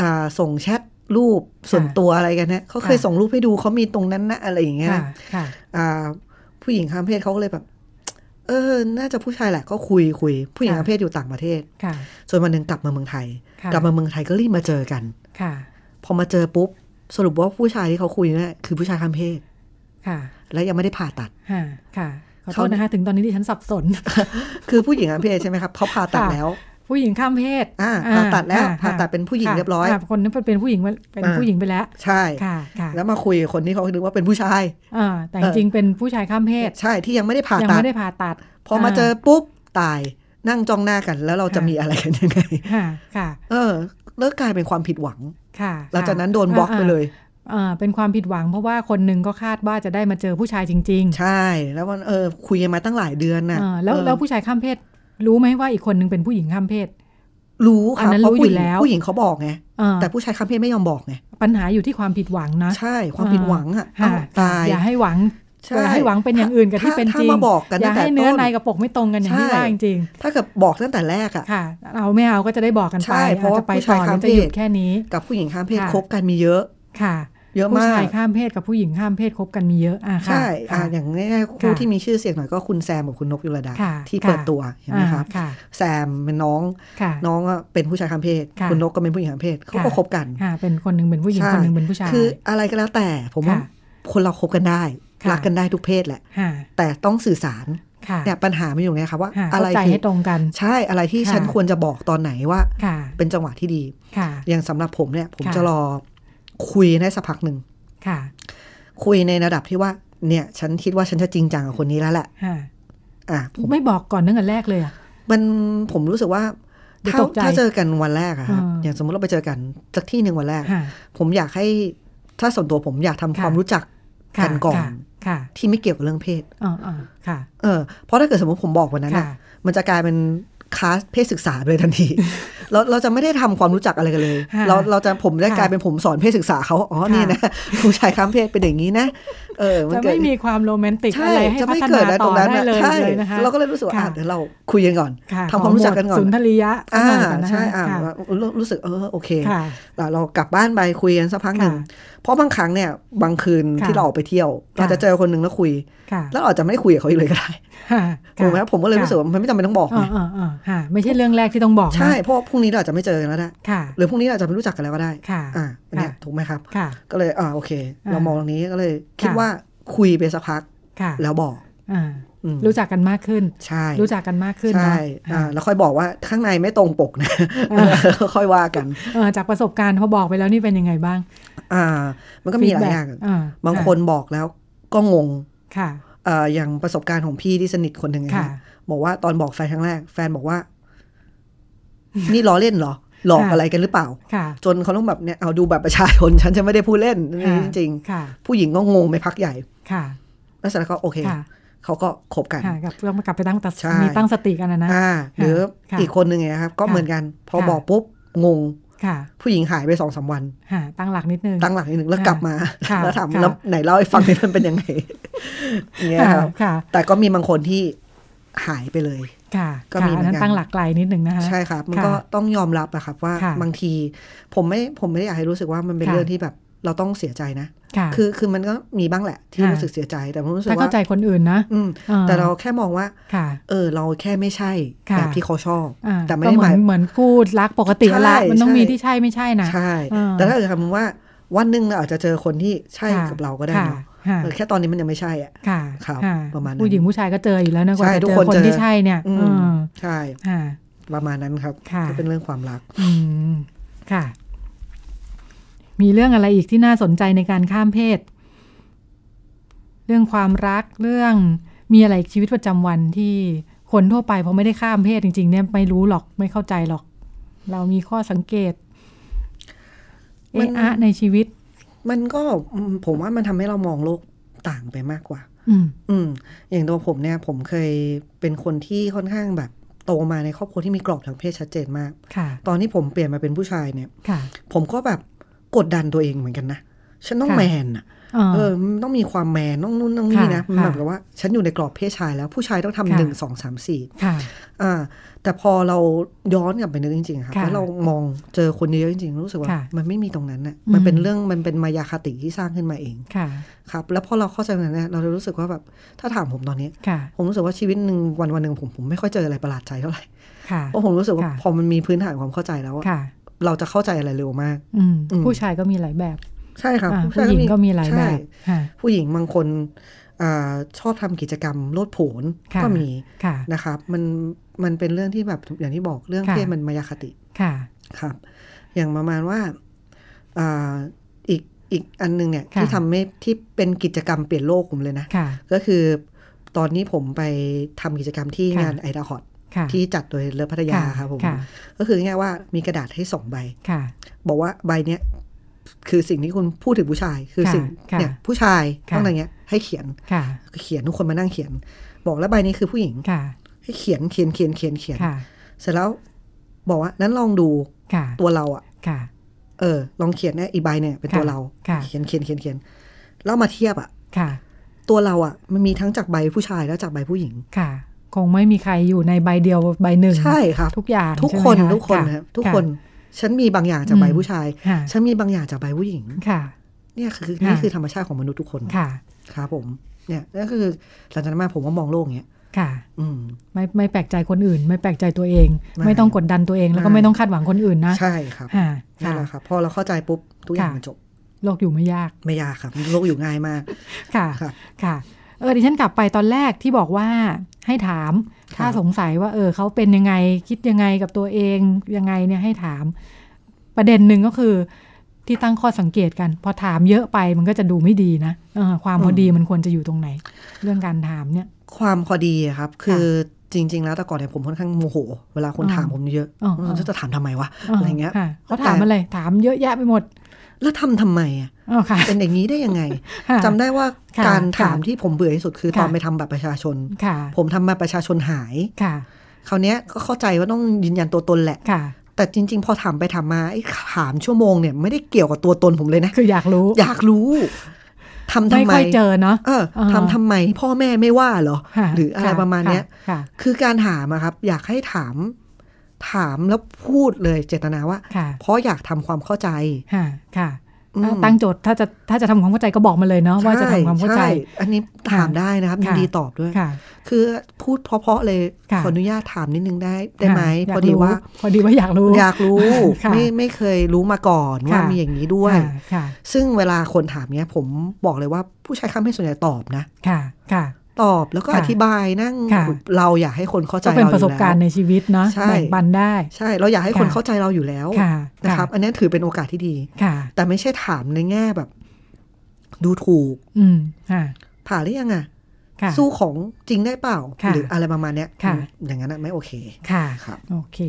Speaker 3: อ่า ส่งแชทรูปส่วน
Speaker 2: ค่ะ
Speaker 3: ตัวอะไรกันเนี่ยเขาเคย
Speaker 2: ค่ะ
Speaker 3: ส่งรูปให้ดูเขามีตรงนั้นนะอะไรอย่างเงี้ย
Speaker 2: ค่ะ
Speaker 3: นะ
Speaker 2: ค่ะ
Speaker 3: อ่าผู้หญิงข้ามเพศเขาก็เลยแบบ เออ น่าจะผู้ชายแหละก็คุยคุย ผู้หญิง
Speaker 2: ค่ะ
Speaker 3: ข้ามเพศอยู่ต่างประเทศ
Speaker 2: ค่ะ
Speaker 3: จนวันหนึ่งกลับมาเมืองไทย
Speaker 2: ค่ะ
Speaker 3: กลับมาเมืองไทยก็รีบมาเจอกัน
Speaker 2: ค่ะ
Speaker 3: พอมาเจอปุ๊บ สรุปว่าผู้ชายที่เขาคุยเนี่ยคือผู้ชายข้ามเพศ
Speaker 2: ค่ะ
Speaker 3: และยังไม่ได้ผ่าตัด
Speaker 2: ค่ะค่ะขอโท
Speaker 3: เขา
Speaker 2: ษนะคะ ถึงตอนนี้ดิฉันสับสน
Speaker 3: คือผู้หญิงข้ามเพศใช่ไหมครับเขาผ่าตัด
Speaker 2: ค่ะ
Speaker 3: แล้ว
Speaker 2: ผู้หญิงข้ามเพศ
Speaker 3: อ่า
Speaker 2: อ่
Speaker 3: ผ่าตัดแล้ว
Speaker 2: ค่ะ
Speaker 3: ผ่าตัดเป็นผู้หญิง
Speaker 2: ค่ะ
Speaker 3: เรียบร้อย
Speaker 2: ค่ะคนนั้นเป็นผู้หญิงเป็น
Speaker 3: อ่า
Speaker 2: ผู้หญิงไปแล้ว
Speaker 3: ใช่
Speaker 2: ค่ะ ค่ะ
Speaker 3: แล้วมาคุยกับคนที่เขาคิดว่าเป็นผู้ชาย
Speaker 2: อ่าแต่
Speaker 3: เอ่
Speaker 2: จ
Speaker 3: อ
Speaker 2: ริงๆเป็นผู้ชายข้ามเพศ
Speaker 3: ใช่ที่ยังไม่ได้ผ่า
Speaker 2: ยั
Speaker 3: ตัด
Speaker 2: ไม่ได้ผ่าตัด
Speaker 3: พอมา
Speaker 2: อ่า
Speaker 3: เจอปุ๊บตายนั่งจ้องหน้ากัน แล้วเราจะ
Speaker 2: ค่ะ
Speaker 3: มีอะไรกันยังไง
Speaker 2: ค่ะ ค่ะ
Speaker 3: เออเลิกกลายเป็นความผิดหวัง
Speaker 2: ค่ะ
Speaker 3: หลังจากนั้นโดน
Speaker 2: ค่ะ
Speaker 3: บล็อกไปเลย
Speaker 2: อ่าอ่าเป็นความผิดหวังเพราะว่าคนหนึ่งก็คาดว่าจะได้มาเจอผู้ชายจริงๆ
Speaker 3: ใช่ แล้วมันเออคุยกันมาตั้งหลายเดือนน่ะ
Speaker 2: อ่าแล้ว
Speaker 3: เออ
Speaker 2: แล้วผู้ชายข้ามเพศ รู้ไหมว่าอีกคนหนึ่งเป็นผู้หญิงข้ามเพศ
Speaker 3: รู้
Speaker 2: อั
Speaker 3: ค่ะ
Speaker 2: นนั้น
Speaker 3: เพราะ
Speaker 2: รู้
Speaker 3: ผู้ห
Speaker 2: อยู่
Speaker 3: ญิง
Speaker 2: แล้ว
Speaker 3: ผู้หญิงเขาบอกไง
Speaker 2: อ่า
Speaker 3: แต่ผู้ชายข้ามเพศไม่ยอมบอกไง
Speaker 2: ปัญหาอยู่ที่ความผิดหวังนะ
Speaker 3: ใช่ความผิดหวังอ่ะ
Speaker 2: ค่ะ
Speaker 3: เอ้าตาย
Speaker 2: อย่าให้หวัง
Speaker 3: ช่
Speaker 2: อย่าให้หวังเป็นอย่างอื่นกับที่
Speaker 3: ถ้
Speaker 2: เป็น
Speaker 3: ถ้า
Speaker 2: จริง
Speaker 3: มาบอกกัน
Speaker 2: อย่า
Speaker 3: ตั้งแต่
Speaker 2: ให้เนื้อ
Speaker 3: ต้
Speaker 2: ในกับปกไม่ตรงกันอย่างที่
Speaker 3: ใช่
Speaker 2: ว่าจริง
Speaker 3: ถ้าเกิดบอกตั้งแต่แรกอ่ะ
Speaker 2: ๆค่ะ เอาไม่เอาก็จะได้บอกกัน
Speaker 3: ใช่
Speaker 2: ไป
Speaker 3: เพราะ
Speaker 2: อจจะไป
Speaker 3: ผู้
Speaker 2: ต่
Speaker 3: ชาย
Speaker 2: อหรื
Speaker 3: ข้าม
Speaker 2: อจะหยุด
Speaker 3: เพศ
Speaker 2: แค่นี้
Speaker 3: กับผู้หญิงข้ามเพศ
Speaker 2: ค่ะ
Speaker 3: คบกันมีเยอะ
Speaker 2: ค่ะ
Speaker 3: เยอะ
Speaker 2: ผู้
Speaker 3: มาก
Speaker 2: ชายข้ามเพศกับผู้หญิงข้ามเพศคบกันมีเยอะอ่ะค่ะ
Speaker 3: ใช่อ่ะ
Speaker 2: ค่ะ
Speaker 3: อย่างง่ายๆคู่
Speaker 2: ค่ะ
Speaker 3: ที่มีชื่อเสียงหน่อยก็คุณแซมกับคุณนกยุรดา
Speaker 2: ค่ะ
Speaker 3: ที่
Speaker 2: ค่ะ
Speaker 3: เปิดตัวเห็นไหมครับ
Speaker 2: อ่าค่ะ
Speaker 3: แซมเป็นน้อง
Speaker 2: ค่ะ
Speaker 3: น้องอะเป็นผู้ชายข้ามเพศ
Speaker 2: ค่ะ
Speaker 3: คุณนกก็เป็นผู้หญิงข้ามเพศเขาก็
Speaker 2: ค่ะ
Speaker 3: คบกัน
Speaker 2: ค่ะ เป็นคนหนึ่งเป็นผู้หญิง
Speaker 3: ใช่
Speaker 2: คนหนึ่งเป็นผู้ชาย
Speaker 3: คืออะไรก็แล้วแต่ผมว่า
Speaker 2: ค่ะ
Speaker 3: คนเราคบกันได้
Speaker 2: ค่ะ
Speaker 3: รักกันได้ทุกเพศแหละ
Speaker 2: ค่ะ
Speaker 3: แต่ต้องสื่อสาร
Speaker 2: ค่ะ
Speaker 3: เนี่ยปัญหาไม่อยู่เนี่ยค่ะว่า
Speaker 2: ค่ะ
Speaker 3: อะไร
Speaker 2: เข้าใจ
Speaker 3: คือ
Speaker 2: ให้ตรงกัน
Speaker 3: ใช่อะไรที่
Speaker 2: ค่ะ
Speaker 3: ฉันควรจะบอกตอนไหนว่า
Speaker 2: ค่ะ
Speaker 3: เป็นจังหวะที่ดี
Speaker 2: ค่ะ
Speaker 3: อย่างสำหรับผมเนี่ย ผม
Speaker 2: ค่ะ
Speaker 3: จะรอคุยได้สักพักหนึ่ง
Speaker 2: ค่ะ
Speaker 3: คุยในระดับที่ว่า เนี่ย ฉันคิดว่าฉันจะจริงจังกับคนนี้แล้วแหละ
Speaker 2: ค่ะ
Speaker 3: อ่ะผม
Speaker 2: ไม่บอกก่อนตั้งแต่แรกเลยอ่ะ
Speaker 3: มันผมรู้สึกว่า
Speaker 2: ดู
Speaker 3: ถ้า
Speaker 2: ตกใจ
Speaker 3: ถ้าเจอกันวันแรกอะครับ
Speaker 2: อืม
Speaker 3: อย่างสมมติเราไปเจอกันจากที่หนึ่งวันแรก
Speaker 2: ค่ะ
Speaker 3: ผมอยากให้ถ้าส่วนตัวผมอยากทำ
Speaker 2: ค่ะ
Speaker 3: ความรู้จัก
Speaker 2: ค่ะ
Speaker 3: กันก่อน
Speaker 2: ค่ะค่ะ
Speaker 3: ที่ไม่เกี่ยวกับเรื่องเพศ
Speaker 2: อ่าอ่าค่ะ
Speaker 3: เออเพราะถ้าเกิดสมมติผมบอกวันนั้น
Speaker 2: ค่ะ
Speaker 3: อะมันจะกลายเป็น คลาสเพศศึกษาไปเลยทันที เราเราจะไม่ได้ทำความรู้จักอะไรกันเลย
Speaker 2: ค่ะ
Speaker 3: เราเราจะผมได้
Speaker 2: ค่ะ
Speaker 3: กลายเป็นผมสอนเพศศึกษาเขาอ๋อ
Speaker 2: ค่ะ
Speaker 3: นี่นะผู้ชายข้ามเพศเป็นอย่างนี้นะเออมัน
Speaker 2: จะ
Speaker 3: เกิด
Speaker 2: ไม่มีความโรแมนติก
Speaker 3: ใช่
Speaker 2: อะไรให้
Speaker 3: จะ
Speaker 2: พั
Speaker 3: ไม่
Speaker 2: ฒ
Speaker 3: เกิ
Speaker 2: นา
Speaker 3: ดนะ
Speaker 2: ต่
Speaker 3: ตร
Speaker 2: อง
Speaker 3: นั้น
Speaker 2: ได้
Speaker 3: นะ
Speaker 2: เลย
Speaker 3: ใช่
Speaker 2: เลยนะคะ
Speaker 3: เราก็เลยรู้สึกว่า
Speaker 2: ค่ะ
Speaker 3: อ่ะเดี๋ยวเราคุยกันก่อน
Speaker 2: ค่ะ
Speaker 3: ทำความรู้จักกันก่อน
Speaker 2: ขหมวดสุนทรียะสัก
Speaker 3: อ่า
Speaker 2: หน่อยก่อนนะคะ
Speaker 3: ใช่อ่า
Speaker 2: ค่ะ
Speaker 3: รู้รู้สึกเออโอเค
Speaker 2: ค่ะ
Speaker 3: เราเรากลับบ้านไปคุยกันสักพักหนึ่ง
Speaker 2: ค่ะ
Speaker 3: เพราะบางครั้งเนี่ยบางคืน
Speaker 2: ค่ะ
Speaker 3: ที่เราออกไปเที่ยว เราจะเจอคนหนึ่งแล้วคุย
Speaker 2: ค่ะ
Speaker 3: แล้วเราอาจจะไม่ได้คุยกับเขาอีกเลยก็ได้
Speaker 2: ค่ะ
Speaker 3: ถูกไหมผมก็เลยรู้สึกว่ามันไม่จำเป็นต้องบอก
Speaker 2: อ่า
Speaker 3: ไง
Speaker 2: อ่าอ่าค่ะไม่ใช่เรื่องแรกที่ต้องบอกนะ
Speaker 3: ใช่ เพราะว่าพรุ่งนี้เราอาจจะไม่เจอกันแล้วได้
Speaker 2: ค่ะ
Speaker 3: หรือพรุ่งนี้เราอาจจะไม่รู้จักกันแล้วก็ได้
Speaker 2: ค่ะ
Speaker 3: อ่าเนี่ย
Speaker 2: ค่ะ
Speaker 3: ถูกไหมครับ
Speaker 2: ค่ะ
Speaker 3: ก็เลยอ่าโอเค
Speaker 2: อ่า
Speaker 3: เรามองตรงนี้ก็เลยคิดว่าคุยไปสักพัก
Speaker 2: ค่ะ
Speaker 3: แล้วบอก
Speaker 2: อ่า
Speaker 3: อืม
Speaker 2: รู้จักกันมากขึ้น
Speaker 3: ใช่
Speaker 2: รู้จักกันมากขึ้น
Speaker 3: ใช่
Speaker 2: เนาะ
Speaker 3: อ่าแล้วค่อยบอกว่าข้างในไม่ตรงปกนะค่อยว่ากัน
Speaker 2: เออจากประสบการณ์พอบอกไปแล้วนี่เป็นยังไงบ้าง
Speaker 3: อ่า มันก็มีหลายอย่าง
Speaker 2: อ่
Speaker 3: บางคนบอกแล้วก็งง
Speaker 2: ค่ะ
Speaker 3: เอ่ออย่างประสบการณ์ของพี่ที่สนิทคนหนึ่งนะ
Speaker 2: ค่ะ
Speaker 3: คะบอกว่าตอนบอกแฟนครั้งแรก แฟนบอกว่า นี่ล้อเล่นเหรอ หลอก
Speaker 2: ค่ะ
Speaker 3: อะไรกันหรือเปล่า
Speaker 2: ค่ะ
Speaker 3: จนเขาต้องแบบเนี่ยเอาดูแบบประชาชน ฉันจะไม่ได้พูดเล่น
Speaker 2: ค่ะ
Speaker 3: จริง
Speaker 2: ค่ะ
Speaker 3: ๆผู้หญิงก็งงไปพักใหญ่
Speaker 2: ค่ะ
Speaker 3: แล้วเสร็จแล้วก็โอเค
Speaker 2: ค่ะ
Speaker 3: เขาก็คบกัน
Speaker 2: ค่ะกลับต้องกลับไปตั้งตัด
Speaker 3: ใช่
Speaker 2: มีตั้งสติกันนะนะ
Speaker 3: อ่า หรือ
Speaker 2: ค่ะ
Speaker 3: อีกคนหนึ่งไงครับ ก็
Speaker 2: ค่ะ
Speaker 3: เหมือนกัน พอ
Speaker 2: ค่ะ
Speaker 3: บอกปุ๊บงง
Speaker 2: ค่ะ
Speaker 3: ผู้หญิงหายไปสองสามวัน
Speaker 2: ค่ะตั้งหลักนิดนึง
Speaker 3: ตั้งหลักนิดนึงแล้ว
Speaker 2: ค่ะ
Speaker 3: กลับมา
Speaker 2: ค่ะ
Speaker 3: แล้วถาม
Speaker 2: ค่ะ
Speaker 3: แล้วไหนเล่าให้ฟัง ดิมันเป็นยังไงอย่างเงี้ย
Speaker 2: ค่ะ
Speaker 3: ครับ
Speaker 2: ค่ะ
Speaker 3: แต่ก็มีบางคนที่หายไปเลย
Speaker 2: ค่ะ
Speaker 3: ก็มี
Speaker 2: ค่ะอัน
Speaker 3: เหมื
Speaker 2: นั้
Speaker 3: อนกัน น
Speaker 2: ตั้งหลักไกลนิดนึงนะคะ
Speaker 3: ใช่ครับมัน
Speaker 2: ค่ะ
Speaker 3: ก็ต้องยอมรับนะครับว่า
Speaker 2: ค่ะ
Speaker 3: บางที ผมไม่ผมไม่ได้อยากให้รู้สึกว่ามันเป็น
Speaker 2: ค่ะ
Speaker 3: เรื่องที่แบบเราต้องเสียใจนะ
Speaker 2: ค่ะ
Speaker 3: คือคือมันก็มีบ้างแหละที่
Speaker 2: ค่ะ
Speaker 3: รู้สึกเสียใจแต่ผมรู้สึก
Speaker 2: ถ้า
Speaker 3: ว่า
Speaker 2: เข้าใจคนอื่นนะ
Speaker 3: อืม
Speaker 2: อ่
Speaker 3: แต่เราแค่มองว่า
Speaker 2: ค่ะ
Speaker 3: เออ เราแค่ไม่ใช่
Speaker 2: ค่ะ
Speaker 3: แบบที่เขาชอบ
Speaker 2: อ่า
Speaker 3: แต่ไม่
Speaker 2: ก็
Speaker 3: ได้
Speaker 2: เห
Speaker 3: ห
Speaker 2: มื
Speaker 3: มา
Speaker 2: อย นเหมือนกูรักปกติ
Speaker 3: ใช่
Speaker 2: ละมันต้อง
Speaker 3: ใช่
Speaker 2: มีที่ใช่ไม่ใช่นะ
Speaker 3: ใช่
Speaker 2: อ่า
Speaker 3: แต่ถ้าเกิดคำว่าวันหนึ่งเราอาจจะเจอคนที่ใช่
Speaker 2: ค่ะ
Speaker 3: กับเราก็ได้
Speaker 2: ค่ะ
Speaker 3: เนาะ
Speaker 2: ค่ะ
Speaker 3: เออแค่ตอนนี้มันยังไม่ใช่อ่ะ
Speaker 2: ค่ะ
Speaker 3: ครับ
Speaker 2: ค่
Speaker 3: ประมาณนั้น
Speaker 2: ผู้หญิงผู้ชายก็เจออยู่แล้วนะกว่า
Speaker 3: ใช่
Speaker 2: จะ
Speaker 3: ทุก
Speaker 2: เจอ
Speaker 3: คน
Speaker 2: คน
Speaker 3: เจอ
Speaker 2: ที่ใช่เนี่ย
Speaker 3: อืม
Speaker 2: อืม
Speaker 3: ใช่
Speaker 2: ค่ะ
Speaker 3: ประมาณนั้นครับ
Speaker 2: ค่ะ
Speaker 3: ก็เป็นเรื่องความรัก
Speaker 2: อืมค่ะ มีเรื่องอะไรอีกที่น่าสนใจในการข้ามเพศ เรื่องความรักเรื่องมีอะไรชีวิตประจำวันที่คนทั่วไปพอไม่ได้ข้ามเพศจริง ๆ เนี่ยไม่รู้หรอกไม่เข้าใจหรอก เรามีข้อสังเกตเอะอะในชีวิต
Speaker 3: มันก็อืมผมว่ามันทำให้เรามองโลกต่างไปมากกว่า
Speaker 2: อืม
Speaker 3: อืมอย่างตัวผมเนี่ยผมเคยเป็นคนที่ค่อนข้างแบบโตมาในครอบครัวที่มีกรอบทางเพศชัดเจนมาก
Speaker 2: ค่ะ
Speaker 3: ตอนที่ผมเปลี่ยนมาเป็นผู้ชายเนี่ย
Speaker 2: ค่ะ
Speaker 3: ผมก็แบบกดดันตัวเองเหมือนกันนะฉันต้อง
Speaker 2: ค่ะ
Speaker 3: แมนอะ
Speaker 2: เออ
Speaker 3: เออมันต้องมีความแมนต้องนู่นต้องนี่นะ
Speaker 2: ค่ะ
Speaker 3: มันแบบกับว่า ฉันอยู่ในกรอบเพศชายแล้วผู้ชายต้องทำหนึ่ง
Speaker 2: ค่ะ
Speaker 3: สองสามสี่
Speaker 2: ค่ะ
Speaker 3: อ่า แต่พอเราย้อนกลับไปนึกจริงๆครับ
Speaker 2: ค่ะ
Speaker 3: แล้วเรามองเจอคนเยอะจริงๆรู้สึกว่า
Speaker 2: ค่ะ
Speaker 3: มันไม่มีตรงนั้นน่ะ
Speaker 2: อืม
Speaker 3: มันเป็นเรื่องมันเป็นมายาคติที่สร้างขึ้นมาเอง
Speaker 2: ค่ะ
Speaker 3: ครับ แล้วพอเราเข้าใจตรงนั้นเนี่ยเราจะรู้สึกว่าแบบถ้าถามผมตอนนี้
Speaker 2: ค่ะ
Speaker 3: ผมรู้สึกว่าชีวิตหนึ่งวันวันหนึ่งผมผมไม่ค่อยเจออะไรประหลาดใจเท่าไหร่
Speaker 2: ค่ะ
Speaker 3: เพราะผมรู้สึกว่า
Speaker 2: ค่ะ
Speaker 3: พอมันมีพื้นฐานความเข้าใจแล้วอะ
Speaker 2: ค่ะ
Speaker 3: เราจะเข้าใจอะไรเร็วมาก
Speaker 2: อืม
Speaker 3: อืม
Speaker 2: ผู้ชายก็มีหลายแบบ
Speaker 3: ใช่ครับ
Speaker 2: อ่า
Speaker 3: ชา
Speaker 2: ผู้หญิงก็มีหลายแบ
Speaker 3: ใช่
Speaker 2: บค่ะ
Speaker 3: ผู้หญิงบางคนอาชอบทำกิจกรรมโลดโผน
Speaker 2: ค่ะ
Speaker 3: ก็มี
Speaker 2: ค่ะ
Speaker 3: นะครับมันมันเป็นเรื่องที่แบบอย่างที่บอกเรื่อง
Speaker 2: ค่ะ
Speaker 3: เพศมันมายาคติ
Speaker 2: ค่ะ
Speaker 3: ครับ อย่างประมาณว่าอาอีกอีกอันหนึงเนี่ย
Speaker 2: ค่ะ
Speaker 3: ที่ทำให้ที่เป็นกิจกรรมเปลี่ยนโลกผมเลยนะ
Speaker 2: ค่ะ
Speaker 3: ก็คือตอนนี้ผมไปทำกิจกรรมที่
Speaker 2: ค่ะ
Speaker 3: งานไอดาฮอต
Speaker 2: ค่ะ
Speaker 3: ที่จัดโดยเลิฟพัทยาครับผม
Speaker 2: ค่ะ
Speaker 3: ก็คือง่ายๆว่ามีกระดาษให้สองใบ
Speaker 2: ค่ะ
Speaker 3: บอกว่าใบเนี้ยคือสิ่งที่คุณพูดถึงผู้ชาย คือ
Speaker 2: ค่ะ
Speaker 3: สิ่งเนี่ยผู้ชาย
Speaker 2: ค่ะ
Speaker 3: ต้องอะไรเงี้ยให้เขียน
Speaker 2: ค่ะ
Speaker 3: เขียนทุกคนมานั่งเขียน บอกแล้วใบนี้คือผู้หญิง
Speaker 2: ค่ะ
Speaker 3: ให้เขียนเขียนเขียนเขียนเขียน
Speaker 2: ค่ะ
Speaker 3: เสร็จแล้วบอกว่านั้นลองดู
Speaker 2: ค่ะ
Speaker 3: ตัวเราอะ
Speaker 2: ค่ะ
Speaker 3: เออ ลองเขียนเนี่ยอีกใบเนี่ยเป็น
Speaker 2: ค่ะ
Speaker 3: ตัวเรา
Speaker 2: ค่ะ
Speaker 3: เขียนเขียนเขียนเขียนแล้วมาเทียบอะ
Speaker 2: ค่ะ
Speaker 3: ตัวเราอะมันมีทั้งจากใบผู้ชายแล้วจากใบผู้หญิง
Speaker 2: ค่ะ คงไม่มีใครอยู่ในใบเดียวใบหนึ่ง
Speaker 3: ใช่ครับ
Speaker 2: ทุกอย่าง
Speaker 3: ทุกคน
Speaker 2: ใช่ไหมะ
Speaker 3: ทุกคน
Speaker 2: ค่ะ
Speaker 3: นะครับทุกคนฉันมีบางอย่างจากใบผู้ชาย
Speaker 2: ค่ะ
Speaker 3: ฉันมีบางอย่างจากใบผู้หญิง
Speaker 2: ค่ะ
Speaker 3: เนี่ยคือ
Speaker 2: ค่ะ
Speaker 3: นี่คือธรรมชาติของมนุษย์ทุกคน
Speaker 2: ค่ะ
Speaker 3: ครับผม เนี่ยนั่นคือหลังจากนั้นมาผมก็มองโลกเนี้ย
Speaker 2: ค่ะ
Speaker 3: อืม
Speaker 2: ไม่ไม่แปลกใจคนอื่น ไม่แปลกใจตัวเอง
Speaker 3: ไม่
Speaker 2: ไม่ต้องกดดันตัวเองแล้วก็
Speaker 3: ไม่
Speaker 2: ไม่ต้องคาดหวังคนอื่นนะ
Speaker 3: ใช่ครับ
Speaker 2: ค่ะ
Speaker 3: นั่น
Speaker 2: ค่ะ
Speaker 3: แหละครับพอเราเข้าใจปุ๊บทุกอย่าง
Speaker 2: ค่ะ
Speaker 3: มันจบ
Speaker 2: โลกอยู่ไม่ยาก
Speaker 3: ไม่ยากครับโลกอยู่ง่ายมาก
Speaker 2: ค่ะ
Speaker 3: ครับ
Speaker 2: ค่ะ เออดิฉันกลับไปตอนแรกที่บอกว่าให้ถาม ถ้า
Speaker 3: ครับ
Speaker 2: สงสัยว่า เออเขาเป็นยังไงคิดยังไงกับตัวเองยังไงเนี่ยให้ถาม ประเด็นหนึ่งก็คือ ที่ตั้งข้อสังเกตกัน พอถามเยอะไปมันก็จะดูไม่ดีนะเออความ
Speaker 3: อืม
Speaker 2: พอดีมันควรจะอยู่ตรงไหน เรื่องการถามเนี่ย
Speaker 3: ความพอดีอะครับ คือจริง ๆ แล้วแต่ก่อนเนี่ยผมค่อนข้างโมโห เวลาคน
Speaker 2: อ่า
Speaker 3: ถามผมเยอะ
Speaker 2: อ่า
Speaker 3: เออจะถามทำไมวะอะไรเงี้ย
Speaker 2: ค่ะเขาถาม
Speaker 3: แต่
Speaker 2: อะไรถามเยอะแยะไปหมด
Speaker 3: แล้วทำทำไมอะ
Speaker 2: อ๋อค่ะ
Speaker 3: เป็นอย่างนี้ได้ยังไง
Speaker 2: ค่ะ
Speaker 3: จำได้ว่า
Speaker 2: ค่ะ
Speaker 3: การถามที่ผมเบื่อที่สุดคือ
Speaker 2: ค่ะ
Speaker 3: ตอนไปทำบัตรประชาชน
Speaker 2: ค่ะ
Speaker 3: ผมทำมาประชาชนหาย
Speaker 2: ค่ะ
Speaker 3: คราวเนี้ยก็เข้าใจว่าต้องยืนยันตัวตนแหละ
Speaker 2: ค่ะ
Speaker 3: แต่จริง ๆ พอถามไปถามมาไอ้ถามชั่วโมงเนี่ยไม่ได้เกี่ยวกับตัวตนผมเลยนะ
Speaker 2: คืออยากรู้
Speaker 3: อยากรู้ทำทำ
Speaker 2: ไม่
Speaker 3: ไม
Speaker 2: ค่อยเจอเนาะ
Speaker 3: เออ
Speaker 2: อ่า
Speaker 3: ทำทำไม พ่อแม่ไม่ว่าเหรอ
Speaker 2: ค่ะ
Speaker 3: หรืออะไร
Speaker 2: ค่
Speaker 3: ประมาณเนี้ย
Speaker 2: ค่ะ
Speaker 3: คือการถามอะครับ อยากให้ถาม ถามแล้วพูดเลยเจตนาว่า
Speaker 2: ค่ะ
Speaker 3: เพราะอยากทำความเข้าใจ
Speaker 2: ค่ะค่ะ
Speaker 3: อืม
Speaker 2: ตั้งโจทย์ถ้าจะถ้าจะทำความเข้าใจก็บอกมาเลยเนาะว่าจะทำความเข้าใจ
Speaker 3: ช่ช่อันนี้ถามได้นะครับยิ
Speaker 2: ค่ะ
Speaker 3: นดีตอบด้วย
Speaker 2: ค่ะ
Speaker 3: คือพูดเพราะๆเลย
Speaker 2: ค่ะ
Speaker 3: ขออนุญาตถามนิดนึงได้ได้ไหม
Speaker 2: ค่ะยาก
Speaker 3: พอดีว่า
Speaker 2: พอดีว่าอยากรู้
Speaker 3: อยากรู้
Speaker 2: ค่ะ
Speaker 3: ไม่ไม่เคยรู้มาก่อนว่า
Speaker 2: ค่ะ
Speaker 3: มีอย่างนี้ด้วย
Speaker 2: ค่ะค่ะ
Speaker 3: ซึ่งเวลาคนถามเนี้ย ผมบอกเลยว่าผู้ใช้คำให้ส่วนใหญ่ตอบนะ
Speaker 2: ค่ะค่ะ
Speaker 3: ตอบแล้วก็
Speaker 2: ค่ะ
Speaker 3: อธิบายนั่ง
Speaker 2: ค่ะ
Speaker 3: เราอยากให้คนเข้าใจ
Speaker 2: ก็
Speaker 3: เราอ
Speaker 2: เป็น
Speaker 3: ยู่แล้ว
Speaker 2: ประสบการณ์ในชีวิตเนาะ
Speaker 3: ใช่
Speaker 2: แบ่งปันได้
Speaker 3: ใช่เราอยากให้คน
Speaker 2: ค่ะ
Speaker 3: เข้าใจเราอยู่แล้ว
Speaker 2: ค่ะ
Speaker 3: นะครับ อันนี้ถือเป็นโอกาสที่ดี
Speaker 2: ค่ะ
Speaker 3: แต่ไม่ใช่ถามในแง่แบบ ดูถูก
Speaker 2: อืมค่ะ
Speaker 3: ผ่าหรือยังอ่ะ
Speaker 2: ค่ะ
Speaker 3: สู้ของจริงได้เปล่า
Speaker 2: ค่ะ
Speaker 3: หรืออะไรประมาณเนี้ย
Speaker 2: ค่ะ
Speaker 3: อืมอย่างนั้นอะไม่โอเค
Speaker 2: ค่ะ
Speaker 3: ครับ
Speaker 2: โอเค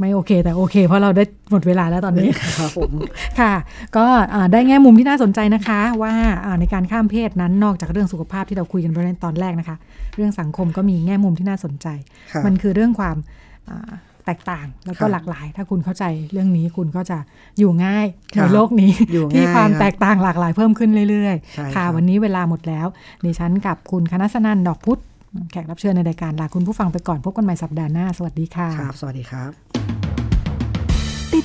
Speaker 2: ไม่โอเค แต่โอเค เพราะเราได้หมดเวลาแล้วตอนนี้
Speaker 3: ครับผม
Speaker 2: ค่ะ ก็อ่าได้แง่มุมที่น่าสนใจนะคะ ว่าอ่าในการข้ามเพศนั้นนอกจากเรื่องสุขภาพที่เราคุยกันไปในตอนแรกนะคะ เรื่องสังคมก็มีแง่มุมที่น่าสนใจ
Speaker 3: ครับ
Speaker 2: มันคือเรื่องความอ่าแตกต่างแล้วก็
Speaker 3: ครับ
Speaker 2: หลากหลาย ถ้าคุณเข้าใจเรื่องนี้คุณก็จะอยู่ง่าย
Speaker 3: ครั
Speaker 2: ใน
Speaker 3: บ
Speaker 2: โลกนี้
Speaker 3: อยู่ง่าย
Speaker 2: ที่ความ
Speaker 3: ครับ
Speaker 2: แตกต่างหลากหลายเพิ่มขึ้นเรื่อย
Speaker 3: ใช่
Speaker 2: ๆ
Speaker 3: ครั
Speaker 2: ค่ะ
Speaker 3: บ
Speaker 2: วันนี้เวลาหมดแล้วดิฉันกับคุณคณะสนันท์ดอกพุธแขกรับเชิญในรายการลาคุณผู้ฟังไปก่อนพบกันใหม่สัปดาห์หน้าสวัสดีค่ะ
Speaker 3: ครับ สวัสดีครับ
Speaker 4: ติด